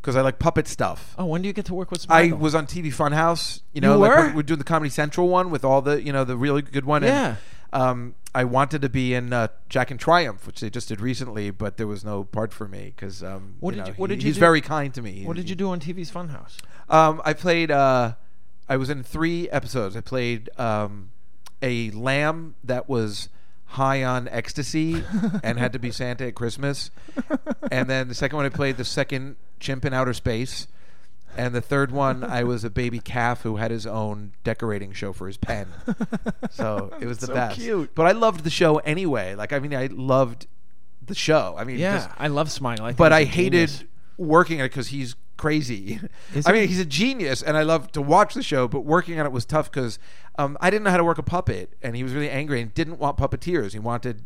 Speaker 2: because I like puppet stuff.
Speaker 1: oh, when do you get to work with?
Speaker 2: I
Speaker 1: Smigel?
Speaker 2: was on TV Funhouse. You know,
Speaker 1: You
Speaker 2: like
Speaker 1: were?
Speaker 2: we're, we're doing the Comedy Central one with all the you know the really good one.
Speaker 1: Yeah.
Speaker 2: And, um, I wanted to be in uh, Jack and Triumph, which they just did recently, but there was no part for me because um,
Speaker 1: What did
Speaker 2: know,
Speaker 1: you- what
Speaker 2: he-
Speaker 1: did you
Speaker 2: he's
Speaker 1: do?
Speaker 2: very kind to me.
Speaker 1: What did you do on TV's Funhouse?
Speaker 2: Um, I played. Uh, I was in three episodes. I played um, a lamb that was High on Ecstasy and Had to Be Santa at Christmas. And then the second one, I played the second chimp in outer space. And the third one, I was a baby calf who had his own decorating show for his pen. So it was the
Speaker 1: So
Speaker 2: best.
Speaker 1: cute.
Speaker 2: But I loved the show anyway. Like, I mean, I loved the show. I mean, just-
Speaker 1: Yeah, I love Smile. I think
Speaker 2: but I
Speaker 1: he's a
Speaker 2: hated
Speaker 1: genius.
Speaker 2: working on it because he's crazy.
Speaker 1: Is
Speaker 2: I mean,
Speaker 1: he?
Speaker 2: he's a genius, and I love to watch the show. But working on it was tough because um, I didn't know how to work a puppet, and he was really angry and didn't want puppeteers. He wanted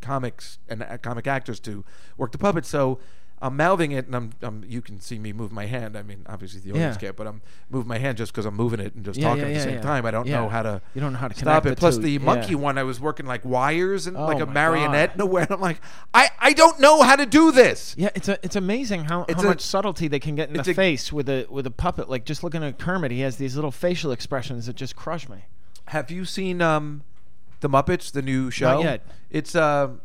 Speaker 2: comics and uh, comic actors to work the puppet. So I'm mouthing it, and I'm, I'm you can see me move my hand. I mean, obviously the audience
Speaker 1: Yeah.
Speaker 2: can't, but I'm moving my hand just because I'm moving it and just
Speaker 1: Yeah,
Speaker 2: talking
Speaker 1: yeah,
Speaker 2: at the
Speaker 1: yeah,
Speaker 2: same
Speaker 1: yeah.
Speaker 2: time. I don't
Speaker 1: Yeah.
Speaker 2: know how to
Speaker 1: You don't know how to
Speaker 2: stop
Speaker 1: connect
Speaker 2: it.
Speaker 1: the
Speaker 2: Plus
Speaker 1: two.
Speaker 2: the monkey
Speaker 1: Yeah.
Speaker 2: one, I was working like wires and
Speaker 1: Oh
Speaker 2: like a
Speaker 1: my
Speaker 2: marionette
Speaker 1: God.
Speaker 2: in a way. I'm like, I I don't know how to do this.
Speaker 1: Yeah, it's a, it's amazing how,
Speaker 2: It's
Speaker 1: how
Speaker 2: a-
Speaker 1: much subtlety they can get in
Speaker 2: it's
Speaker 1: the
Speaker 2: a-
Speaker 1: face with a with a puppet. Like just looking at Kermit, he has these little facial expressions that just crush me.
Speaker 2: Have you seen um, the Muppets, the new show?
Speaker 1: yet.
Speaker 2: It's um,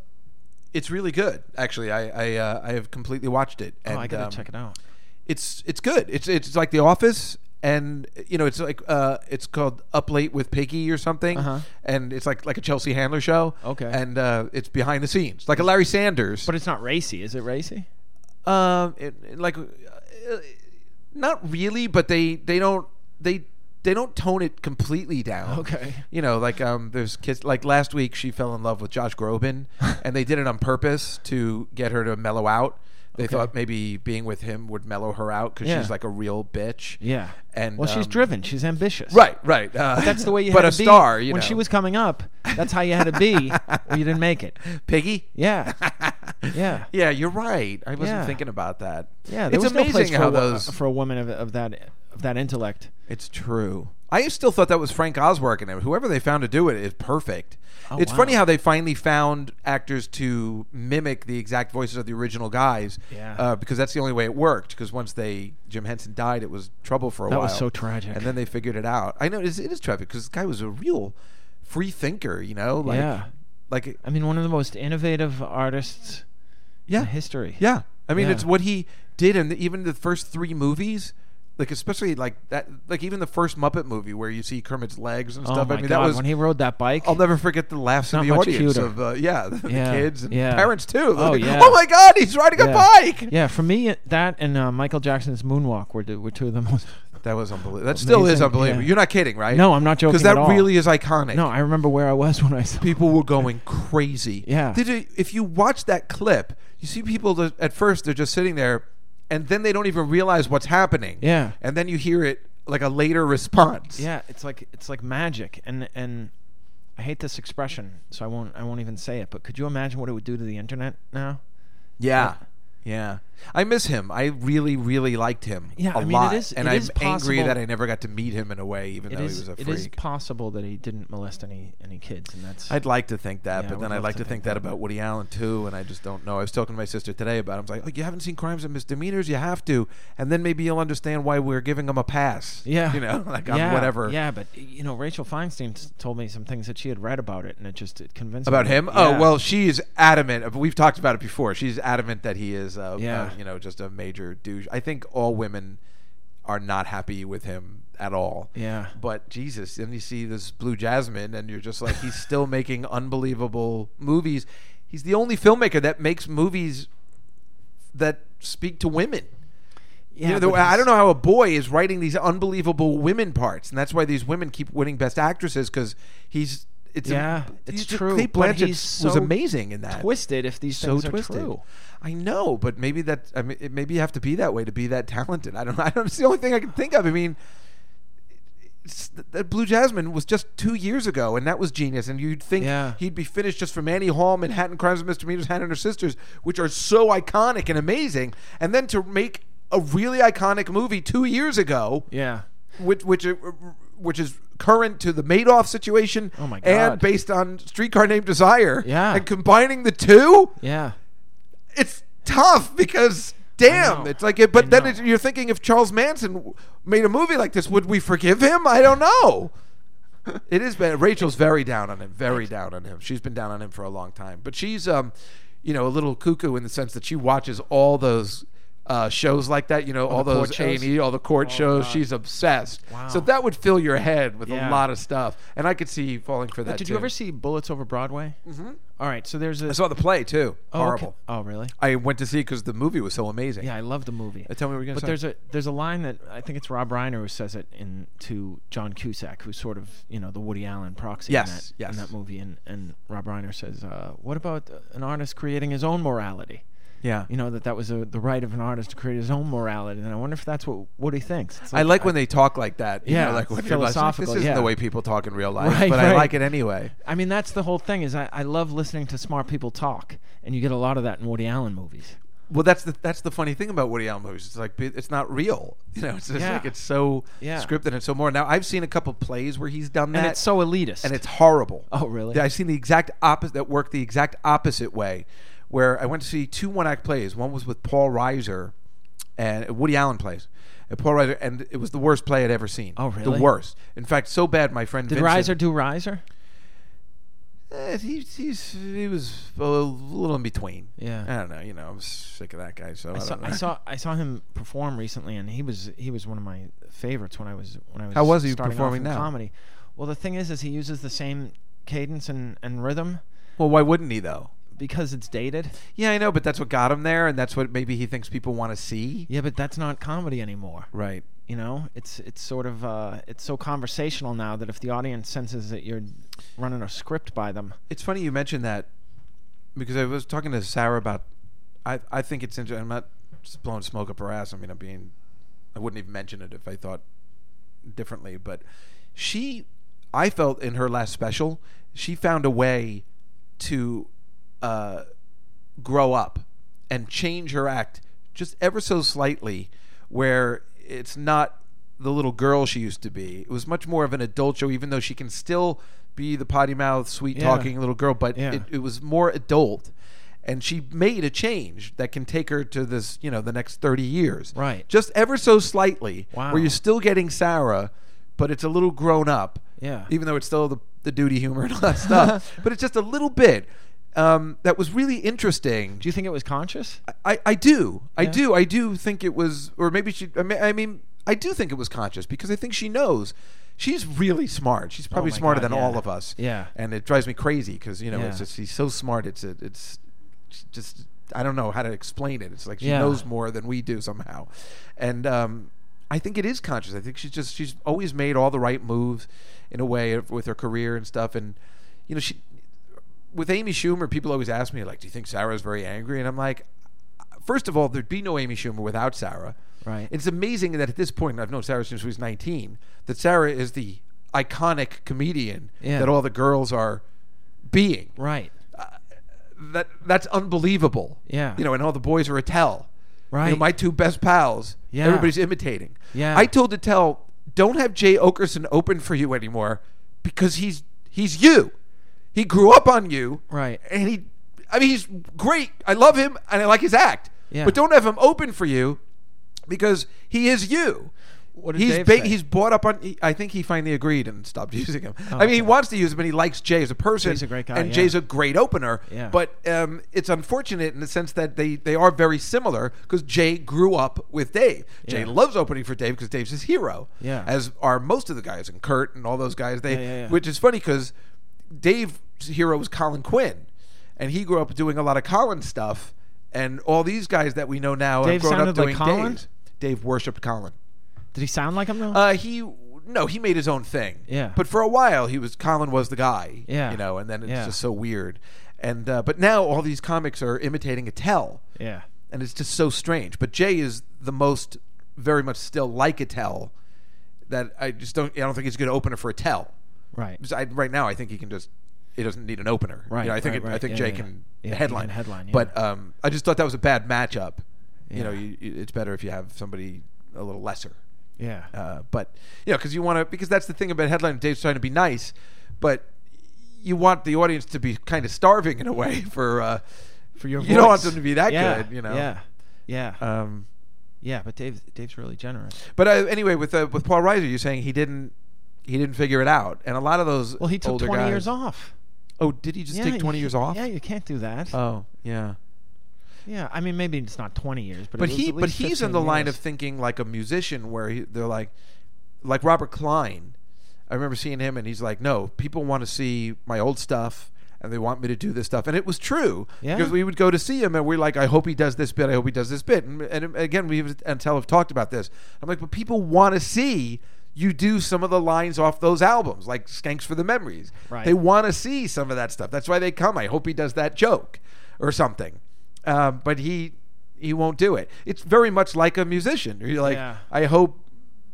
Speaker 2: it's really good. Actually, I I, uh, I have completely watched it. And,
Speaker 1: oh, I gotta
Speaker 2: um,
Speaker 1: check it out.
Speaker 2: It's it's good. It's it's like The Office, and you know it's like uh, it's called Up Late with Piggy or something,
Speaker 1: Uh-huh.
Speaker 2: and it's like like a Chelsea Handler show.
Speaker 1: Okay.
Speaker 2: and uh, it's behind the scenes, like a Larry Sanders.
Speaker 1: But it's not racy, is it racy?
Speaker 2: Um, it, it- like, uh, not really, but they they don't they they don't tone it completely down.
Speaker 1: Okay.
Speaker 2: You know, like um, there's kids. Like last week, she fell in love with Josh Groban, and they did it on purpose to get her to mellow out. They thought maybe being with him would mellow her out because
Speaker 1: Yeah.
Speaker 2: she's like a real bitch.
Speaker 1: Yeah.
Speaker 2: And
Speaker 1: well, she's
Speaker 2: um,
Speaker 1: driven. She's ambitious.
Speaker 2: Right, right. Uh,
Speaker 1: That's the way you.
Speaker 2: But
Speaker 1: had to
Speaker 2: a
Speaker 1: be.
Speaker 2: star. You
Speaker 1: when
Speaker 2: know.
Speaker 1: she was coming up, that's how you had to be, or you didn't make it.
Speaker 2: Piggy.
Speaker 1: Yeah. Yeah.
Speaker 2: Yeah, you're right. I wasn't
Speaker 1: Yeah.
Speaker 2: thinking about that.
Speaker 1: Yeah. There
Speaker 2: it's
Speaker 1: was no place
Speaker 2: amazing
Speaker 1: for,
Speaker 2: how
Speaker 1: a, wo-
Speaker 2: those
Speaker 1: for a woman of, of that of that intellect.
Speaker 2: It's true. I still thought that was Frank Oswerk and him. Whoever they found to do it is perfect. it's
Speaker 1: Oh, wow.
Speaker 2: funny how they finally found actors to mimic the exact voices of the original guys.
Speaker 1: Yeah.
Speaker 2: Uh, because that's the only way it worked. Because once they Jim Henson died, it was trouble for a
Speaker 1: That
Speaker 2: while.
Speaker 1: was so tragic.
Speaker 2: And then they figured it out. I know it is, it is tragic because this guy was a real free thinker. You know, like
Speaker 1: Yeah.
Speaker 2: like
Speaker 1: I mean, one of the most innovative artists
Speaker 2: yeah,
Speaker 1: in history.
Speaker 2: yeah. I mean,
Speaker 1: Yeah.
Speaker 2: it's what he did, and even the first three movies, like especially like that, like even the first Muppet movie where you see Kermit's legs and
Speaker 1: Oh
Speaker 2: stuff.
Speaker 1: my
Speaker 2: I mean,
Speaker 1: God!
Speaker 2: that was.
Speaker 1: when he rode that bike.
Speaker 2: I'll never forget the laughs of
Speaker 1: Not
Speaker 2: the
Speaker 1: much
Speaker 2: audience
Speaker 1: cuter.
Speaker 2: of uh, yeah, the
Speaker 1: Yeah,
Speaker 2: kids and
Speaker 1: yeah.
Speaker 2: parents too.
Speaker 1: Oh,
Speaker 2: Like,
Speaker 1: yeah.
Speaker 2: oh my God, he's riding a bike.
Speaker 1: Yeah, for me, it- that and uh, Michael Jackson's Moonwalk were, the- were two of the most.
Speaker 2: That was unbelievable. That still is
Speaker 1: Amazing,
Speaker 2: unbelievable.
Speaker 1: yeah.
Speaker 2: You're not kidding, right?
Speaker 1: No, I'm not joking
Speaker 2: Because
Speaker 1: at
Speaker 2: that
Speaker 1: all.
Speaker 2: really is iconic.
Speaker 1: No, I remember where I was when I saw.
Speaker 2: people were going crazy.
Speaker 1: Yeah.
Speaker 2: Did you, if you watch that clip, you see people that at first they're just sitting there, and then they don't even realize what's happening.
Speaker 1: Yeah.
Speaker 2: And then you hear it like a later response.
Speaker 1: Yeah, it's like it's like magic, and and I hate this expression, so I won't I won't even say it. But could you imagine what it would do to the internet now?
Speaker 2: Yeah. Yeah. I miss him. I really, really liked him.
Speaker 1: Yeah, I
Speaker 2: a
Speaker 1: mean, it
Speaker 2: lot.
Speaker 1: is-
Speaker 2: and
Speaker 1: it
Speaker 2: I'm
Speaker 1: is
Speaker 2: angry
Speaker 1: possible-
Speaker 2: that I never got to meet him in a way, even
Speaker 1: It
Speaker 2: though
Speaker 1: is
Speaker 2: he was a
Speaker 1: it is
Speaker 2: freak.
Speaker 1: possible that he didn't molest any any kids, and that's
Speaker 2: I'd like to think that,
Speaker 1: Yeah, I
Speaker 2: but
Speaker 1: would
Speaker 2: then I
Speaker 1: love
Speaker 2: like
Speaker 1: to
Speaker 2: to
Speaker 1: think
Speaker 2: think that
Speaker 1: that.
Speaker 2: about Woody Allen too, and I just don't know. I was talking to my sister today about. It. I was like, "Oh, you haven't seen Crimes and Misdemeanors? You have to, and then maybe you'll understand why we're giving him a pass."
Speaker 1: yeah,
Speaker 2: you know, like
Speaker 1: yeah,
Speaker 2: I'm whatever.
Speaker 1: Yeah, but you know, Rachel Feinstein s- told me some things that she had read about it, and it just it convinced
Speaker 2: About
Speaker 1: me.
Speaker 2: him?
Speaker 1: Yeah.
Speaker 2: Oh well, she is adamant. We've talked about it before. She's adamant that he is, uh,
Speaker 1: Yeah.
Speaker 2: uh, you know, just a major douche. I think all women are not happy with him at all.
Speaker 1: Yeah.
Speaker 2: But Jesus, then you see this Blue Jasmine, and you're just like, he's still making unbelievable movies. He's the only filmmaker that makes movies that speak to women.
Speaker 1: yeah,
Speaker 2: You know, the-
Speaker 1: but
Speaker 2: I don't
Speaker 1: he's-
Speaker 2: know how a boy is writing these unbelievable women parts, and that's why these women keep winning Best Actresses because he's. It's
Speaker 1: Yeah, it's
Speaker 2: he's-
Speaker 1: true,
Speaker 2: Kate
Speaker 1: but
Speaker 2: Blanchett
Speaker 1: he's
Speaker 2: was
Speaker 1: so
Speaker 2: amazing in that.
Speaker 1: Twisted if these
Speaker 2: so
Speaker 1: things are
Speaker 2: twisted.
Speaker 1: true.
Speaker 2: I know, but maybe that. I mean, it- maybe you have to be that way to be that talented. I don't. I don't. It's the only thing I can think of. I mean. it's- That Blue Jasmine was just two years ago, and that was genius. And you'd think
Speaker 1: Yeah.
Speaker 2: he'd be finished just from Annie Hall, Manhattan Crimes and Misdemeanors, Hannah and Her Sisters, which are so iconic and amazing. And then to make a really iconic movie two years ago,
Speaker 1: Yeah.
Speaker 2: which which uh, which is current to the Madoff situation.
Speaker 1: Oh my
Speaker 2: And
Speaker 1: God.
Speaker 2: based on Streetcar Named Desire.
Speaker 1: Yeah.
Speaker 2: And combining the two,
Speaker 1: Yeah.
Speaker 2: it's tough because damn,
Speaker 1: know.
Speaker 2: it's like it. But
Speaker 1: I
Speaker 2: then
Speaker 1: know.
Speaker 2: it's, you're thinking if Charles Manson w- made a movie like this, would we forgive him? I don't know. it is bad. Rachel's very down on him. Very down on him. She's been down on him for a long time. But she's um, you know, a little cuckoo in the sense that she watches all those. uh, shows like that. You know, all
Speaker 1: the court
Speaker 2: those A
Speaker 1: shows? Oh,
Speaker 2: and E, all the court shows. She's obsessed. So
Speaker 1: Wow.
Speaker 2: that would fill your head with a
Speaker 1: Yeah.
Speaker 2: lot of stuff, and I could see you falling for that.
Speaker 1: Did
Speaker 2: too.
Speaker 1: you ever see Bullets Over Broadway? Mm-hmm. right, so there's a
Speaker 2: I saw the play too.
Speaker 1: oh, okay.
Speaker 2: Horrible.
Speaker 1: Oh, really?
Speaker 2: I went to see because the movie was so amazing.
Speaker 1: Yeah, I love the movie.
Speaker 2: Uh, tell me what you're gonna
Speaker 1: But
Speaker 2: say.
Speaker 1: there's a there's a line that I think it's Rob Reiner who says it in to John Cusack, who's sort of you know the Woody Allen proxy
Speaker 2: Yes,
Speaker 1: in, that,
Speaker 2: yes.
Speaker 1: in that movie, and and Rob Reiner says, uh, "What about an artist creating his own morality?
Speaker 2: yeah.
Speaker 1: You know that that was a, the right of an artist to create his own morality." And I wonder if that's what Woody thinks. It's
Speaker 2: I like when they talk like that. you
Speaker 1: Yeah,
Speaker 2: know, like when you're like,
Speaker 1: philosophical,
Speaker 2: This isn't the
Speaker 1: yeah.
Speaker 2: way people talk in real life,
Speaker 1: Right,
Speaker 2: but I
Speaker 1: right.
Speaker 2: like it anyway.
Speaker 1: I mean, that's the whole thing. Is I, I love listening to smart people talk, and you get a lot of that in Woody Allen movies.
Speaker 2: Well, that's the that's the funny thing about Woody Allen movies. It's like it's not real. You know, it's just
Speaker 1: Yeah.
Speaker 2: like it's so
Speaker 1: Yeah.
Speaker 2: scripted and so more. Now I've seen a couple plays where he's done that,
Speaker 1: and it's so elitist.
Speaker 2: and it's horrible.
Speaker 1: Oh, really?
Speaker 2: I've seen the exact opposite that worked the exact opposite way, where I went to see two one act plays. One was with Paul Reiser, and uh, Woody Allen plays. And Paul Reiser, and it was the worst play I'd ever seen.
Speaker 1: Oh,
Speaker 2: The
Speaker 1: really?
Speaker 2: worst. In fact, so bad my friend
Speaker 1: did
Speaker 2: Vincent,
Speaker 1: Riser do Riser?
Speaker 2: Eh, he, he's, he was a little in between.
Speaker 1: Yeah.
Speaker 2: I don't know. You know, I'm sick of that guy. So I,
Speaker 1: I
Speaker 2: don't
Speaker 1: saw,
Speaker 2: know.
Speaker 1: I saw I saw him perform recently, and he was he was one of my favorites when I was when I was.
Speaker 2: How was he
Speaker 1: starting off
Speaker 2: performing
Speaker 1: in
Speaker 2: now?
Speaker 1: Comedy. Well, the thing is, is he uses the same cadence and, and rhythm
Speaker 2: Well, why wouldn't he though?
Speaker 1: because it's dated.
Speaker 2: Yeah, I know, but that's what got him there, and that's what maybe he thinks people want to see.
Speaker 1: Yeah, but that's not comedy anymore.
Speaker 2: Right.
Speaker 1: You know, it's it's sort of uh, it's so conversational now that if the audience senses that you're running a script by them,
Speaker 2: It's funny you mentioned that because I was talking to Sarah about. I I think it's interesting. I'm not just blowing smoke up her ass. I mean, I'm being. I wouldn't even mention it if I thought differently, but she, I felt in her last special, she found a way to uh, grow up and change her act just ever so slightly, where it's not the little girl she used to be. It was much more of an adult show, even though she can still be the potty mouth, sweet talking little girl, but
Speaker 1: Yeah.
Speaker 2: it, it was more adult. And she made a change that can take her to this, you know, the next 30 years.
Speaker 1: Right.
Speaker 2: Just ever so slightly.
Speaker 1: Wow.
Speaker 2: Where you're still getting Sarah, but it's a little grown up.
Speaker 1: Yeah.
Speaker 2: Even though it's still the, the duty humor and all that stuff. but it's just a little bit. Um, that was really interesting.
Speaker 1: do you think it was conscious?
Speaker 2: I, I do. I do. I do think it was, or maybe she, I mean, I mean, I do think it was conscious because I think she knows. She's really smart. She's probably
Speaker 1: Oh my
Speaker 2: smarter
Speaker 1: God,
Speaker 2: than
Speaker 1: yeah.
Speaker 2: all of us.
Speaker 1: Yeah.
Speaker 2: And it drives me crazy because, you know, it's
Speaker 1: Yeah.
Speaker 2: just, she's so smart. It's, a, it's just, I don't know how to explain it. It's like she
Speaker 1: Yeah.
Speaker 2: knows more than we do somehow. And, um, I think it is conscious. I think she's just she's always made all the right moves in a way with her career and stuff and you know she with Amy Schumer, people always ask me, like, do you think Sarah's very angry? And I'm like, first of all, there'd be no Amy Schumer without Sarah.
Speaker 1: Right.
Speaker 2: It's amazing that at this point, and I've known Sarah since she was 19, that Sarah is the iconic comedian
Speaker 1: Yeah.
Speaker 2: that all the girls are being.
Speaker 1: Right.
Speaker 2: That That's unbelievable.
Speaker 1: Yeah.
Speaker 2: You know, and all the boys are Attell. You know,
Speaker 1: Right.
Speaker 2: my two best pals,
Speaker 1: Yeah.
Speaker 2: everybody's imitating.
Speaker 1: Yeah.
Speaker 2: I told Attell, don't have Jay Okerson open for you anymore because he's he's you. He grew up on you.
Speaker 1: Right.
Speaker 2: And he, I mean, he's great. I love him and I like his act.
Speaker 1: Yeah.
Speaker 2: But don't have him open for you because he is you.
Speaker 1: What did
Speaker 2: he's
Speaker 1: Dave say?
Speaker 2: he's bought up on. he- I think he finally agreed and stopped using him. I mean, he
Speaker 1: Oh, okay.
Speaker 2: wants to use him, and he likes Jay as a person.
Speaker 1: Jay's a great guy,
Speaker 2: and
Speaker 1: yeah.
Speaker 2: Jay's a great opener.
Speaker 1: Yeah.
Speaker 2: But um, it's unfortunate in the sense that they they are very similar because Jay grew up with Dave. Jay
Speaker 1: Yeah.
Speaker 2: loves opening for Dave because Dave's his hero.
Speaker 1: Yeah.
Speaker 2: As are most of the guys and Kurt and all those guys. They
Speaker 1: Yeah, yeah, yeah.
Speaker 2: which is funny because Dave's hero was Colin Quinn, and he grew up doing a lot of Colin stuff, and all these guys that we know now have
Speaker 1: Dave
Speaker 2: grown up
Speaker 1: sounded like
Speaker 2: doing
Speaker 1: Colin?
Speaker 2: Dave's. Dave worshipped Colin.
Speaker 1: Did he sound like him though?
Speaker 2: Uh, he no, he made his own thing.
Speaker 1: Yeah.
Speaker 2: But for a while, he was Colin was the guy.
Speaker 1: Yeah.
Speaker 2: You know, and then it's
Speaker 1: Yeah.
Speaker 2: just so weird, and uh, but now all these comics are imitating Attell,
Speaker 1: yeah.
Speaker 2: and it's just so strange. But Jay is the most very much still like Attell. That I just don't. I don't think he's going to open it for Attell.
Speaker 1: Right.
Speaker 2: Because I, right now, I think he can just. He doesn't need an opener. You
Speaker 1: Right,
Speaker 2: know, I think
Speaker 1: right,
Speaker 2: it- I
Speaker 1: right.
Speaker 2: think
Speaker 1: Yeah,
Speaker 2: Jay
Speaker 1: yeah,
Speaker 2: can
Speaker 1: yeah. Yeah, he
Speaker 2: headline.
Speaker 1: can headline, yeah.
Speaker 2: But um, I just thought that was a bad matchup. You know, you, you- it's better if you have somebody a little lesser.
Speaker 1: Yeah.
Speaker 2: Uh, but you know, because you want to, because that's the thing about headline. Dave's trying to be nice, but you want the audience to be kind of starving in a way for uh,
Speaker 1: For your
Speaker 2: you don't want
Speaker 1: voice.
Speaker 2: them to be that
Speaker 1: yeah.
Speaker 2: good, you know.
Speaker 1: Yeah. Yeah.
Speaker 2: Um,
Speaker 1: yeah. But Dave Dave's really generous.
Speaker 2: but uh, anyway, with uh, with Paul Reiser, you're saying he didn't he didn't figure it out, and a lot of those
Speaker 1: Well, he took
Speaker 2: older
Speaker 1: 20
Speaker 2: guys-
Speaker 1: years off.
Speaker 2: Oh, did he just
Speaker 1: Yeah,
Speaker 2: take
Speaker 1: you
Speaker 2: twenty years
Speaker 1: can't-
Speaker 2: off? Uh,
Speaker 1: Yeah, you can't do that.
Speaker 2: Oh, yeah.
Speaker 1: Yeah, I mean maybe it's not 20 years, but it
Speaker 2: But
Speaker 1: was
Speaker 2: he
Speaker 1: at
Speaker 2: but
Speaker 1: least
Speaker 2: he's in
Speaker 1: 15
Speaker 2: the line
Speaker 1: years.
Speaker 2: of thinking like a musician where he, they're like like Robert Klein. I remember seeing him and he's like, "No, people want to see my old stuff." And they want me to do this stuff, and it was true
Speaker 1: Yeah.
Speaker 2: because we would go to see him, and we're like, "I hope he does this bit. I hope he does this bit." And, and again, we and Tell have talked about this. I'm like, "But people want to see you do some of the lines off those albums, like Skanks for the Memories.
Speaker 1: Right.
Speaker 2: They want to see some of that stuff. That's why they come. I hope he does that joke or something. Um, but he he won't do it. It's very much like a musician. You're like,
Speaker 1: Yeah.
Speaker 2: I hope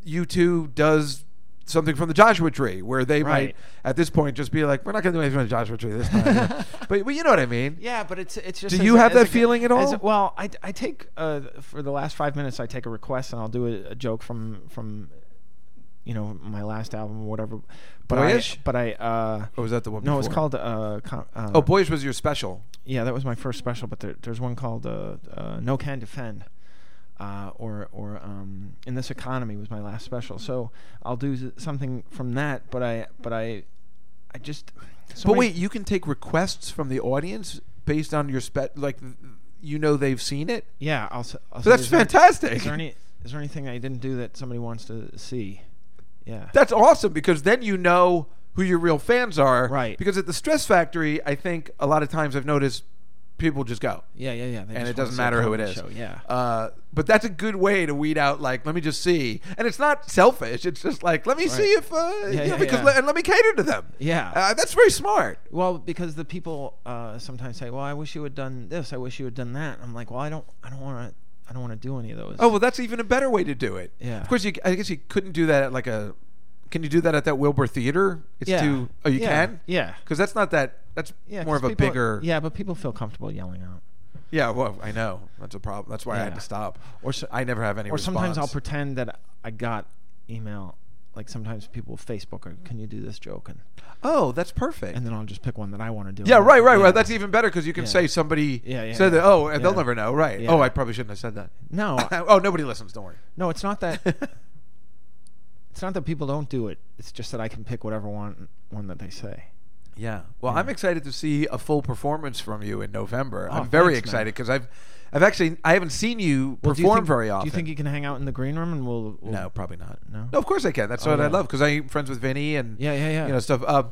Speaker 2: you two does something from the Joshua Tree, where they might
Speaker 1: Right.
Speaker 2: at this point just be like, we're not going to do anything from the Joshua Tree this time. but, well, you know what I mean.
Speaker 1: Yeah, but it's it's just.
Speaker 2: Do
Speaker 1: as
Speaker 2: you
Speaker 1: a-
Speaker 2: have
Speaker 1: as a
Speaker 2: that
Speaker 1: g-
Speaker 2: feeling at
Speaker 1: as a-
Speaker 2: all?
Speaker 1: well, I, I take uh, for the last five minutes, I take a request and I'll do a, a joke from from, you know, my last album or whatever. But
Speaker 2: Boyish?
Speaker 1: I but I uh,
Speaker 2: Or was that the one?
Speaker 1: no, it's
Speaker 2: Oh, before?
Speaker 1: called uh, com- uh
Speaker 2: Oh, Boys was your special.
Speaker 1: yeah, that was my first special. But there, there's one called uh, uh, No Can Defend, uh, or or um, In This Economy was my last special. So I'll do s- something from that. But I but I I just. so
Speaker 2: but
Speaker 1: many-
Speaker 2: wait, you can take requests from the audience based on your spec, like you know they've seen it.
Speaker 1: Yeah, I'll. s- I'll
Speaker 2: So
Speaker 1: say,
Speaker 2: that's
Speaker 1: is there-
Speaker 2: fantastic.
Speaker 1: Is there any? Is there anything I didn't do that somebody wants to see? Yeah.
Speaker 2: That's awesome because then you know who your real fans are.
Speaker 1: Right.
Speaker 2: Because at the Stress Factory, I think a lot of times I've noticed people just go.
Speaker 1: yeah, yeah, yeah. they
Speaker 2: And
Speaker 1: just
Speaker 2: it
Speaker 1: wanna
Speaker 2: doesn't
Speaker 1: see a
Speaker 2: matter who it
Speaker 1: comedy
Speaker 2: is.
Speaker 1: show, Yeah.
Speaker 2: Uh, but that's a good way to weed out. Like, let me just see, and it's not selfish. It's just like, let me see if, uh, you know,
Speaker 1: yeah,
Speaker 2: because
Speaker 1: yeah.
Speaker 2: and let me cater to them.
Speaker 1: Yeah.
Speaker 2: uh, that's very smart.
Speaker 1: well, because the people uh, sometimes say, "Well, I wish you had done this. I wish you had done that." I'm like, "Well, I don't. I don't want to. I don't want to do any of those."
Speaker 2: Oh well, that's even a better way to do it.
Speaker 1: Yeah.
Speaker 2: Of course, you, I guess you couldn't do that at like a. Can you do that at that Wilbur Theater? It's
Speaker 1: Yeah.
Speaker 2: too. Oh, you
Speaker 1: Yeah.
Speaker 2: can.
Speaker 1: Yeah.
Speaker 2: Because that's not that. That's
Speaker 1: yeah,
Speaker 2: more
Speaker 1: 'cause
Speaker 2: of a
Speaker 1: people-
Speaker 2: bigger.
Speaker 1: Yeah, but people feel comfortable yelling out.
Speaker 2: Yeah, well, I know that's a problem. That's why I had
Speaker 1: Yeah.
Speaker 2: to stop.
Speaker 1: Or so-
Speaker 2: I never have any.
Speaker 1: Or sometimes I'll
Speaker 2: response.
Speaker 1: pretend that I got email. Like sometimes people Facebook or can you do this joke and
Speaker 2: oh, that's perfect.
Speaker 1: and then I'll just pick one that I want to do.
Speaker 2: yeah,
Speaker 1: and-
Speaker 2: right, right,
Speaker 1: yeah.
Speaker 2: right. That's even better because you can
Speaker 1: Yeah.
Speaker 2: say somebody
Speaker 1: Yeah, yeah,
Speaker 2: said
Speaker 1: yeah.
Speaker 2: that. Oh, and they'll
Speaker 1: Yeah.
Speaker 2: never know, right?
Speaker 1: Yeah.
Speaker 2: Oh, I probably shouldn't have said that.
Speaker 1: no.
Speaker 2: oh, nobody listens. Don't worry.
Speaker 1: No, it's not that. it's not that people don't do it. It's just that I can pick whatever one one that they say.
Speaker 2: Yeah. Well, I'm excited to see a full performance from you in November.
Speaker 1: Oh,
Speaker 2: I'm very
Speaker 1: thanks, man.
Speaker 2: excited because I've, I've actually I haven't seen you
Speaker 1: Well, do you
Speaker 2: perform
Speaker 1: think-
Speaker 2: very often.
Speaker 1: Do you think you can hang out in the green room and we'll? we'll
Speaker 2: No, probably not.
Speaker 1: No?
Speaker 2: of course I can. That's
Speaker 1: Oh,
Speaker 2: what I
Speaker 1: yeah.
Speaker 2: love because I'm friends with Vinny and
Speaker 1: Yeah, yeah, yeah.
Speaker 2: you know stuff. Uh,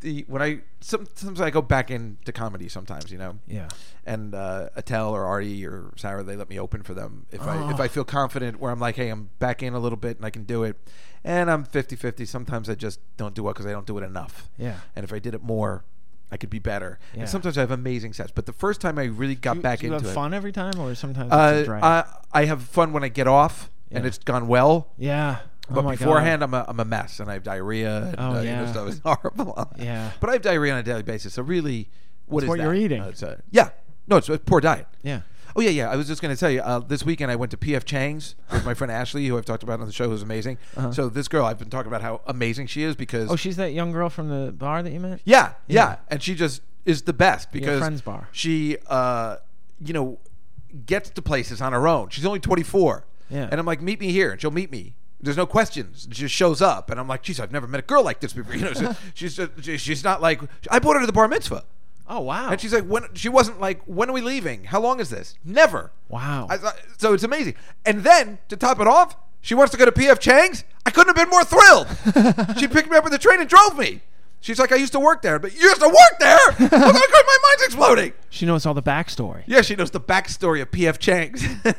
Speaker 2: the when I some- sometimes I go back into comedy sometimes, you know.
Speaker 1: Yeah.
Speaker 2: And uh, Attell or Artie or Sarah, they let me open for them if I
Speaker 1: Oh.
Speaker 2: if I feel confident where I'm like, hey, I'm back in a little bit and I can do it. And I'm 50-50. Sometimes I just don't do it because I don't do it enough.
Speaker 1: Yeah.
Speaker 2: And if I did it more, I could be better.
Speaker 1: Yeah.
Speaker 2: And sometimes I have amazing sets. But the first time I really got
Speaker 1: Do you,
Speaker 2: back
Speaker 1: do you
Speaker 2: into
Speaker 1: have
Speaker 2: it,
Speaker 1: fun every time, or sometimes it's a
Speaker 2: uh,
Speaker 1: drag?
Speaker 2: I, I have fun when I get off and
Speaker 1: Yeah.
Speaker 2: it's gone well.
Speaker 1: yeah. Oh
Speaker 2: But
Speaker 1: my God.
Speaker 2: beforehand, I'm a, I'm a mess and I have diarrhea. And,
Speaker 1: Oh,
Speaker 2: uh, you know,
Speaker 1: yeah.
Speaker 2: stuff is horrible.
Speaker 1: Yeah.
Speaker 2: But I have diarrhea on a daily basis. So, really, what
Speaker 4: It's
Speaker 2: is
Speaker 4: what
Speaker 2: that?
Speaker 4: you're eating.
Speaker 2: Uh, it's a- yeah. No, it's a poor diet.
Speaker 1: Yeah.
Speaker 2: Oh, yeah, yeah. I was just going to tell you uh, this weekend I went to PF Chang's with my friend Ashley, who I've talked about on the show, who's amazing. So, this girl, I've been talking about how amazing she is because.
Speaker 1: Uh-huh. Oh, she's that young girl from the bar that you met.
Speaker 2: Yeah, yeah, and she just is the best because
Speaker 1: friend's bar.
Speaker 2: She, uh, you know, gets to places on her own. She's only twenty four.
Speaker 1: Yeah.
Speaker 2: and I'm like, meet me here, and she'll meet me. There's no questions. She just shows up, and I'm like, geez, I've never met a girl like this before. You know, so she's just, she- she's not like I brought her to the bar mitzvah,
Speaker 1: Oh wow.
Speaker 2: and she's like, when she wasn't like, when are we leaving? How long is this? Never.
Speaker 1: wow.
Speaker 2: I thought- so it's amazing. And then to top it off, she wants to go to PF Chang's. I couldn't have been more thrilled. she picked me up at the train and drove me. She's like, I used to work there, but you used to work there? Oh my God, my mind's exploding.
Speaker 1: she knows all the backstory.
Speaker 2: Yeah, she knows the backstory of PF Chang's.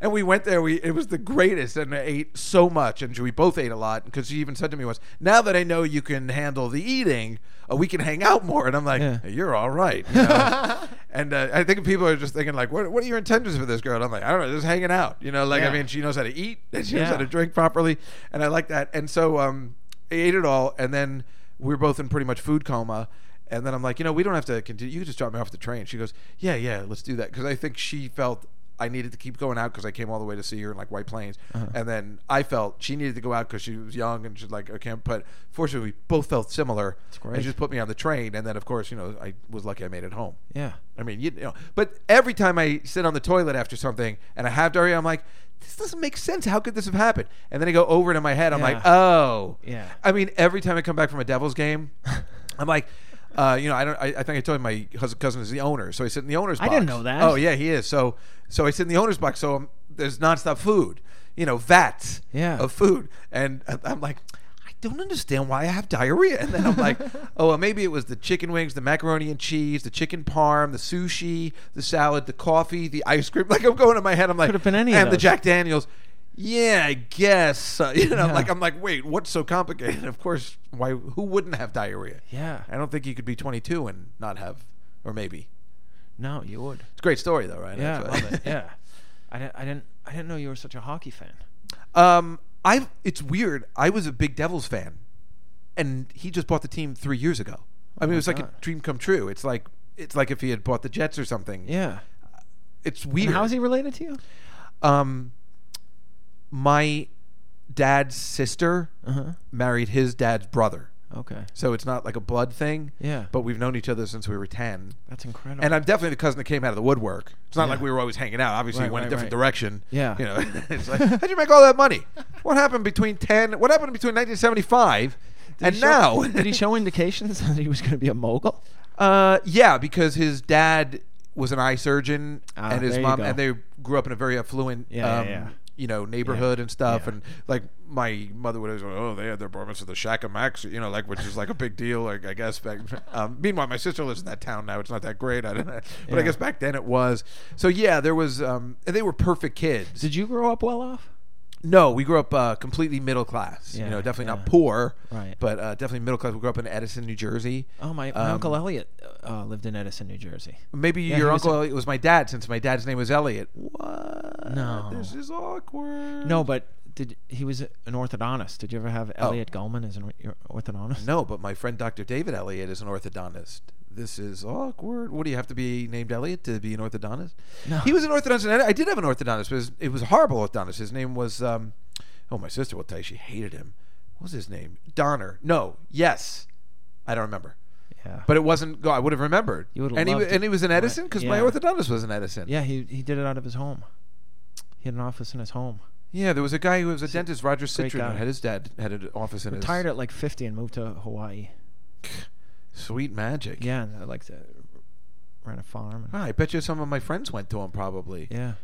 Speaker 2: and we went there. We it was the greatest, and I ate so much, and we both ate a lot. Because she even said to me once, "Now that I know you can handle the eating, uh, we can hang out more." And I'm like,
Speaker 1: Yeah.
Speaker 2: "You're all right." you know? and uh, I think people are just thinking like, what, "What are your intentions for this girl?" And I'm like, "I don't know, just hanging out." You know, like I
Speaker 1: Yeah.
Speaker 2: mean, she knows how to eat, and she knows
Speaker 1: Yeah.
Speaker 2: how to drink properly, and I like that. And so um, I ate it all, and then we were both in pretty much food coma. And then I'm like, you know, we don't have to continue. You can just drop me off at the train. She goes, yeah, yeah, let's do that. Because I think she felt I needed to keep going out because I came all the way to see her in like White Plains.
Speaker 1: Uh-huh.
Speaker 2: And then I felt she needed to go out because she was young and she's like, okay. But fortunately, we both felt similar.
Speaker 1: great.
Speaker 2: And she just put me on the train. And then, of course, you know, I was lucky I made it home.
Speaker 1: Yeah.
Speaker 2: I mean, you, you know, but every time I sit on the toilet after something and I have diarrhea, I'm like, this doesn't make sense. How could this have happened? And then I go over it in my head. I'm like,
Speaker 1: Yeah.
Speaker 2: oh.
Speaker 1: Yeah.
Speaker 2: I mean, every time I come back from a Devils game, I'm like, Uh, you know, I don't. I, I think I told you my hus- cousin is the owner, so I sit in the owner's.
Speaker 4: I
Speaker 2: box.
Speaker 4: didn't know that.
Speaker 2: Oh yeah, he is. So so I sit in the owner's box. So um there's nonstop food. You know, vats
Speaker 1: Yeah.
Speaker 2: of food, and I- I'm like. I Don't understand why I have diarrhea, and then I'm like, oh, well, maybe it was the chicken wings, the macaroni and cheese, the chicken parm, the sushi, the salad, the coffee, the ice cream. Like I'm going in my head, I'm like,
Speaker 1: Could have been any of
Speaker 2: and the
Speaker 1: those.
Speaker 2: Jack Daniels. Yeah, I guess. Uh, you know, like I'm like, wait, what's so complicated? Of course, why? Who wouldn't have diarrhea?
Speaker 1: Yeah.
Speaker 2: I don't think you could be 22 and not have, or maybe.
Speaker 1: No, you would.
Speaker 2: It's a great story though, right?
Speaker 1: Yeah, I
Speaker 2: Actually.
Speaker 1: love it. Yeah. I didn't, I didn't I didn't know you were such a hockey fan.
Speaker 2: Um, I. It's weird. I was a big Devils fan, and he just bought the team three years ago. I mean, it was like a
Speaker 1: Oh God.
Speaker 2: dream come true. It's like it's like if he had bought the Jets or something.
Speaker 1: Yeah.
Speaker 2: It's weird.
Speaker 1: And how is he related to you?
Speaker 2: um, my dad's sister
Speaker 1: Uh-huh.
Speaker 2: married his dad's brother.
Speaker 1: Okay.
Speaker 2: So it's not like a blood thing.
Speaker 1: Yeah.
Speaker 2: But we've known each other since we were 10.
Speaker 1: That's incredible.
Speaker 2: And I'm definitely the cousin that came out of the woodwork. It's not like we were always hanging out. Obviously,
Speaker 1: Right,
Speaker 2: we went a
Speaker 1: right,
Speaker 2: different
Speaker 1: right.
Speaker 2: direction.
Speaker 1: Yeah.
Speaker 2: You know, it's like, how'd you make all that money? What happened between 10, what happened between 1975
Speaker 1: Did
Speaker 2: and
Speaker 1: he show-
Speaker 2: now?
Speaker 1: did he show indications that he was going to be a mogul?
Speaker 2: Uh, yeah, because his dad was an eye surgeon,
Speaker 1: Ah,
Speaker 2: and his
Speaker 1: there you
Speaker 2: mom,
Speaker 1: go.
Speaker 2: and they grew up in a very affluent,
Speaker 1: Yeah, yeah,
Speaker 2: um,
Speaker 1: yeah.
Speaker 2: you know, neighborhood and stuff.
Speaker 1: Yeah.
Speaker 2: And like my mother would always, go, oh, they had their apartments at the Shack of Max, you know, like which is like a big deal, like I guess. Back, um, meanwhile, my sister lives in that town now; it's not that great, I don't know, but I
Speaker 1: Yeah.
Speaker 2: guess back then it was. So yeah, there was, um, and they were perfect kids.
Speaker 1: Did you grow up well off?
Speaker 2: No, we grew up uh, completely middle class. you
Speaker 1: Yeah,
Speaker 2: know, definitely not
Speaker 1: yeah.
Speaker 2: poor,
Speaker 1: Right.
Speaker 2: But uh, definitely middle class. We grew up in Edison, New Jersey.
Speaker 1: Oh, my, my
Speaker 2: Um,
Speaker 1: uncle Elliot uh, lived in Edison, New Jersey.
Speaker 2: Maybe
Speaker 1: Yeah,
Speaker 2: your
Speaker 1: he was
Speaker 2: uncle
Speaker 1: a-
Speaker 2: Elliot was my dad, since my dad's name was Elliot. What?
Speaker 1: No.
Speaker 2: this is awkward.
Speaker 1: No, but did he was an orthodontist? Did you ever have Elliot Goldman as an or- your orthodontist?
Speaker 2: Oh. no. But my friend Dr. David Elliot is an orthodontist. This is awkward. What do you have to be named Elliot to be an orthodontist?
Speaker 1: No.
Speaker 2: He was an orthodontist. And I did have an orthodontist, but it was, it was a horrible orthodontist. His name was, um, oh, my sister will tell you she hated him. What was his name? Donner. No. Yes. I don't remember.
Speaker 1: Yeah.
Speaker 2: But it wasn't. God, I would have remembered.
Speaker 1: You would've
Speaker 2: and he
Speaker 1: loved
Speaker 2: wa-
Speaker 1: it.
Speaker 2: and he was in Edison because my
Speaker 1: Yeah.
Speaker 2: orthodontist was in Edison.
Speaker 1: yeah, he he did it out of his home. He had an office in his home.
Speaker 2: Yeah, there was a guy who was a dentist, Roger Citron, who
Speaker 1: guy.
Speaker 2: had his dad had an office in
Speaker 1: Retired at like 50 and moved to Hawaii.
Speaker 2: his sweet magic.
Speaker 1: Yeah, and uh, like to rent a farm. And,
Speaker 2: Ah, I bet you some of my friends went to him probably.
Speaker 1: yeah.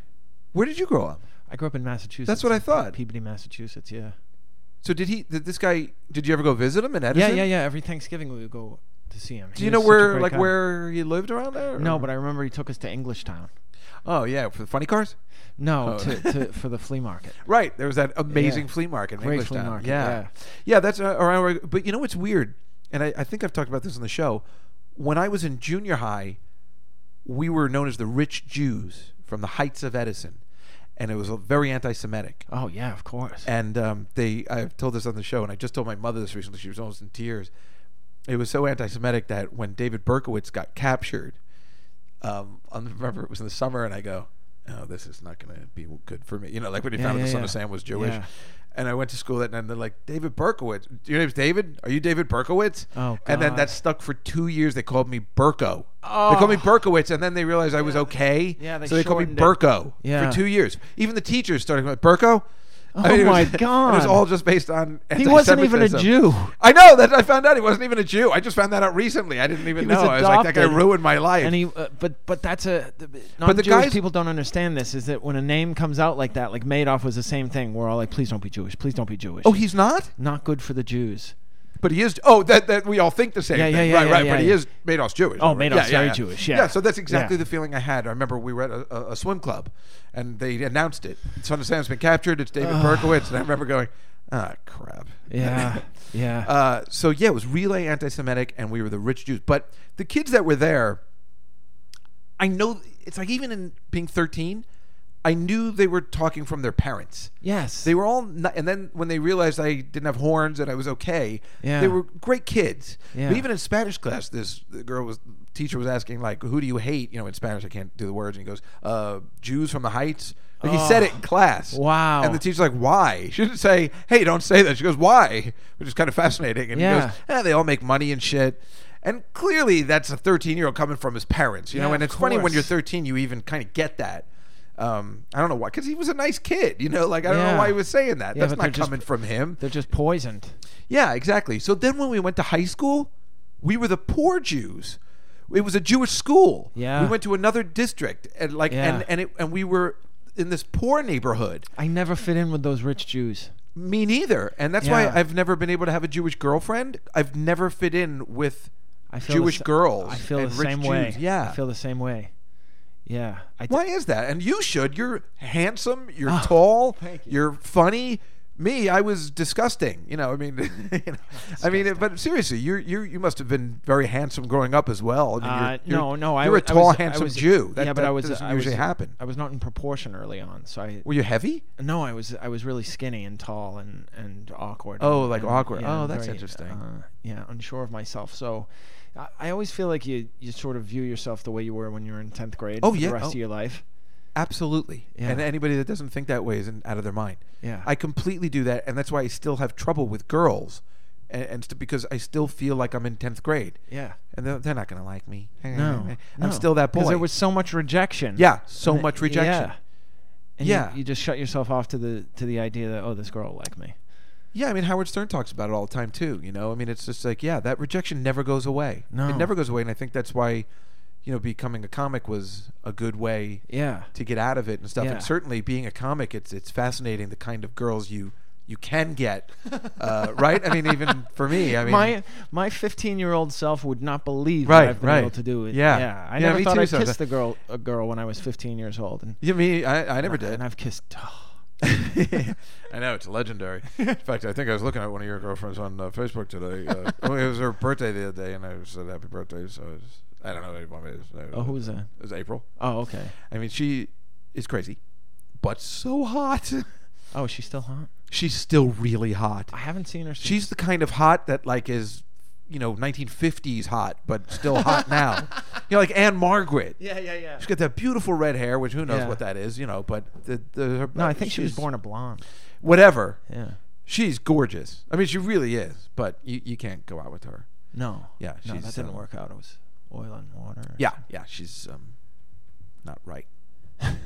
Speaker 2: Where did you grow up?
Speaker 1: I grew up in Massachusetts.
Speaker 2: That's what I
Speaker 1: in Pe-
Speaker 2: thought.
Speaker 1: Peabody, Massachusetts. Yeah.
Speaker 2: So did he? Did this guy? Did you ever go visit him in Edison?
Speaker 1: Yeah, yeah, yeah. Every Thanksgiving we would go to see him.
Speaker 2: Do you know where um, like where he lived around there? or-
Speaker 1: No, but I remember he took us to Englishtown.
Speaker 2: oh yeah, for the funny cars.
Speaker 1: No,
Speaker 2: Oh.
Speaker 1: to, to for the flea market.
Speaker 2: Right, there was that amazing
Speaker 1: Yeah.
Speaker 2: flea market, in
Speaker 1: Great
Speaker 2: Englishtown.
Speaker 1: flea market,
Speaker 2: Yeah. yeah,
Speaker 1: yeah.
Speaker 2: that's uh, around. Where, but you know what's weird, and I, I think I've talked about this on the show. When I was in junior high, we were known as the rich Jews from the Heights of Edison, and it was very anti-Semitic.
Speaker 1: Oh yeah, of course.
Speaker 2: And um, they, I've told this on the show, and I just told my mother this recently. She was almost in tears. It was so anti-Semitic that when David Berkowitz got captured, um, I remember it was in the summer, and I go, "Oh, this is not going to be good for me." You know, like when he
Speaker 1: Yeah,
Speaker 2: found out
Speaker 1: yeah,
Speaker 2: the son
Speaker 1: yeah.
Speaker 2: of Sam was Jewish.
Speaker 1: Yeah.
Speaker 2: And I went to school that night, and they're like, "David Berkowitz, your name's David? Are you David Berkowitz?"
Speaker 1: Oh,
Speaker 2: and then
Speaker 1: God. Oh.
Speaker 2: that stuck for two years. They called me Burko. They called me Berkowitz, and then they realized I was okay.
Speaker 1: yeah, they
Speaker 2: so they called me
Speaker 1: shortened it.
Speaker 2: Burko
Speaker 1: Yeah.
Speaker 2: for two years. Even the teachers started going, "Burko." I
Speaker 1: Oh
Speaker 2: mean, it was-
Speaker 1: my
Speaker 2: It was
Speaker 1: God.
Speaker 2: all just based on.
Speaker 1: He wasn't even a
Speaker 2: anti-Semitism.
Speaker 1: Jew.
Speaker 2: I know that I found out he wasn't even a Jew. I just found that out recently. I didn't even
Speaker 1: He
Speaker 2: know.
Speaker 1: was
Speaker 2: I was like, that guy
Speaker 1: adopted.
Speaker 2: ruined my life.
Speaker 1: And he, uh, but but that's a. The,
Speaker 2: But
Speaker 1: but the
Speaker 2: the guys-
Speaker 1: Jewish people don't understand this. Is that when a name comes out like that, like Madoff was the same thing. We're all like, please don't be Jewish. Please don't be Jewish.
Speaker 2: oh, he's not.
Speaker 1: not good for the Jews.
Speaker 2: But he is. Oh, that, that we all think the same.
Speaker 1: Yeah,
Speaker 2: thing.
Speaker 1: yeah, yeah,
Speaker 2: right,
Speaker 1: yeah,
Speaker 2: right.
Speaker 1: yeah,
Speaker 2: but he
Speaker 1: yeah.
Speaker 2: is Madoff's Jewish.
Speaker 1: Oh,
Speaker 2: right.
Speaker 1: Madoff's very Jewish, yeah.
Speaker 2: yeah. So that's exactly
Speaker 1: Yeah.
Speaker 2: the feeling I had. I remember we were at a, a, a swim club, and they announced it. Son of Sam's been captured. It's David Berkowitz, and I remember going, ah, crap.
Speaker 1: Yeah, yeah.
Speaker 2: Uh, so yeah, it was relay anti-Semitic, and we were the rich Jews. But the kids that were there, I know it's like even in being thirteen, I knew they were talking from their parents.
Speaker 1: yes.
Speaker 2: They were all, not, and then when they realized I didn't have horns and I was okay,
Speaker 1: Yeah.
Speaker 2: they were great kids.
Speaker 1: Yeah.
Speaker 2: But even in Spanish class, this the girl was teacher was asking like, "Who do you hate?" You know, in Spanish I can't do the words, and he goes, uh, "Jews from the Heights." Like he said it in class.
Speaker 1: Oh, Wow.
Speaker 2: And the teacher's like, "Why?" She didn't say, "Hey, don't say that." She goes, "Why?" Which is kind of fascinating. And
Speaker 1: Yeah.
Speaker 2: he goes, "Eh, "They all make money and shit." And clearly, that's a 13 year old coming from his parents, you know.
Speaker 1: Yeah,
Speaker 2: And
Speaker 1: of
Speaker 2: it's funny when
Speaker 1: course.
Speaker 2: you're 13, you even kind of get that. Um, I don't know why, because he was a nice kid, you know. Like I don't know
Speaker 1: Yeah.
Speaker 2: why he was saying that.
Speaker 1: Yeah,
Speaker 2: That's
Speaker 1: but they're
Speaker 2: not
Speaker 1: just-
Speaker 2: coming from him.
Speaker 1: They're just poisoned.
Speaker 2: Yeah, exactly. So then when we went to high school, We were the poor Jews. It was a Jewish school.
Speaker 1: Yeah.
Speaker 2: We went to another district and like
Speaker 1: Yeah.
Speaker 2: and and it, and we were in this poor neighborhood.
Speaker 1: I never fit in with those rich Jews.
Speaker 2: Me neither. And that's
Speaker 1: Yeah.
Speaker 2: why I've never been able to have a Jewish girlfriend. I've never fit in with
Speaker 1: I feel the
Speaker 2: Jewish
Speaker 1: s-
Speaker 2: girls.
Speaker 1: I feel
Speaker 2: and
Speaker 1: the
Speaker 2: rich
Speaker 1: same
Speaker 2: Jews.
Speaker 1: way.
Speaker 2: Yeah.
Speaker 1: I feel the same way. Yeah. I d-
Speaker 2: Why is that? And you should. You're handsome. You're
Speaker 1: Ah,
Speaker 2: tall. you. are funny. Me, I was disgusting. You know, I mean, you know, I mean, but seriously, you you you must have been very handsome growing up as well. I mean,
Speaker 1: Uh,
Speaker 2: you're,
Speaker 1: no, no. I
Speaker 2: You're a
Speaker 1: was- I
Speaker 2: tall,
Speaker 1: was- I
Speaker 2: handsome
Speaker 1: was-
Speaker 2: Jew. That,
Speaker 1: yeah, but
Speaker 2: that
Speaker 1: I was.
Speaker 2: doesn't
Speaker 1: I was-
Speaker 2: usually happen.
Speaker 1: I was not in proportion early on, so I.
Speaker 2: Were you heavy?
Speaker 1: No, I was. I was really skinny and tall and and awkward.
Speaker 2: Oh,
Speaker 1: and-
Speaker 2: like
Speaker 1: and,
Speaker 2: awkward.
Speaker 1: yeah,
Speaker 2: Oh,
Speaker 1: and
Speaker 2: that's interesting.
Speaker 1: Uh, yeah, unsure of myself. So, I, I always feel like you you sort of view yourself the way you were when you were in tenth grade.
Speaker 2: Oh,
Speaker 1: for
Speaker 2: yeah.
Speaker 1: The rest
Speaker 2: Oh.
Speaker 1: of your life.
Speaker 2: Absolutely.
Speaker 1: Yeah.
Speaker 2: And anybody that doesn't think that way is in, out of their mind.
Speaker 1: Yeah.
Speaker 2: I completely do that, and that's why I still have trouble with girls, and, and st- because I still feel like I'm in tenth grade.
Speaker 1: Yeah.
Speaker 2: And they're, they're not going to like me.
Speaker 1: No, no.
Speaker 2: I'm still that boy.
Speaker 1: Because there was so much rejection.
Speaker 2: yeah, so
Speaker 1: And it-
Speaker 2: much rejection.
Speaker 1: Yeah. And you-
Speaker 2: Yeah.
Speaker 1: You, just shut yourself off to the to the idea that oh this girl will like me.
Speaker 2: Yeah, I mean Howard Stern talks about it all the time too. You know, I mean it's just like yeah, that rejection never goes away.
Speaker 1: No.
Speaker 2: it never goes away, and I think that's why, you know, becoming a comic was a good way
Speaker 1: Yeah.
Speaker 2: to get out of it and stuff.
Speaker 1: Yeah.
Speaker 2: And certainly being a comic, it's it's fascinating the kind of girls you you can get, uh, right? I mean, even for me, I mean,
Speaker 1: my my 15 year old self would not believe
Speaker 2: Right,
Speaker 1: what I've been
Speaker 2: right.
Speaker 1: able to do. It-
Speaker 2: Yeah.
Speaker 1: yeah. I
Speaker 2: Yeah,
Speaker 1: never
Speaker 2: me
Speaker 1: thought
Speaker 2: too
Speaker 1: I
Speaker 2: sometimes.
Speaker 1: kissed a girl a girl when I was 15 years old, and
Speaker 2: you mean I, I never did.
Speaker 1: and I've kissed.
Speaker 2: oh. I know it's legendary. In fact, I think I was looking at one of your girlfriends on uh, Facebook today. Uh, oh, it was her birthday the other day, and I said happy birthday. So I, was, I don't know anyone. It was,
Speaker 1: Oh, who was that?
Speaker 2: It was April.
Speaker 1: Oh, okay.
Speaker 2: I mean, she is crazy, but so hot.
Speaker 1: Oh, she's still hot.
Speaker 2: She's still really hot.
Speaker 1: I haven't seen her. Since.
Speaker 2: She's the kind of hot that like is, you know, 1950s hot, but still hot now. You know, like Anne Margaret.
Speaker 1: yeah, yeah, yeah.
Speaker 2: She's got that beautiful red hair, which who knows
Speaker 1: Yeah.
Speaker 2: what that is, you know. But the, the her, uh,
Speaker 1: No, I think she was
Speaker 2: she's-
Speaker 1: born a blonde.
Speaker 2: Whatever.
Speaker 1: Yeah.
Speaker 2: She's gorgeous. I mean, she really is. But you, you can't go out with her.
Speaker 1: No.
Speaker 2: Yeah,
Speaker 1: No,
Speaker 2: she's,
Speaker 1: that didn't
Speaker 2: uh,
Speaker 1: work out. It was oil and water.
Speaker 2: Yeah, yeah, she's um, not right.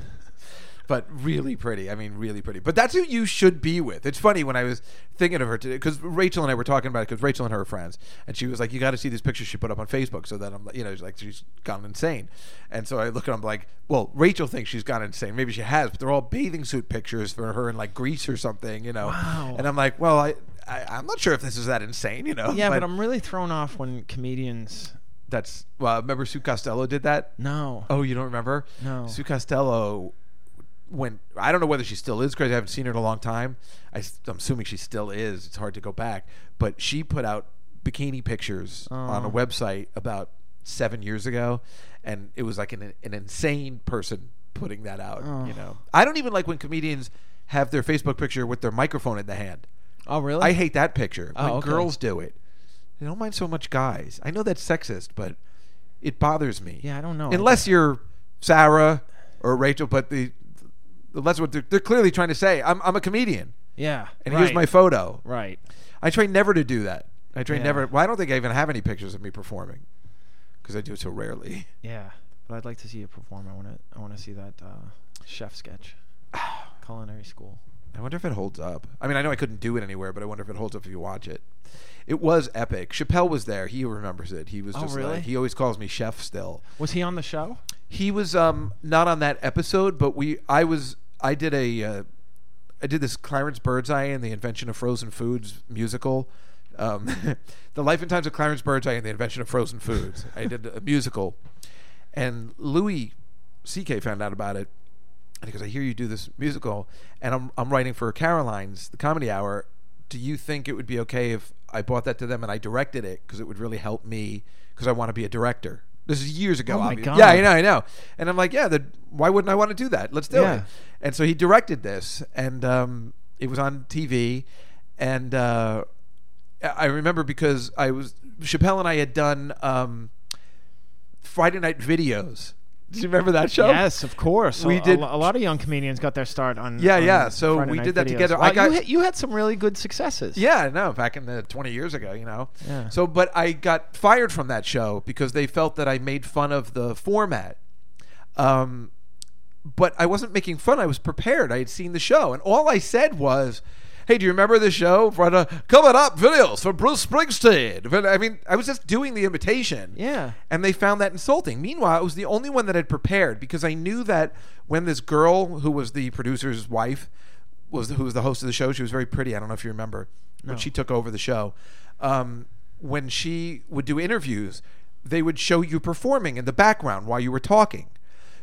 Speaker 2: but really pretty. I mean, really pretty. But that's who you should be with. It's funny when I was thinking of her today because Rachel and I were talking about it because Rachel and her are friends, and she was like, "You got to see these pictures she put up on Facebook." So that I'm, like- you know, she's like she's gone insane. And so I look at them like, well, Rachel thinks she's gone insane. Maybe she has, but they're all bathing suit pictures for her in like Greece or something, you know.
Speaker 1: Wow.
Speaker 2: And I'm like, well, I, I I'm not sure if this is that insane, you know.
Speaker 1: Yeah, but, I'm really thrown off when comedians.
Speaker 2: that's well, remember Sue Costello did that.
Speaker 1: No.
Speaker 2: Oh, you don't remember?
Speaker 1: No.
Speaker 2: Sue Costello went. I don't know whether she still is crazy. I haven't seen her in a long time. I, am assuming she still is. It's hard to go back. But she put out bikini pictures
Speaker 1: Oh.
Speaker 2: on a website about seven years ago, and it was like an an insane person putting that out.
Speaker 1: Oh.
Speaker 2: You know, I don't even like when comedians have their Facebook picture with their microphone in the hand.
Speaker 1: Oh, really?
Speaker 2: I hate that picture. When
Speaker 1: Oh, okay.
Speaker 2: girls do it, I don't mind so much guys. I know that's sexist, but it bothers me.
Speaker 1: Yeah, I don't know.
Speaker 2: Unless you're Sarah or Rachel, but the that's what they're, they're clearly trying to say. I'm I'm a comedian,
Speaker 1: Yeah.
Speaker 2: and
Speaker 1: right.
Speaker 2: here's my photo.
Speaker 1: Right.
Speaker 2: I try never to do that. I try
Speaker 1: Yeah.
Speaker 2: never. Well, I don't think I even have any pictures of me performing because I do it so rarely.
Speaker 1: Yeah, but I'd like to see you perform. I want to. I want to see that uh, chef sketch. Culinary school.
Speaker 2: I wonder if it holds up. I mean, I know I couldn't do it anywhere, but I wonder if it holds up if you watch it. It was epic. Chappelle was there. He remembers it. He was
Speaker 1: Oh,
Speaker 2: just
Speaker 1: really?
Speaker 2: like he always calls me chef still.
Speaker 1: Was he on the show?
Speaker 2: He was um not on that episode, but we I was I did a uh, I did this Clarence Birdseye and the Invention of Frozen Foods musical. Um, the Life and Times of Clarence Birdseye and the Invention of Frozen Foods. I did a musical, and Louis C.K. found out about it, and he goes, "I hear you do this musical, and I'm I'm writing for Caroline's the Comedy Hour. Do you think it would be okay if I bought that to them and I directed it because it would really help me because I want to be a director." This is years ago.
Speaker 1: Oh my
Speaker 2: obvi-
Speaker 1: God.
Speaker 2: Yeah, I know, I know. And I'm like, yeah, then why wouldn't I want to do that? Let's do
Speaker 1: Yeah.
Speaker 2: it. And so he directed this, and um, it was on TV. And uh, I- I remember because I was Chappelle and I had done um, Friday Night Videos. Do you remember that show?
Speaker 1: Yes, of course.
Speaker 2: We
Speaker 1: We a,
Speaker 2: did-
Speaker 1: did. A, lot of young comedians got their start on.
Speaker 2: Yeah,
Speaker 1: on
Speaker 2: yeah, so
Speaker 1: Friday
Speaker 2: we
Speaker 1: Night
Speaker 2: did that
Speaker 1: Videos.
Speaker 2: together. I
Speaker 1: Wow,
Speaker 2: got-
Speaker 1: you, had, you had some really good successes.
Speaker 2: Yeah, no, back in the 20 years ago, you know.
Speaker 1: Yeah.
Speaker 2: So, but I got fired from that show because they felt that I made fun of the format. Um, but I wasn't making fun. I was prepared. I had seen the show, and all I said was, hey, do you remember this show? Right, uh, coming up, videos for Bruce Springsteen. But, I mean, I was just doing the imitation.
Speaker 1: Yeah.
Speaker 2: And they found that insulting. Meanwhile, it was the only one that had prepared because I knew that when this girl, who was the producer's wife, was who was the host of the show, she was very pretty. I don't know if you remember when she took over the show. Um, when she would do interviews, they would show you performing in the background while you were talking.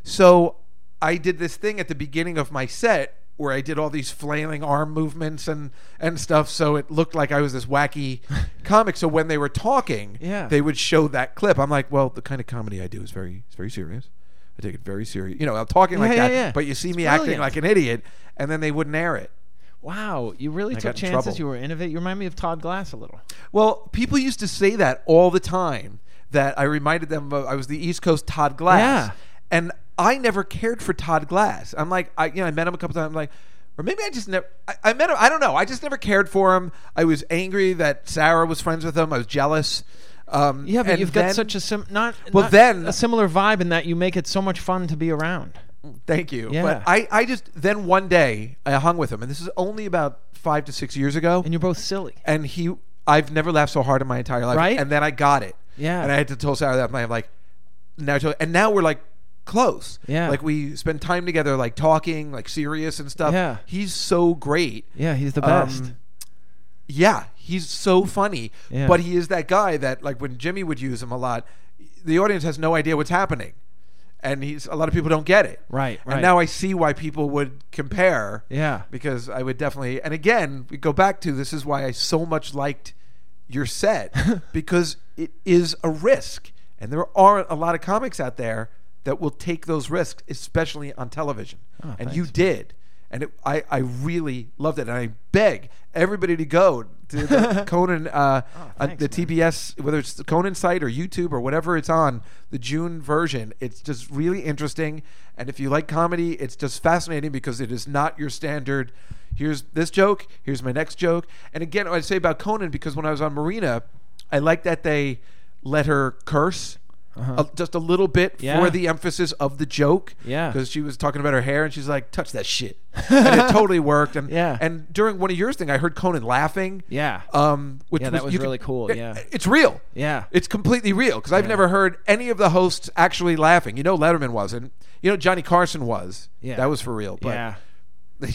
Speaker 2: So I did this thing at the beginning of my set where I did all these flailing arm movements and and stuff, so it looked like I was this wacky comic. So when they were talking,
Speaker 1: Yeah.
Speaker 2: they would show that clip. I'm like, well, the kind of comedy I do is very it's very serious. I take it very serious. You know, I'm talking like
Speaker 1: Yeah, yeah,
Speaker 2: that,
Speaker 1: yeah.
Speaker 2: but you see
Speaker 1: It's
Speaker 2: me acting
Speaker 1: brilliant.
Speaker 2: like an idiot, and then they wouldn't air it.
Speaker 1: Wow, you really
Speaker 2: got
Speaker 1: took
Speaker 2: in
Speaker 1: chances.
Speaker 2: trouble.
Speaker 1: You were innovative. You remind me of Todd Glass a little.
Speaker 2: Well, people used to say that all the time. That I reminded them of I was the East Coast Todd Glass,
Speaker 1: Yeah.
Speaker 2: and I never cared for Todd Glass. I'm like, I you know, I met him a couple times. I'm like, or maybe I just never. I, I met him. I don't know. I just never cared for him. I was angry that Sarah was friends with him. I was jealous. Um,
Speaker 1: Yeah, but
Speaker 2: and
Speaker 1: you've
Speaker 2: then-
Speaker 1: got such a sim- not
Speaker 2: Well,
Speaker 1: not
Speaker 2: then-
Speaker 1: a similar vibe in that you make it so much fun to be around.
Speaker 2: Thank you.
Speaker 1: Yeah.
Speaker 2: But I, I just then one day I hung with him, and this is only about five to six years ago.
Speaker 1: And you're both silly.
Speaker 2: and he I've never laughed so hard in my entire life.
Speaker 1: Right?
Speaker 2: And then I got it.
Speaker 1: Yeah.
Speaker 2: And I had to tell Sarah that night. I'm like, now I told- and now we're like close.
Speaker 1: Yeah.
Speaker 2: Like we spend time together, like talking, like serious and stuff.
Speaker 1: Yeah.
Speaker 2: He's so great.
Speaker 1: Yeah, he's the
Speaker 2: Um,
Speaker 1: best.
Speaker 2: Yeah, he's so funny,
Speaker 1: Yeah.
Speaker 2: but he is that guy that like when Jimmy would use him a lot, the audience has no idea what's happening, and he's a lot of people don't get it.
Speaker 1: Right,
Speaker 2: And
Speaker 1: right.
Speaker 2: now I see why people would compare.
Speaker 1: Yeah.
Speaker 2: Because I would definitely, and again, we go back to this is why I so much liked your set because it is a risk, and there aren't a lot of comics out there that will take those risks, especially on television. and you did. And it, I, I really loved it. And I beg everybody to go to the Conan, uh, uh,
Speaker 1: Oh, thanks,
Speaker 2: the TBS, whether it's the Conan site or YouTube or whatever it's on, the June version. It's just really interesting. And if you like comedy, it's just fascinating because it is not your standard. Here's this joke. Here's my next joke. And again, I'd say about Conan because when I was on Marina, I like that they let her curse. uh, just a little bit
Speaker 1: Uh-huh. Yeah.
Speaker 2: for the emphasis of the joke,
Speaker 1: Yeah.
Speaker 2: Because she was talking about her hair, and she's like, "Touch that shit," and it totally worked. And
Speaker 1: Yeah.
Speaker 2: and during one of yours thing, I heard Conan laughing,
Speaker 1: Yeah.
Speaker 2: um, which
Speaker 1: Yeah, that was
Speaker 2: you could-
Speaker 1: really cool,
Speaker 2: it-
Speaker 1: yeah.
Speaker 2: it's real.
Speaker 1: Yeah.
Speaker 2: It's completely real because I've never heard any of the hosts actually laughing. You know, Letterman wasn't. You know, Johnny Carson was.
Speaker 1: Yeah.
Speaker 2: That was for real. But
Speaker 1: yeah.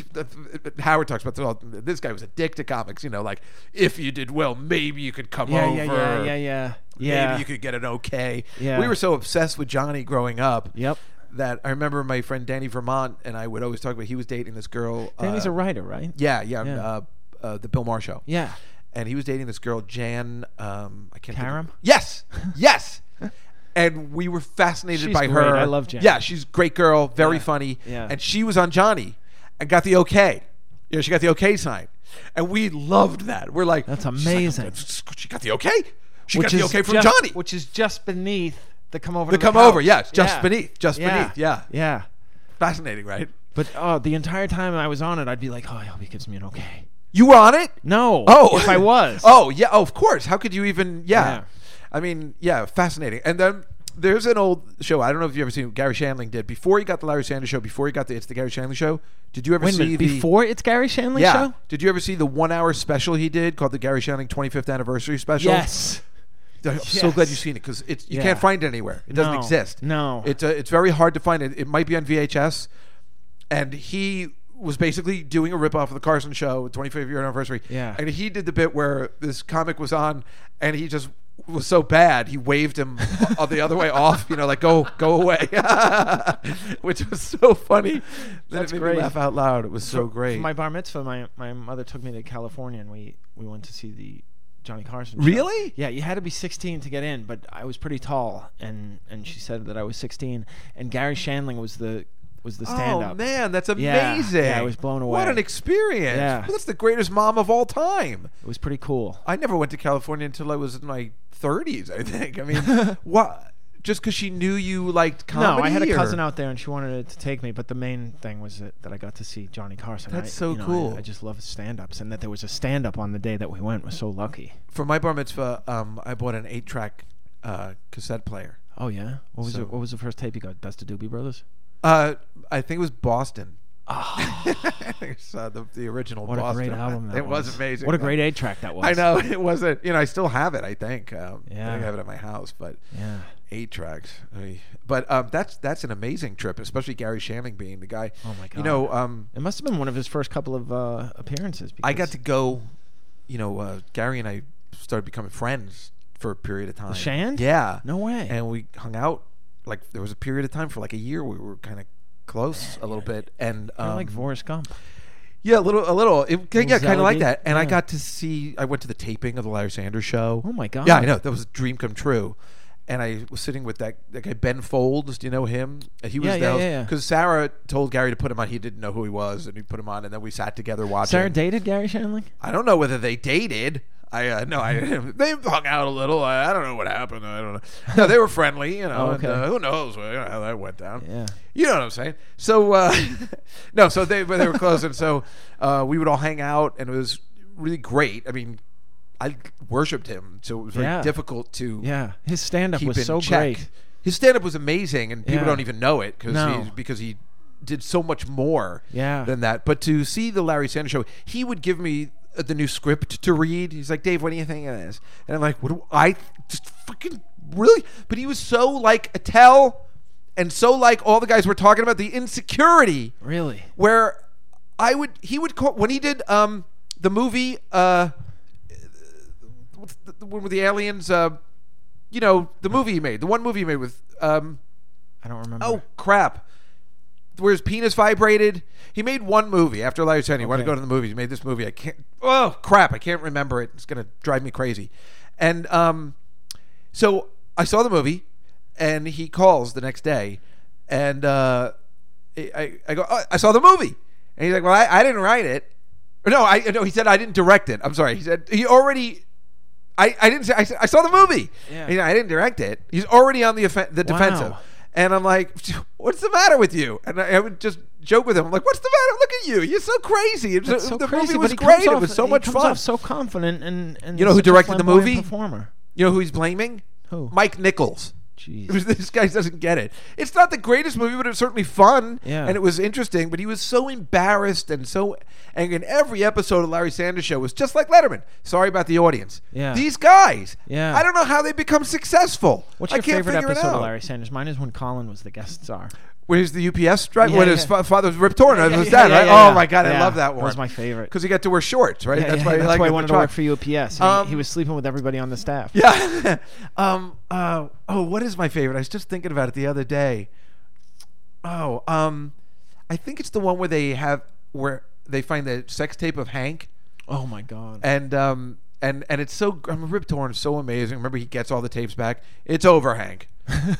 Speaker 2: Howard talks about oh, this guy was a dick to comics. You know, like if you did well, maybe you could come
Speaker 1: Yeah,
Speaker 2: over.
Speaker 1: yeah, yeah, yeah, yeah. Yeah.
Speaker 2: Maybe you could get an okay.
Speaker 1: Yeah.
Speaker 2: We were so obsessed with Johnny growing up.
Speaker 1: Yep.
Speaker 2: That I remember my friend Danny Vermont and I would always talk about. He was dating this girl.
Speaker 1: Danny's
Speaker 2: uh,
Speaker 1: a writer, right?
Speaker 2: yeah, yeah,
Speaker 1: Yeah.
Speaker 2: Uh, uh, the Bill Maher show.
Speaker 1: Yeah.
Speaker 2: and he was dating this girl Jan. Um, I can't. think of-
Speaker 1: Karam?
Speaker 2: Yes, yes. and we were fascinated
Speaker 1: She's
Speaker 2: by
Speaker 1: great.
Speaker 2: her.
Speaker 1: I love Jan.
Speaker 2: Yeah, she's a great girl, very
Speaker 1: Yeah.
Speaker 2: funny.
Speaker 1: Yeah.
Speaker 2: and she was on Johnny, and got the okay. You know, she got the okay sign, and we loved that. We're like,
Speaker 1: That's
Speaker 2: she's like,
Speaker 1: amazing.
Speaker 2: she got the okay. She got the okay from
Speaker 1: just,
Speaker 2: Johnny.
Speaker 1: Which is just beneath the come over.
Speaker 2: The
Speaker 1: to
Speaker 2: come
Speaker 1: the couch.
Speaker 2: over, yeah, it's just beneath, just
Speaker 1: yeah.
Speaker 2: beneath, yeah.
Speaker 1: Yeah.
Speaker 2: Fascinating, right?
Speaker 1: But oh, the entire time I was on it, I'd be like, oh, I hope he gives me an okay.
Speaker 2: You were on it?
Speaker 1: No.
Speaker 2: Oh,
Speaker 1: if I was.
Speaker 2: Oh, yeah. Oh, of course. How could you even? Yeah.
Speaker 1: Yeah.
Speaker 2: I mean, yeah, fascinating. And then there's an old show. I don't know if you ever seen. it, Gary Shandling did before he got the Larry Sanders Show. Before he got the It's the Gary Shandling Show. Did you ever
Speaker 1: Wait a
Speaker 2: see
Speaker 1: minute.
Speaker 2: the
Speaker 1: Before it's Gary Shanley
Speaker 2: Yeah.
Speaker 1: show.
Speaker 2: Did you ever see the one-hour special he did called the Gary Shandling 25th Anniversary Special?
Speaker 1: Yes.
Speaker 2: I'm so
Speaker 1: Yes.
Speaker 2: glad you've seen it because it's you
Speaker 1: Yeah.
Speaker 2: can't find it anywhere. It doesn't
Speaker 1: No.
Speaker 2: exist.
Speaker 1: No.
Speaker 2: it's uh, it's very hard to find it. It might be on VHS, and he was basically doing a ripoff of the Carson Show, 25th year anniversary.
Speaker 1: Yeah.
Speaker 2: and he did the bit where this comic was on, and he just was so bad he waved him o- the other way off. You know, like go go away, which was so funny. That
Speaker 1: That's
Speaker 2: it made
Speaker 1: great.
Speaker 2: me laugh out loud. It was so great.
Speaker 1: For my bar mitzvah, my, my mother took me to California, and we, we went to see the Johnny Carson. show.
Speaker 2: Really?
Speaker 1: Yeah, you had to be 16 to get in, but I was pretty tall, and, and she said that I was 16. And Gary Shandling was the was the stand
Speaker 2: Oh
Speaker 1: up.
Speaker 2: man, that's
Speaker 1: Yeah,
Speaker 2: amazing!
Speaker 1: yeah, I was blown away.
Speaker 2: What an experience!
Speaker 1: Yeah.
Speaker 2: Well, that's the greatest mom of all time.
Speaker 1: It was pretty cool.
Speaker 2: I never went to California until I was in my thirties. I think. I mean, what? Just because she knew you liked comedy?
Speaker 1: No, I had a
Speaker 2: or-
Speaker 1: cousin out there, and she wanted to take me. But the main thing was that, that I got to see Johnny Carson.
Speaker 2: That's
Speaker 1: I-
Speaker 2: so
Speaker 1: you know, I-
Speaker 2: cool.
Speaker 1: I, just love stand-ups, and that there was a stand-up on the day that we went was so lucky.
Speaker 2: for my bar mitzvah. Um, I bought an eight-track uh, cassette player.
Speaker 1: Oh yeah, what was
Speaker 2: So-
Speaker 1: it, what was the first tape you got? Best of Doobie Brothers.
Speaker 2: Uh, I think it was Boston. uh, the, the original
Speaker 1: Ah. What
Speaker 2: Boston.
Speaker 1: a great album that
Speaker 2: it was. amazing.
Speaker 1: What a great eight track that was.
Speaker 2: I know it wasn't. You know, I still have it. I think. Um, I
Speaker 1: Yeah.
Speaker 2: think I have it at my house, but
Speaker 1: Yeah.
Speaker 2: eight tracks. Oy. But um, that's that's an amazing trip, especially Gary Shanling being the guy.
Speaker 1: Oh my
Speaker 2: You know,
Speaker 1: God.
Speaker 2: um,
Speaker 1: It must have been one of his first couple of uh, appearances.
Speaker 2: I got
Speaker 1: because
Speaker 2: to go. You know, uh, Gary and I started becoming friends for a period of time.
Speaker 1: Shand?
Speaker 2: Yeah.
Speaker 1: No way.
Speaker 2: And we hung out. Like there was a period of time for like a year we were kind of close a little bit, and
Speaker 1: I
Speaker 2: um,
Speaker 1: like Forrest Gump.
Speaker 2: Yeah, a little, a little. It, yeah, kind of like
Speaker 1: Zelligy?
Speaker 2: that. And I
Speaker 1: Yeah.
Speaker 2: got to see. I went to the taping of the Larry Sanders Show.
Speaker 1: Oh, my God.
Speaker 2: Yeah, I know that was a dream come true. And I was sitting with that, that guy Ben Folds. Do you know him? And He was
Speaker 1: Yeah, yeah,
Speaker 2: there
Speaker 1: yeah, yeah.
Speaker 2: because Sarah told Gary to put him on. He didn't know who he was, and he put him on. And then we sat together watching.
Speaker 1: Sarah dated Gary Shanling?
Speaker 2: I don't know whether they dated. I uh, no, I they hung out a little. I, I don't know what happened. I don't know. No, they were friendly, you know.
Speaker 1: Oh,
Speaker 2: and,
Speaker 1: okay.
Speaker 2: uh, who knows well, you know, how that went down?
Speaker 1: Yeah.
Speaker 2: you know what I'm saying. So uh, no, so they but they were close, and so uh, we would all hang out, and it was really great. I mean, I worshipped him, so it was very
Speaker 1: Yeah.
Speaker 2: difficult to
Speaker 1: Yeah. His stand up
Speaker 2: keep
Speaker 1: was
Speaker 2: in
Speaker 1: so
Speaker 2: check.
Speaker 1: great.
Speaker 2: His stand up was amazing, and people
Speaker 1: Yeah.
Speaker 2: don't even know it because
Speaker 1: No.
Speaker 2: because he did so much more
Speaker 1: Yeah.
Speaker 2: than that. But to see the Larry Sanders show, he would give me uh, the new script to read. He's like, Dave, what do you think of this? And I'm like, what do I just fucking really? But he was so like Attell, and so like all the guys were talking about the insecurity
Speaker 1: Really?
Speaker 2: where I would he would call when he did um the movie uh what's the, the one with the aliens uh you know the movie he made the one movie he made with um
Speaker 1: I don't remember.
Speaker 2: oh crap where his penis vibrated he made one movie after Larry Sanders he wanted to
Speaker 1: Okay.
Speaker 2: go to the movies he made this movie I can't oh crap I can't remember it it's gonna drive me crazy and um so I saw the movie, and he calls the next day, and uh, I- I, I go, oh, I saw the movie, and he's like, well, I, I didn't write it. Or no, I no, he said I didn't direct it. I'm sorry. He said he already. I, I didn't say I, said, I saw the movie.
Speaker 1: Yeah.
Speaker 2: You know, I didn't direct it. He's already on the offen- the
Speaker 1: Wow.
Speaker 2: defensive, and I'm like, "What's the matter with you?" And I, I would just joke with him. I'm like, "What's the matter? Look at you! You're so crazy." It was-
Speaker 1: That's so
Speaker 2: the
Speaker 1: crazy,
Speaker 2: movie was
Speaker 1: but he
Speaker 2: great.
Speaker 1: comes
Speaker 2: it
Speaker 1: off-
Speaker 2: was so
Speaker 1: he
Speaker 2: much
Speaker 1: comes
Speaker 2: fun.
Speaker 1: Off so confident and, and
Speaker 2: You know who
Speaker 1: such a
Speaker 2: directed the
Speaker 1: flamboyant
Speaker 2: movie?
Speaker 1: Performer.
Speaker 2: you know who he's blaming?
Speaker 1: Who?
Speaker 2: Mike Nichols.
Speaker 1: Jeez.
Speaker 2: It was, this guy doesn't get it. It's not the greatest movie, but it was certainly fun.
Speaker 1: Yeah.
Speaker 2: And it was interesting, but he was so embarrassed and so angry. And every episode of Larry Sanders Show was just like Letterman. Sorry about the audience.
Speaker 1: Yeah.
Speaker 2: These guys.
Speaker 1: Yeah.
Speaker 2: I don't know how they become successful.
Speaker 1: What's
Speaker 2: I
Speaker 1: your
Speaker 2: can't
Speaker 1: favorite
Speaker 2: figure it
Speaker 1: episode
Speaker 2: out.
Speaker 1: of Larry Sanders? Mine is when Colin was the guest star.
Speaker 2: Where's the UPS strike?
Speaker 1: Yeah,
Speaker 2: when
Speaker 1: yeah.
Speaker 2: his fa- father was ripped torn. it was
Speaker 1: yeah,
Speaker 2: that,
Speaker 1: yeah,
Speaker 2: right?
Speaker 1: yeah,
Speaker 2: oh
Speaker 1: yeah.
Speaker 2: my God, I
Speaker 1: Yeah.
Speaker 2: love that
Speaker 1: That
Speaker 2: one.
Speaker 1: was my favorite.
Speaker 2: Because he got to wear shorts, right?
Speaker 1: Yeah,
Speaker 2: that's
Speaker 1: yeah,
Speaker 2: why he
Speaker 1: that's
Speaker 2: liked
Speaker 1: why I
Speaker 2: it in
Speaker 1: wanted
Speaker 2: the
Speaker 1: to work
Speaker 2: truck.
Speaker 1: for UPS. He,
Speaker 2: Um,
Speaker 1: he was sleeping with everybody on the staff.
Speaker 2: Yeah. um. Uh. Oh, what is my favorite? I was just thinking about it the other day. Oh. Um. I think it's the one where they have where they find the sex tape of Hank
Speaker 1: Oh my God.
Speaker 2: and um and and it's so I'm Rip Torn is so amazing. Remember he gets all the tapes back. It's over, Hank.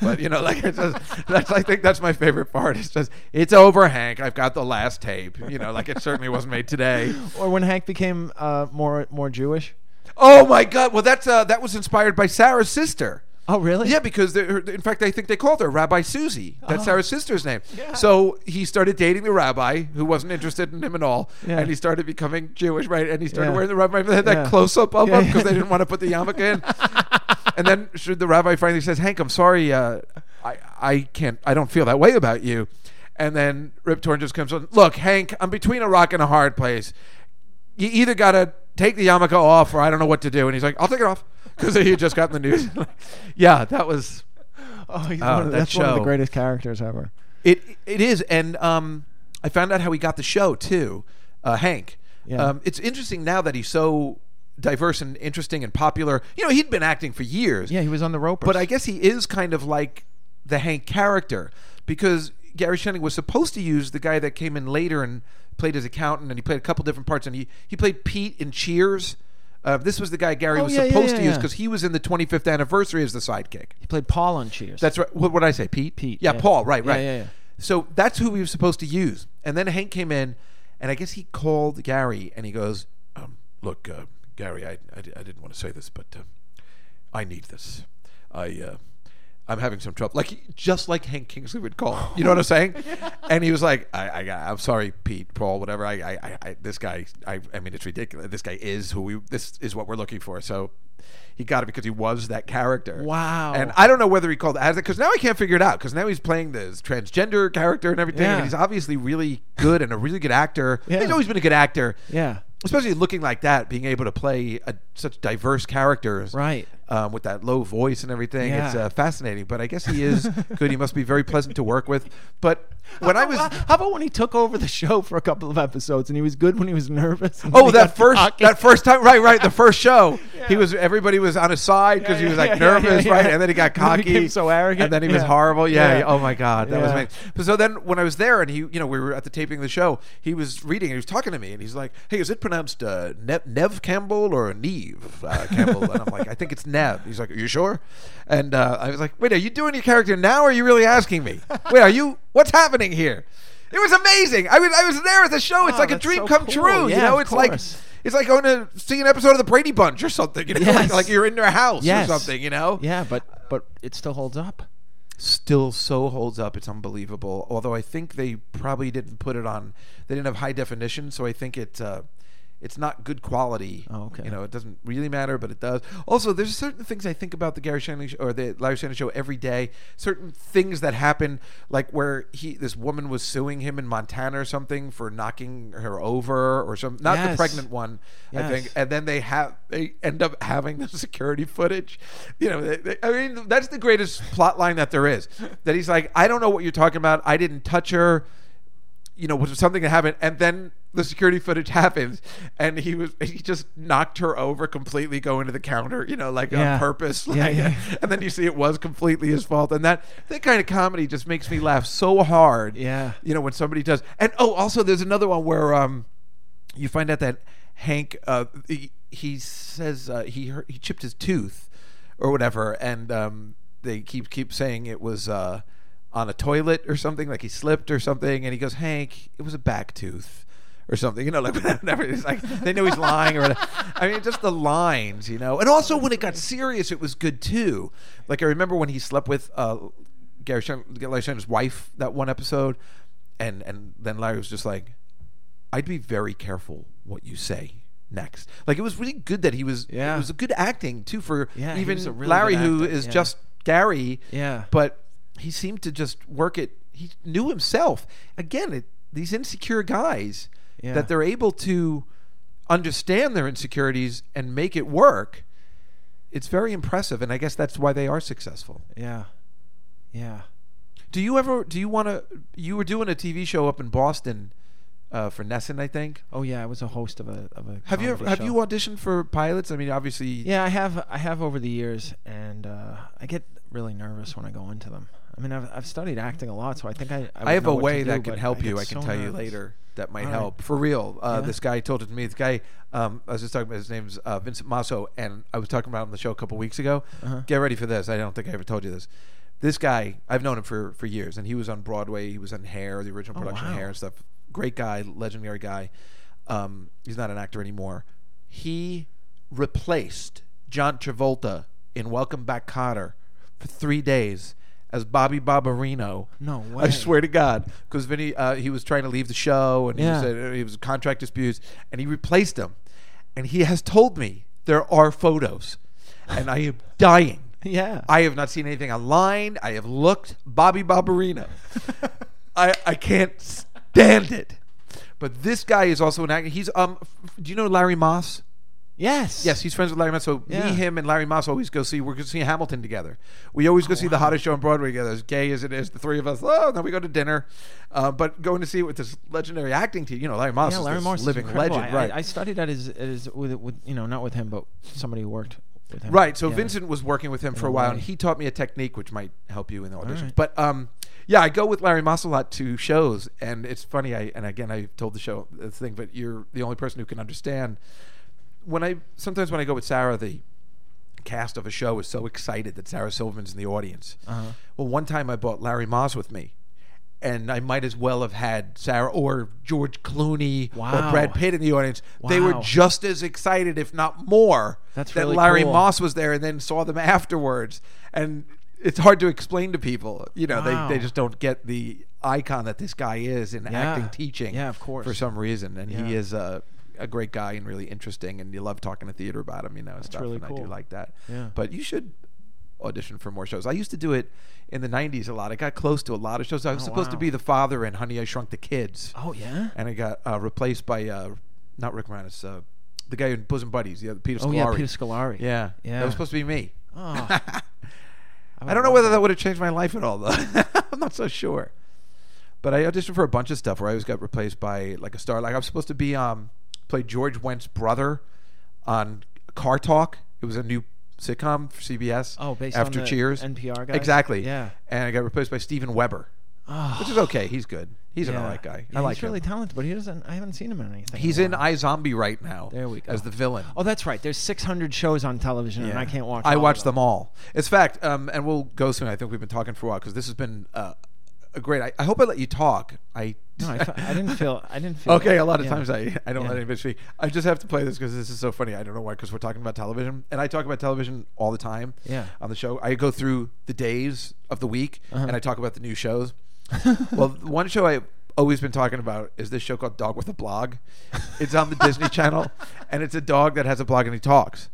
Speaker 2: but you know, like it's just, that's I think that's my favorite part. It's just it's over, Hank. I've got the last tape. You know, like it certainly wasn't made today.
Speaker 1: or when Hank became uh, more more Jewish.
Speaker 2: Oh my God! Well, that's uh, that was inspired by Sarah's sister.
Speaker 1: Oh really? Oh.
Speaker 2: Yeah, because they her- in fact, I think they called her Rabbi Susie. That's Sarah's sister's name.
Speaker 1: Yeah.
Speaker 2: So he started dating the rabbi, who wasn't interested in him at all,
Speaker 1: Yeah.
Speaker 2: and he started becoming Jewish, right? And he started
Speaker 1: Yeah.
Speaker 2: wearing the rabbi. They had that
Speaker 1: Yeah.
Speaker 2: close up of
Speaker 1: Yeah,
Speaker 2: him
Speaker 1: yeah.
Speaker 2: because they didn't want to put the yarmulke in. and then should the rabbi finally says, "Hank, I'm sorry, uh, I I can't, I don't feel that way about you." And then Rip Torn just comes on. Look, Hank, I'm between a rock and a hard place you either got to take the yarmulke off or I don't know what to do. And he's like, I'll take it off because he had just gotten the news. yeah, that was
Speaker 1: Oh, he's
Speaker 2: Oh,
Speaker 1: one of,
Speaker 2: that
Speaker 1: that's one of
Speaker 2: show.
Speaker 1: the greatest characters ever.
Speaker 2: it. It is, and um, I found out how he got the show too, uh, Hank.
Speaker 1: Yeah.
Speaker 2: Um, it's interesting now that he's so diverse and interesting and popular. You know, he'd been acting for years.
Speaker 1: Yeah, he was on the Ropers.
Speaker 2: But I guess he is kind of like the Hank character because Gary Shandling was supposed to use the guy that came in later and played his accountant, and he played a couple different parts, and he he played Pete in Cheers. Uh, this was the guy Gary
Speaker 1: Oh,
Speaker 2: was
Speaker 1: yeah, yeah,
Speaker 2: supposed
Speaker 1: yeah,
Speaker 2: to use
Speaker 1: yeah.
Speaker 2: because he was in the 25th anniversary as the sidekick.
Speaker 1: he played Paul on Cheers.
Speaker 2: That's right. What, what did I say? Pete?
Speaker 1: Pete,
Speaker 2: Yeah,
Speaker 1: yeah.
Speaker 2: Paul. Right,
Speaker 1: Yeah,
Speaker 2: right.
Speaker 1: yeah, yeah.
Speaker 2: So that's who we were supposed to use. And then Hank came in, and I guess he called Gary and he goes, um, Look, uh, Gary, I, I, di- I didn't want to say this, but uh, I need this. I. Uh, I'm having some trouble. Like just like Hank Kingsley would call. You know what I'm saying? And he was like, I, I, I'm sorry, Pete, Paul, whatever. I, I, I- I this guy. I, I mean, it's ridiculous. This guy is who we. This is what we're looking for. So he got it because he was that character.
Speaker 1: Wow.
Speaker 2: And I don't know whether he called as it because now I can't figure it out because now he's playing this transgender character and everything.
Speaker 1: Yeah.
Speaker 2: And he's obviously really good and a really good actor.
Speaker 1: Yeah.
Speaker 2: He's always been a good actor.
Speaker 1: Yeah.
Speaker 2: Especially looking like that, being able to play a, such diverse characters,
Speaker 1: Right.
Speaker 2: Um, with that low voice and everything, it's
Speaker 1: Yeah.
Speaker 2: uh, fascinating. But I guess he is good. He must be very pleasant to work with. But when I was,
Speaker 1: Well, how about when he took over the show for a couple of episodes and he was good when he was nervous? and then
Speaker 2: Oh,
Speaker 1: he
Speaker 2: that
Speaker 1: got
Speaker 2: first
Speaker 1: cocky?
Speaker 2: that first time, right, right, the first show. He was everybody was on his side because he was like
Speaker 1: yeah, yeah,
Speaker 2: nervous,
Speaker 1: yeah, yeah.
Speaker 2: right? And then he got
Speaker 1: And then he
Speaker 2: cocky,
Speaker 1: became so arrogant.
Speaker 2: and then he was
Speaker 1: Yeah.
Speaker 2: horrible. Yeah.
Speaker 1: Yeah.
Speaker 2: Oh my God, that was
Speaker 1: Yeah.
Speaker 2: amazing. But so then when I was there and he, you know, we were at the taping of the show, he was reading and he was talking to me and he's like, "Hey, is it pronounced uh, ne- Nev Campbell or Neve uh, Campbell?" and I'm like, "I think it's Nev." He's like, "Are you sure?" And uh, I was like, "Wait, are you doing your character now? or Are you really asking me? Wait, are you? What's happening here?" It was amazing. I was I was there at the show. It's
Speaker 1: Wow,
Speaker 2: like a
Speaker 1: that's
Speaker 2: dream
Speaker 1: so
Speaker 2: come
Speaker 1: cool.
Speaker 2: true. you
Speaker 1: Yeah,
Speaker 2: know,
Speaker 1: of
Speaker 2: it's like
Speaker 1: course.
Speaker 2: it's like going to see an episode of the Brady Bunch or something. You know, like,
Speaker 1: Yes.
Speaker 2: like you're in their house
Speaker 1: Yes.
Speaker 2: or something. You know,
Speaker 1: Yeah, but but it still holds up.
Speaker 2: still so holds up. It's unbelievable. Although I think they probably didn't put it on. They didn't have high definition, so I think it. Uh, it's not good quality.
Speaker 1: Oh, okay.
Speaker 2: You know, it doesn't really matter, but it does. Also, there's certain things I think about the Gary Shanley sh- or the Larry Shanley show every day. Certain things that happen, like where he, this woman was suing him in Montana or something for knocking her over or some, not the
Speaker 1: Yes.
Speaker 2: pregnant one, I
Speaker 1: Yes.
Speaker 2: think, and then they have they end up having the security footage. You know, they, they- I mean, that's the greatest plot line that there is. That he's like, I don't know what you're talking about. I didn't touch her. You know, was it something that happened, and then the security footage happens, and he was he just knocked her over completely, going to the counter. You know, like on
Speaker 1: Yeah.
Speaker 2: purpose.
Speaker 1: Yeah,
Speaker 2: like-
Speaker 1: yeah.
Speaker 2: And then you see it was completely his fault, and that that kind of comedy just makes me laugh so hard.
Speaker 1: Yeah.
Speaker 2: You know, when somebody does, and oh, also there's another one where um you find out that Hank uh, he, he says uh, he hurt, he chipped his tooth or whatever, and um, they keep keep saying it was uh, on a toilet or something, like he slipped or something, and he goes, Hank, it was a back tooth. Or something, you know, like whatever. It's like they know he's lying, or whatever. I mean, just the lines, you know. And also, when it got serious, it was good too. Like I remember when he slept with uh, Gary Shen, Larry Shen's wife that one episode, and and then Larry was just like, I'd be very careful what you say next. Like it was really good that he was.
Speaker 1: Yeah.
Speaker 2: It was a good acting too for
Speaker 1: Yeah, he
Speaker 2: even
Speaker 1: was a really
Speaker 2: Larry,
Speaker 1: good
Speaker 2: who
Speaker 1: actor,
Speaker 2: is
Speaker 1: yeah.
Speaker 2: just Gary.
Speaker 1: Yeah.
Speaker 2: But he seemed to just work it. He knew himself. Again, it, these insecure guys
Speaker 1: Yeah.
Speaker 2: that they're able to understand their insecurities and make it work. It's very impressive, and I guess that's why they are successful.
Speaker 1: Yeah. Yeah.
Speaker 2: Do you ever? Do you want to? You were doing a TV show up in Boston uh, for Nesson, I think.
Speaker 1: Oh yeah, I was a host of a of a.
Speaker 2: Have
Speaker 1: comedy
Speaker 2: you ever, have
Speaker 1: show.
Speaker 2: you auditioned for pilots? I mean, obviously,
Speaker 1: Yeah, I have. I have over the years, and uh, I get really nervous when I go into them. I mean, I've, I've studied acting a lot, so I think I. I, would
Speaker 2: I have
Speaker 1: know
Speaker 2: a
Speaker 1: what to
Speaker 2: way
Speaker 1: do,
Speaker 2: that can
Speaker 1: but
Speaker 2: help you.
Speaker 1: get
Speaker 2: I can
Speaker 1: so
Speaker 2: tell you
Speaker 1: nervous.
Speaker 2: later. That might
Speaker 1: All right.
Speaker 2: help for real. Uh,
Speaker 1: Yeah.
Speaker 2: This guy told it to me. This guy, um, I was just talking about his name's uh, Vincent Masso, and I was talking about him on the show a couple weeks ago.
Speaker 1: Uh-huh.
Speaker 2: Get ready for this. I don't think I ever told you this. This guy, I've known him for for years, and he was on Broadway. He was on Hair, the original production of
Speaker 1: Oh, wow.
Speaker 2: Hair and stuff. Great guy, legendary guy. Um, he's not an actor anymore. He replaced John Travolta in Welcome Back, Cotter, for three days as Bobby Barbarino.
Speaker 1: No
Speaker 2: I
Speaker 1: way.
Speaker 2: swear to God, because Vinny, uh, he was trying to leave the show, and
Speaker 1: Yeah.
Speaker 2: he said it was contract disputes, and he replaced him. And he has told me there are photos, and I am dying.
Speaker 1: Yeah.
Speaker 2: I have not seen anything online. I have looked. Bobby Barberino. I I can't stand it. But this guy is also an actor. He's um. f- Do you know Larry Moss?
Speaker 1: yes.
Speaker 2: Yes, he's friends with Larry Moss. So
Speaker 1: Yeah.
Speaker 2: me, him, and Larry Moss always go see. We're going to see Hamilton together. We always go see the hottest show on Broadway together. As gay as it is, the three of us. Oh, then we go to dinner. Uh, but going to see it with this legendary acting team. You know, Larry Moss
Speaker 1: Yeah,
Speaker 2: is
Speaker 1: Larry
Speaker 2: this
Speaker 1: Morris is
Speaker 2: living
Speaker 1: incredible.
Speaker 2: legend,
Speaker 1: I, I-
Speaker 2: right?
Speaker 1: I, studied at his, at his with, with you know not with him, but somebody who worked with him.
Speaker 2: Right. So
Speaker 1: Yeah.
Speaker 2: Vincent was working with him for a
Speaker 1: a
Speaker 2: while,
Speaker 1: way.
Speaker 2: and he taught me a technique which might help you in the audition.
Speaker 1: right.
Speaker 2: But um, yeah, I go with Larry Moss a lot to shows, and it's funny. I and again, I told the show the thing, but you're the only person who can understand. When I sometimes when I go with Sarah, the cast of a show is so excited that Sarah Silverman's in the audience.
Speaker 1: Uh-huh.
Speaker 2: Well, one time I bought Larry Moss with me. And I might as well have had Sarah or George Clooney or
Speaker 1: Wow.
Speaker 2: Brad Pitt in the audience. They were
Speaker 1: Wow.
Speaker 2: just as excited, if not more,
Speaker 1: That's
Speaker 2: that
Speaker 1: really
Speaker 2: Larry
Speaker 1: cool.
Speaker 2: Moss was there and then saw them afterwards. And it's hard to explain to people. You know,
Speaker 1: Wow.
Speaker 2: they, they just don't get the icon that this guy is in acting teaching.
Speaker 1: Yeah, of course.
Speaker 2: For some reason, and he
Speaker 1: Yeah.
Speaker 2: is a a great guy and really interesting, and you love talking to theater about him. You know, and stuff.
Speaker 1: really
Speaker 2: and I
Speaker 1: cool.
Speaker 2: do like that.
Speaker 1: Yeah.
Speaker 2: But you should audition for more shows. I used to do it in the '90s a lot. I got close to a lot of shows. I was supposed
Speaker 1: Oh,
Speaker 2: to
Speaker 1: wow.
Speaker 2: be the father in Honey I Shrunk the Kids
Speaker 1: Oh yeah.
Speaker 2: and it got uh, replaced by uh, not Rick Moranis, uh, the guy in Bosom Buddies, yeah, Peter Scolari.
Speaker 1: Oh yeah, Peter Scolari.
Speaker 2: Yeah,
Speaker 1: Yeah.
Speaker 2: That was supposed to be me.
Speaker 1: Oh.
Speaker 2: I don't know whether that would have changed my life at all, though. I'm not so sure. But I auditioned for a bunch of stuff where I always got replaced by like a star. Like I was supposed to be um play George Wendt's brother on Car Talk. It was a new sitcom for CBS.
Speaker 1: Oh, based
Speaker 2: after
Speaker 1: on the
Speaker 2: Cheers,
Speaker 1: NPR guys?
Speaker 2: Exactly.
Speaker 1: Yeah.
Speaker 2: And I got replaced by Steven Weber, which is okay. He's good. He's an alright guy.
Speaker 1: Ah. Yeah,
Speaker 2: I like
Speaker 1: he's
Speaker 2: him.
Speaker 1: really talented, but he doesn't. I haven't seen him in anything.
Speaker 2: He's
Speaker 1: a
Speaker 2: in
Speaker 1: while.
Speaker 2: iZombie right now.
Speaker 1: There we go.
Speaker 2: As the villain.
Speaker 1: Oh, that's right. There's 600 shows on television, and I can't watch.
Speaker 2: I
Speaker 1: all of
Speaker 2: watch them all. It's fact, um, and we'll go soon. I think we've been talking for a while because this has been uh, a great. I, I hope I let you talk. I
Speaker 1: No, I, fe- I didn't feel. I didn't feel.
Speaker 2: Okay, a lot of
Speaker 1: yeah.
Speaker 2: times I, I don't
Speaker 1: Yeah.
Speaker 2: let anybody speak. I just have to play this because this is so funny. I don't know why, because we're talking about television, and I talk about television all the time.
Speaker 1: Yeah. Uh-huh.
Speaker 2: On the show, I go through the days of the week, and I talk about the new shows. well, the one show I've always been talking about is this show called Dog with a Blog. It's on the Disney Channel, and it's a dog that has a blog and he talks.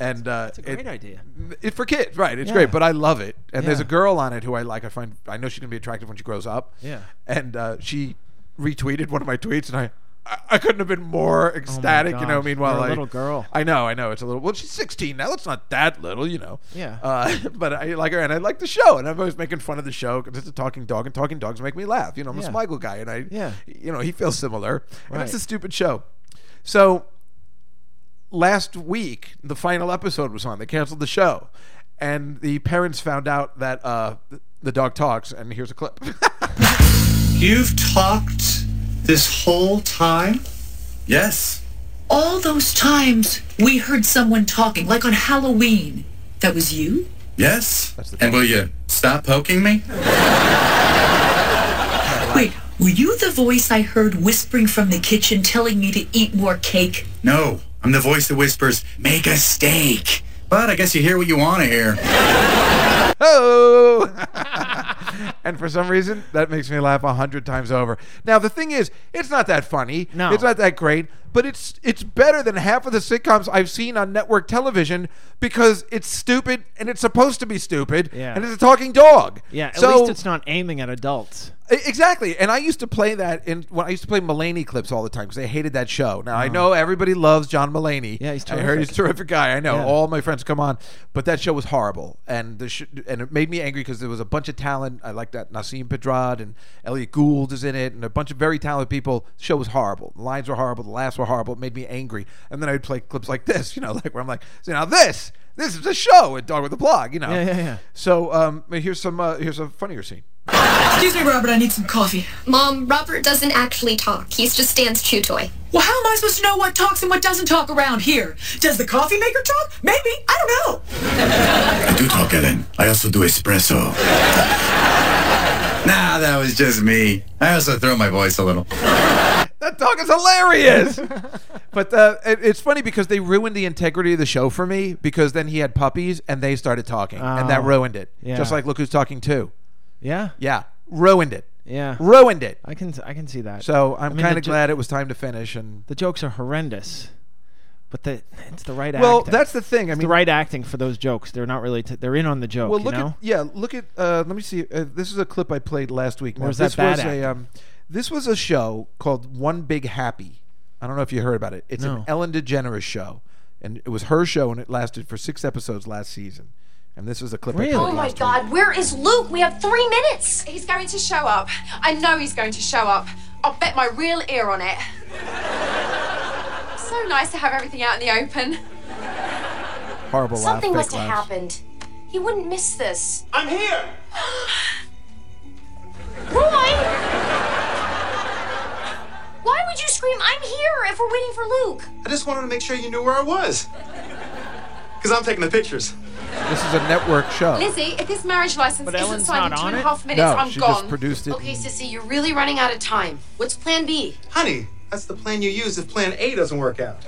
Speaker 2: And that's, uh,
Speaker 1: Oh, a great idea.
Speaker 2: It for kids, right? It's
Speaker 1: Yeah.
Speaker 2: great, but I love it. And there's a
Speaker 1: Yeah.
Speaker 2: girl on it who I like. I find I know she's gonna be attractive when she grows up.
Speaker 1: Yeah.
Speaker 2: And uh, she retweeted one of my tweets, and I, I, I couldn't have been more ecstatic. you know,
Speaker 1: Oh gosh,
Speaker 2: meanwhile,
Speaker 1: you're a
Speaker 2: I-
Speaker 1: little girl.
Speaker 2: I know, I know. It's a little. Well, she's 16 now. It's not that little, you know.
Speaker 1: Yeah.
Speaker 2: Uh, but I like her, and I like the show, and I'm always making fun of the show because it's a talking dog, and talking dogs make me laugh. You know, I'm
Speaker 1: Yeah.
Speaker 2: a Smigel guy, and I,
Speaker 1: Yeah.
Speaker 2: you know, he feels similar. And it's
Speaker 1: Right.
Speaker 2: a stupid show. So last week the final episode was on they canceled the show and the parents found out that uh, th- the dog talks and here's a clip
Speaker 7: You've talked this whole time?
Speaker 3: Yes.
Speaker 8: all those times we heard someone talking, like on Halloween. That was you?
Speaker 3: Yes.
Speaker 2: the
Speaker 3: and will you stop poking me?
Speaker 8: Wait, were you the voice I heard whispering from the kitchen telling me to eat more cake?
Speaker 3: No. I'm the voice that whispers, make a steak. But I guess you hear what you want to hear.
Speaker 2: oh and for some reason that makes me laugh a hundred times over now the thing is it's not that funny
Speaker 1: No.
Speaker 2: it's not that great but it's it's better than half of the sitcoms i've seen on network television because it's stupid and it's supposed to be stupid
Speaker 1: Yeah.
Speaker 2: and it's a talking dog
Speaker 1: Yeah. At
Speaker 2: so
Speaker 1: least it's not aiming at adults.
Speaker 2: E- Exactly, and I used to play that in when I used to play Mulaney clips all the time because I hated that show. Now I know everybody loves John Mulaney.
Speaker 1: Uh-huh. Yeah, he's
Speaker 2: I heard he's a
Speaker 1: terrific.
Speaker 2: terrific guy. I know
Speaker 1: Yeah.
Speaker 2: all my friends come on, but that show was horrible, and the sh- and it made me angry because there was a bunch of talent. I like that Nassim Pedrad and Elliot Gould is in it, and a bunch of very talented people. The show was horrible. The lines were horrible. The laughs were horrible. It made me angry, and then I would play clips like this, you know, like where I'm like, "See now this." This is a show at Dog with a Blog, you know.
Speaker 1: Yeah, yeah, yeah.
Speaker 2: So um, here's some uh, here's a funnier scene.
Speaker 8: Excuse me, Robert, I need some coffee.
Speaker 9: Mom, Robert doesn't actually talk. He's just Stan's chew toy.
Speaker 8: Well, how am I supposed to know what talks and what doesn't talk around here? Does the coffee maker talk? Maybe. I don't know.
Speaker 3: I do talk, Ellen. I also do espresso. nah, that was just me. I also throw my voice a little.
Speaker 2: That dog is hilarious. but uh, it, it's funny because they ruined the integrity of the show for me because then he had puppies and they started talking and that
Speaker 1: Oh,
Speaker 2: ruined it.
Speaker 1: yeah.
Speaker 2: Just like look who's talking too.
Speaker 1: Yeah.
Speaker 2: Yeah, ruined it.
Speaker 1: Yeah.
Speaker 2: Ruined it.
Speaker 1: I can. I can see that.
Speaker 2: So I'm
Speaker 1: I mean,
Speaker 2: kind
Speaker 1: the
Speaker 2: of
Speaker 1: jo-
Speaker 2: glad it was time to finish. And
Speaker 1: the jokes are horrendous, but the, it's the right.
Speaker 2: well,
Speaker 1: acting.
Speaker 2: that's the thing. I
Speaker 1: It's
Speaker 2: mean,
Speaker 1: the right acting for those jokes. They're not really. T- they're in on the joke.
Speaker 2: Well, look
Speaker 1: you know?
Speaker 2: at yeah, look at. Uh, let me see. Uh, this is a clip I played last week. Now,
Speaker 1: Or is that
Speaker 2: this
Speaker 1: bad
Speaker 2: was
Speaker 1: acting?
Speaker 2: a um, this was a show called One Big Happy. I don't know if you heard about it. It's an
Speaker 1: No.
Speaker 2: Ellen DeGeneres show, and it was her show, and it lasted for six episodes last season. And this was a clip. I played
Speaker 1: Really? Oh
Speaker 2: last week.
Speaker 9: where is Luke? We have three minutes.
Speaker 10: He's going to show up. I know he's going to show up. I'll bet my real ear on it. so nice to have everything out in the open.
Speaker 2: Horrible. laugh,
Speaker 9: Something
Speaker 2: fake
Speaker 9: must have
Speaker 2: laughs.
Speaker 9: happened. He wouldn't miss this.
Speaker 7: I'm here!
Speaker 9: Roy! Why would you scream, I'm here, if we're waiting for Luke?
Speaker 7: I just wanted to make sure you knew where I was. Because I'm taking the pictures.
Speaker 2: This is a network show.
Speaker 10: Lizzie, if this marriage license
Speaker 1: But
Speaker 10: isn't
Speaker 1: Ellen's
Speaker 10: signed
Speaker 1: not
Speaker 10: in two
Speaker 1: on
Speaker 10: and a
Speaker 1: it?
Speaker 10: half minutes,
Speaker 2: no,
Speaker 10: I'm
Speaker 2: she
Speaker 10: gone.
Speaker 2: just produced it.
Speaker 9: Okay, Sissy, you're really running out of time. What's plan B?
Speaker 7: Honey, that's the plan you use if plan A doesn't work out.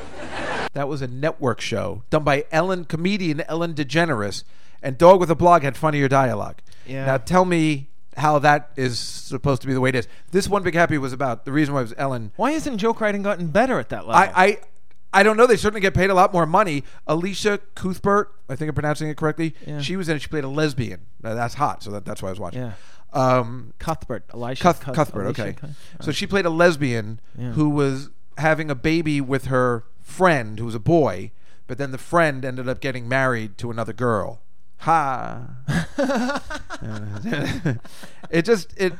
Speaker 2: That was a network show done by Ellen comedian Ellen DeGeneres, and Dog with a Blog had funnier dialogue.
Speaker 1: Yeah.
Speaker 2: Now tell me how that is supposed to be the way it is. This one big happy was about the reason why it was Ellen.
Speaker 1: Why isn't joke writing gotten better at that level?
Speaker 2: I, I I don't know. They certainly get paid a lot more money. Alicia Cuthbert, I think I'm pronouncing it correctly.
Speaker 1: Yeah.
Speaker 2: She was in it. She played a lesbian. Now, that's hot. So that, that's why I was watching.
Speaker 1: Yeah.
Speaker 2: Um,
Speaker 1: Cuthbert, Elisha
Speaker 2: Cuth-
Speaker 1: Cuth-
Speaker 2: Cuthbert.
Speaker 1: Alicia
Speaker 2: okay.
Speaker 1: Cuth-
Speaker 2: So she played a lesbian
Speaker 1: Yeah.
Speaker 2: who was having a baby with her friend, who was a boy, but then the friend ended up getting married to another girl. Ha! it just it.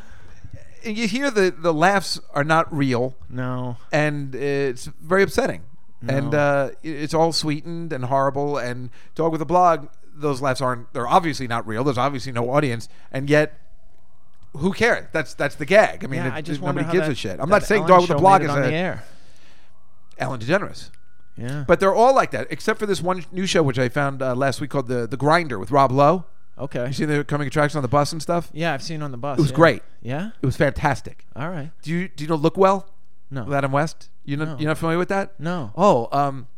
Speaker 2: You hear the the laughs are not real
Speaker 1: no.
Speaker 2: and it's very upsetting. And uh, it- it's all sweetened and horrible. And Dog with a Blog, those laughs aren't. They're obviously not real. There's obviously no audience, and yet. Who cares? That's that's the gag. I mean,
Speaker 1: yeah,
Speaker 2: it-
Speaker 1: I just wonder
Speaker 2: nobody
Speaker 1: how
Speaker 2: gives
Speaker 1: that,
Speaker 2: a shit. I'm
Speaker 1: that
Speaker 2: not saying
Speaker 1: Ellen
Speaker 2: Dog with a
Speaker 1: show
Speaker 2: Blog
Speaker 1: made
Speaker 2: is
Speaker 1: it on the
Speaker 2: a
Speaker 1: air.
Speaker 2: Ellen DeGeneres,
Speaker 1: Yeah.
Speaker 2: but they're all like that, except for this one new show which I found uh, last week called the the Grinder with Rob Lowe.
Speaker 1: okay.
Speaker 2: You see the coming attraction on the bus and stuff.
Speaker 1: yeah, I've seen on the bus.
Speaker 2: It was
Speaker 1: yeah.
Speaker 2: great.
Speaker 1: Yeah.
Speaker 2: It was fantastic.
Speaker 1: All right.
Speaker 2: Do you do you know Look Well?
Speaker 1: No.
Speaker 2: With Adam West? You know,
Speaker 1: No.
Speaker 2: you're not familiar with that?
Speaker 1: No.
Speaker 2: Oh, um,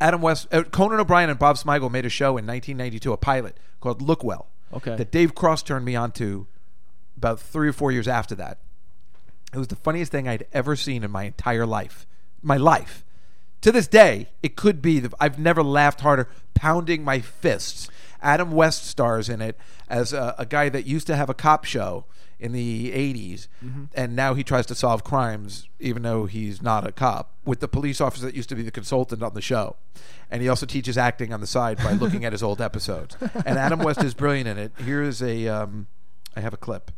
Speaker 2: Adam West, uh, Conan O'Brien and Bob Smigel made a show in 1992, a pilot called Look Well.
Speaker 1: Okay.
Speaker 2: That Dave Cross turned me on to about three or four years after that. It was the funniest thing I'd ever seen in my entire life. My life. To this day, it could be the I've never laughed harder, pounding my fists. Adam West stars in it as a, a guy that used to have a cop show in the 80s, and now he tries to solve crimes, even though he's not a cop, with the police officer that used to be the consultant on the show. And he also teaches acting on the side by looking at his old episodes. And Adam West is brilliant in it. Here is a, um, I have a clip.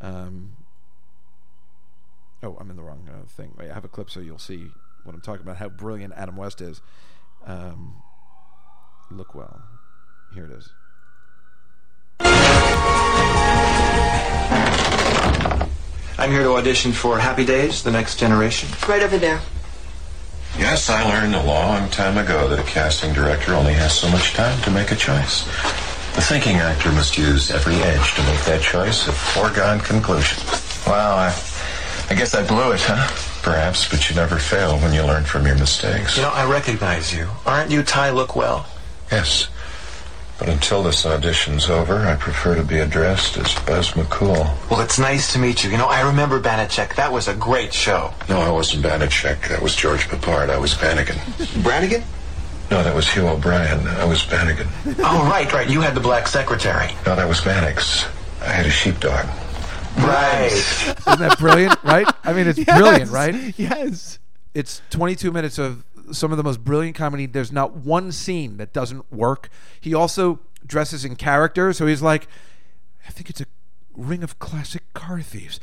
Speaker 2: Um, Oh, I'm in the wrong uh, thing. Wait, I have a clip so you'll see what I'm talking about. How brilliant Adam West is. Um, look well. Here it is.
Speaker 11: I'm here to audition for Happy Days, The Next Generation.
Speaker 12: Right over there.
Speaker 6: Yes, I learned a long time ago that a casting director only has so much time to make a choice. The thinking actor must use every edge to make that choice a foregone conclusion. Wow, I, I guess I blew it, huh? Perhaps, but you never fail when you learn from your mistakes.
Speaker 11: You know, I recognize you. Aren't you Ty Lookwell?
Speaker 6: Yes. But until this audition's over, I prefer to be addressed as Buzz McCool.
Speaker 11: Well, it's nice to meet you. You know, I remember Banachek. That was a great show.
Speaker 6: No, I wasn't Banachek. That was George Papard. I was Bannigan.
Speaker 11: Brannigan?
Speaker 6: No, that was Hugh O'Brien. I was Bannigan.
Speaker 11: oh, right, right. You had the black secretary.
Speaker 6: No, that was Mannix. I had a sheepdog.
Speaker 11: Right.
Speaker 2: Isn't that brilliant, right? I mean, it's brilliant, right?
Speaker 1: Yes.
Speaker 2: It's 22 minutes of some of the most brilliant comedy. There's not one scene that doesn't work. He also dresses in character, so he's like, I think it's a ring of classic car thieves.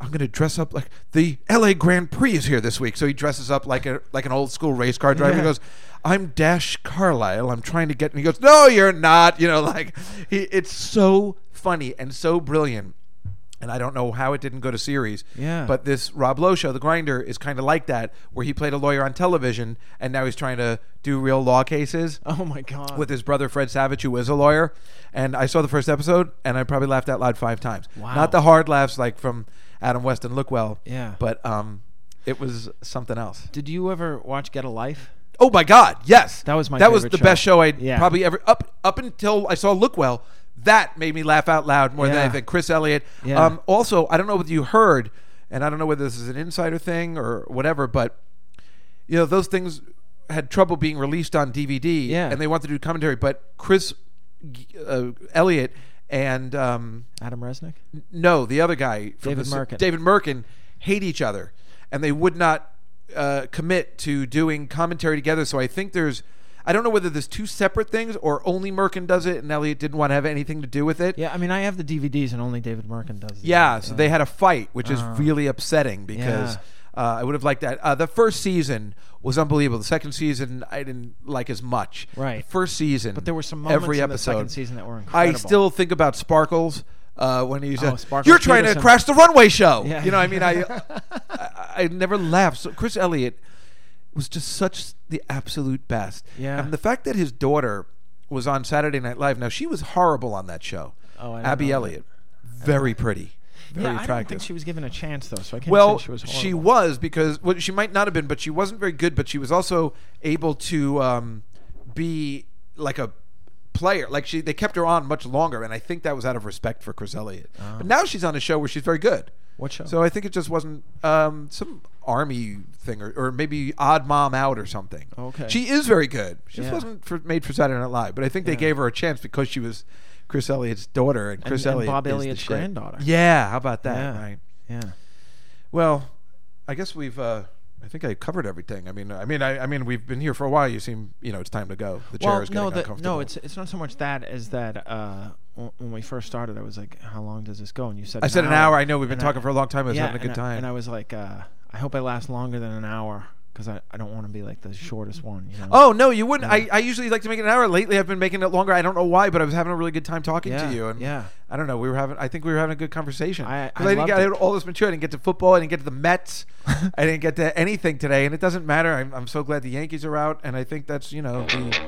Speaker 2: I'm gonna dress up like the L.A. Grand Prix is here this week, so he dresses up like a like an old school race car driver. He
Speaker 1: Yeah.
Speaker 2: goes, "I'm Dash Carlisle. I'm trying to get." And he goes, "No, you're not." You know, like he, it's so funny and so brilliant. And I don't know how it didn't go to series.
Speaker 1: Yeah.
Speaker 2: But this Rob Lowe show, The Grinder, is kind of like that, where he played a lawyer on television, and now he's trying to do real law cases
Speaker 1: Oh my God.
Speaker 2: with his brother Fred Savage, who is a lawyer. And I saw the first episode, and I probably laughed out loud five times.
Speaker 1: Wow.
Speaker 2: Not the hard laughs like from Adam West and Lookwell.
Speaker 1: Yeah.
Speaker 2: But um, it was something else.
Speaker 1: Did you ever watch Get a Life?
Speaker 2: Oh my God! Yes,
Speaker 1: That was my
Speaker 2: that was
Speaker 1: favorite
Speaker 2: the
Speaker 1: show.
Speaker 2: best show I would
Speaker 1: Yeah.
Speaker 2: probably ever up up until I saw Lookwell. That made me laugh out loud more than
Speaker 1: Yeah.
Speaker 2: anything. Chris Elliott.
Speaker 1: Yeah.
Speaker 2: Um, also, I don't know whether you heard, and I don't know whether this is an insider thing or whatever, but you know those things had trouble being released on DVD,
Speaker 1: Yeah.
Speaker 2: and they wanted to do commentary, but Chris uh, Elliott and um,
Speaker 1: Adam Resnick?
Speaker 2: no, the other guy, from
Speaker 1: David
Speaker 2: the-
Speaker 1: Merkin.
Speaker 2: David Merkin, hate each other, and they would not uh, commit to doing commentary together. So I think there's, I don't know whether there's two separate things or only Merkin does it, and Elliot didn't want to have anything to do with it.
Speaker 1: Yeah, I mean, I have the DVDs and only David Merkin does it.
Speaker 2: Yeah, so they had a fight, which is
Speaker 1: Uh-huh.
Speaker 2: really upsetting because uh, I would have liked that. Uh, the first season was unbelievable. The second season I didn't like as much.
Speaker 1: Right.
Speaker 2: The first season, but
Speaker 1: there were some moments
Speaker 2: every
Speaker 1: in the
Speaker 2: episode.
Speaker 1: second season that were
Speaker 2: I
Speaker 1: incredible.
Speaker 2: still think about Sparkles. Uh, when he's
Speaker 1: Oh,
Speaker 2: uh,
Speaker 1: Sparkles
Speaker 2: you're trying to
Speaker 1: Peterson.
Speaker 2: crash the runway show.
Speaker 1: Yeah.
Speaker 2: You know, I mean, I, I I never laughed. So Chris Elliott was just such the absolute best.
Speaker 1: Yeah.
Speaker 2: and the fact that his daughter was on Saturday Night Live. Now she was horrible on that show.
Speaker 1: Oh, I don't
Speaker 2: Abby
Speaker 1: know.
Speaker 2: Elliott, very pretty, very
Speaker 1: yeah, I
Speaker 2: attractive.
Speaker 1: don't think she was given a chance though, so I can't
Speaker 2: Well,
Speaker 1: say she was.
Speaker 2: she
Speaker 1: horrible.
Speaker 2: was because well, she might not have been, but she wasn't very good. But she was also able to um, be like a player. Like she, they kept her on much longer, and I think that was out of respect for Chris Elliott. But now she's on a show where she's very good.
Speaker 1: Oh. What show?
Speaker 2: So I think it just wasn't um, some army thing, or, or maybe Odd Mom Out or something.
Speaker 1: Okay.
Speaker 2: She is very good. She just
Speaker 1: Yeah.
Speaker 2: wasn't for, made for Saturday Night Live, but I think they gave her a chance because she was Chris Elliott's daughter, and Chris
Speaker 1: and
Speaker 2: Elliott
Speaker 1: Bob
Speaker 2: is the
Speaker 1: Elliott's
Speaker 2: shit.
Speaker 1: granddaughter.
Speaker 2: Yeah, how about that?
Speaker 1: Yeah.
Speaker 2: Right.
Speaker 1: Yeah.
Speaker 2: Well, I guess we've. Uh, I think I covered everything. I mean, I mean, I, I mean, we've been here for a while. You seem, you know, it's time to go. The chair
Speaker 1: well,
Speaker 2: is getting
Speaker 1: no, the-
Speaker 2: uncomfortable.
Speaker 1: no, it's it's not so much that as that. Uh, w- when we first started, I was like, "How long does this go?" And you said,
Speaker 2: I said an hour. I know, we've been talking for a long time. I was
Speaker 1: yeah,
Speaker 2: having a good
Speaker 1: and
Speaker 2: time.
Speaker 1: and I was like, uh, "I hope I last longer than an hour because I, I don't want to be like the shortest one." You know?
Speaker 2: Oh no, you wouldn't.
Speaker 1: Yeah.
Speaker 2: I, I usually like to make it an hour. Lately, I've been making it longer. I don't know why, but I was having a really good time talking
Speaker 1: Yeah,
Speaker 2: to you. And
Speaker 1: yeah.
Speaker 2: I don't know. We were having. I think we were having a good conversation.
Speaker 1: I-
Speaker 2: 'Cause
Speaker 1: I
Speaker 2: didn't
Speaker 1: loved
Speaker 2: get I had
Speaker 1: it.
Speaker 2: all this material. I didn't get to football. I didn't get to the Mets. I didn't get to anything today, and it doesn't matter. I'm, I'm so glad the Yankees are out, and I think that's you know the.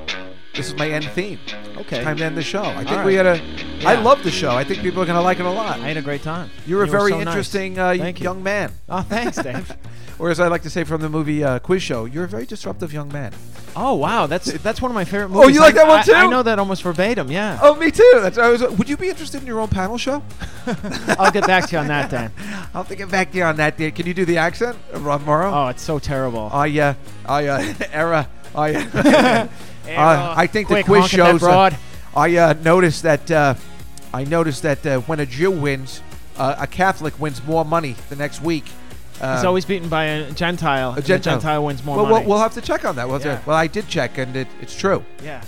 Speaker 2: This is my end theme.
Speaker 1: Okay.
Speaker 2: Time to end the show. I think
Speaker 1: All
Speaker 2: we had
Speaker 1: right.
Speaker 2: a. I
Speaker 1: Yeah.
Speaker 2: love the show. I think people are going to like it a lot.
Speaker 1: I had a great time.
Speaker 2: You're a
Speaker 1: You were
Speaker 2: very
Speaker 1: so nice.
Speaker 2: interesting uh,
Speaker 1: Thank you.
Speaker 2: young man.
Speaker 1: Oh, thanks, Dave.
Speaker 2: Or as I like to say from the movie uh, Quiz Show, you're a very disruptive young man.
Speaker 1: oh wow, that's that's one of my favorite
Speaker 2: Oh,
Speaker 1: movies.
Speaker 2: you like
Speaker 1: I-
Speaker 2: that one
Speaker 1: I-
Speaker 2: too?
Speaker 1: I know that almost verbatim. Yeah.
Speaker 2: Oh, me too. That's I was. Would you be interested in your own panel show?
Speaker 1: I'll get back to you on that, Dan.
Speaker 2: I'll have to get back to you on that. Dan. Can you do the accent, of Rob Morrow?
Speaker 1: Oh, it's so terrible.
Speaker 2: I, uh, I, uh, era, I, uh, uh, I think the
Speaker 1: Quick,
Speaker 2: quiz
Speaker 1: honk at that
Speaker 2: shows. uh,
Speaker 1: broad.
Speaker 2: I uh, noticed that. Uh, I noticed that uh, when a Jew wins, uh, a Catholic wins more money the next week. Uh,
Speaker 1: He's always beaten by a Gentile. and
Speaker 2: a
Speaker 1: the
Speaker 2: Gentile.
Speaker 1: Gentile wins more
Speaker 2: well,
Speaker 1: money.
Speaker 2: We'll, we'll have to check on that. We'll, have to-
Speaker 1: Yeah.
Speaker 2: well I did check, and it, it's true.
Speaker 1: yeah.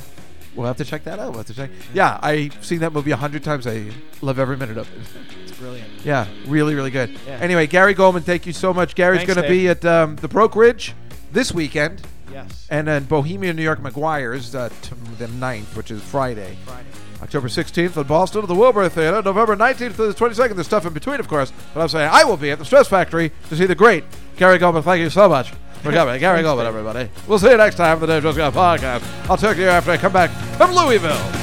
Speaker 2: We'll have to check that out. We'll have to check. Yeah, I've seen that movie a hundred times. I love every minute of it.
Speaker 1: It's brilliant.
Speaker 2: Yeah, really, really good.
Speaker 1: Yeah.
Speaker 2: Anyway, Gary Goldman, thank you so much. Gary's
Speaker 1: Thanks,
Speaker 2: going to
Speaker 1: Dave.
Speaker 2: be at um, the Brokerage this weekend.
Speaker 1: Yes.
Speaker 2: And then Bohemian New York McGuire's uh, t- the 9th, which is Friday.
Speaker 1: Friday.
Speaker 2: October 16th at Boston at the Wilbur Theater. November 19th through the 22nd. There's stuff in between, of course. But I'm saying I will be at the Stress Factory to see the great Gary Goldman. Thank you so much for coming. Gary Goldman, everybody. We'll see you next time on the Dave Just Got Podcast. I'll talk to you after I come back from Louisville.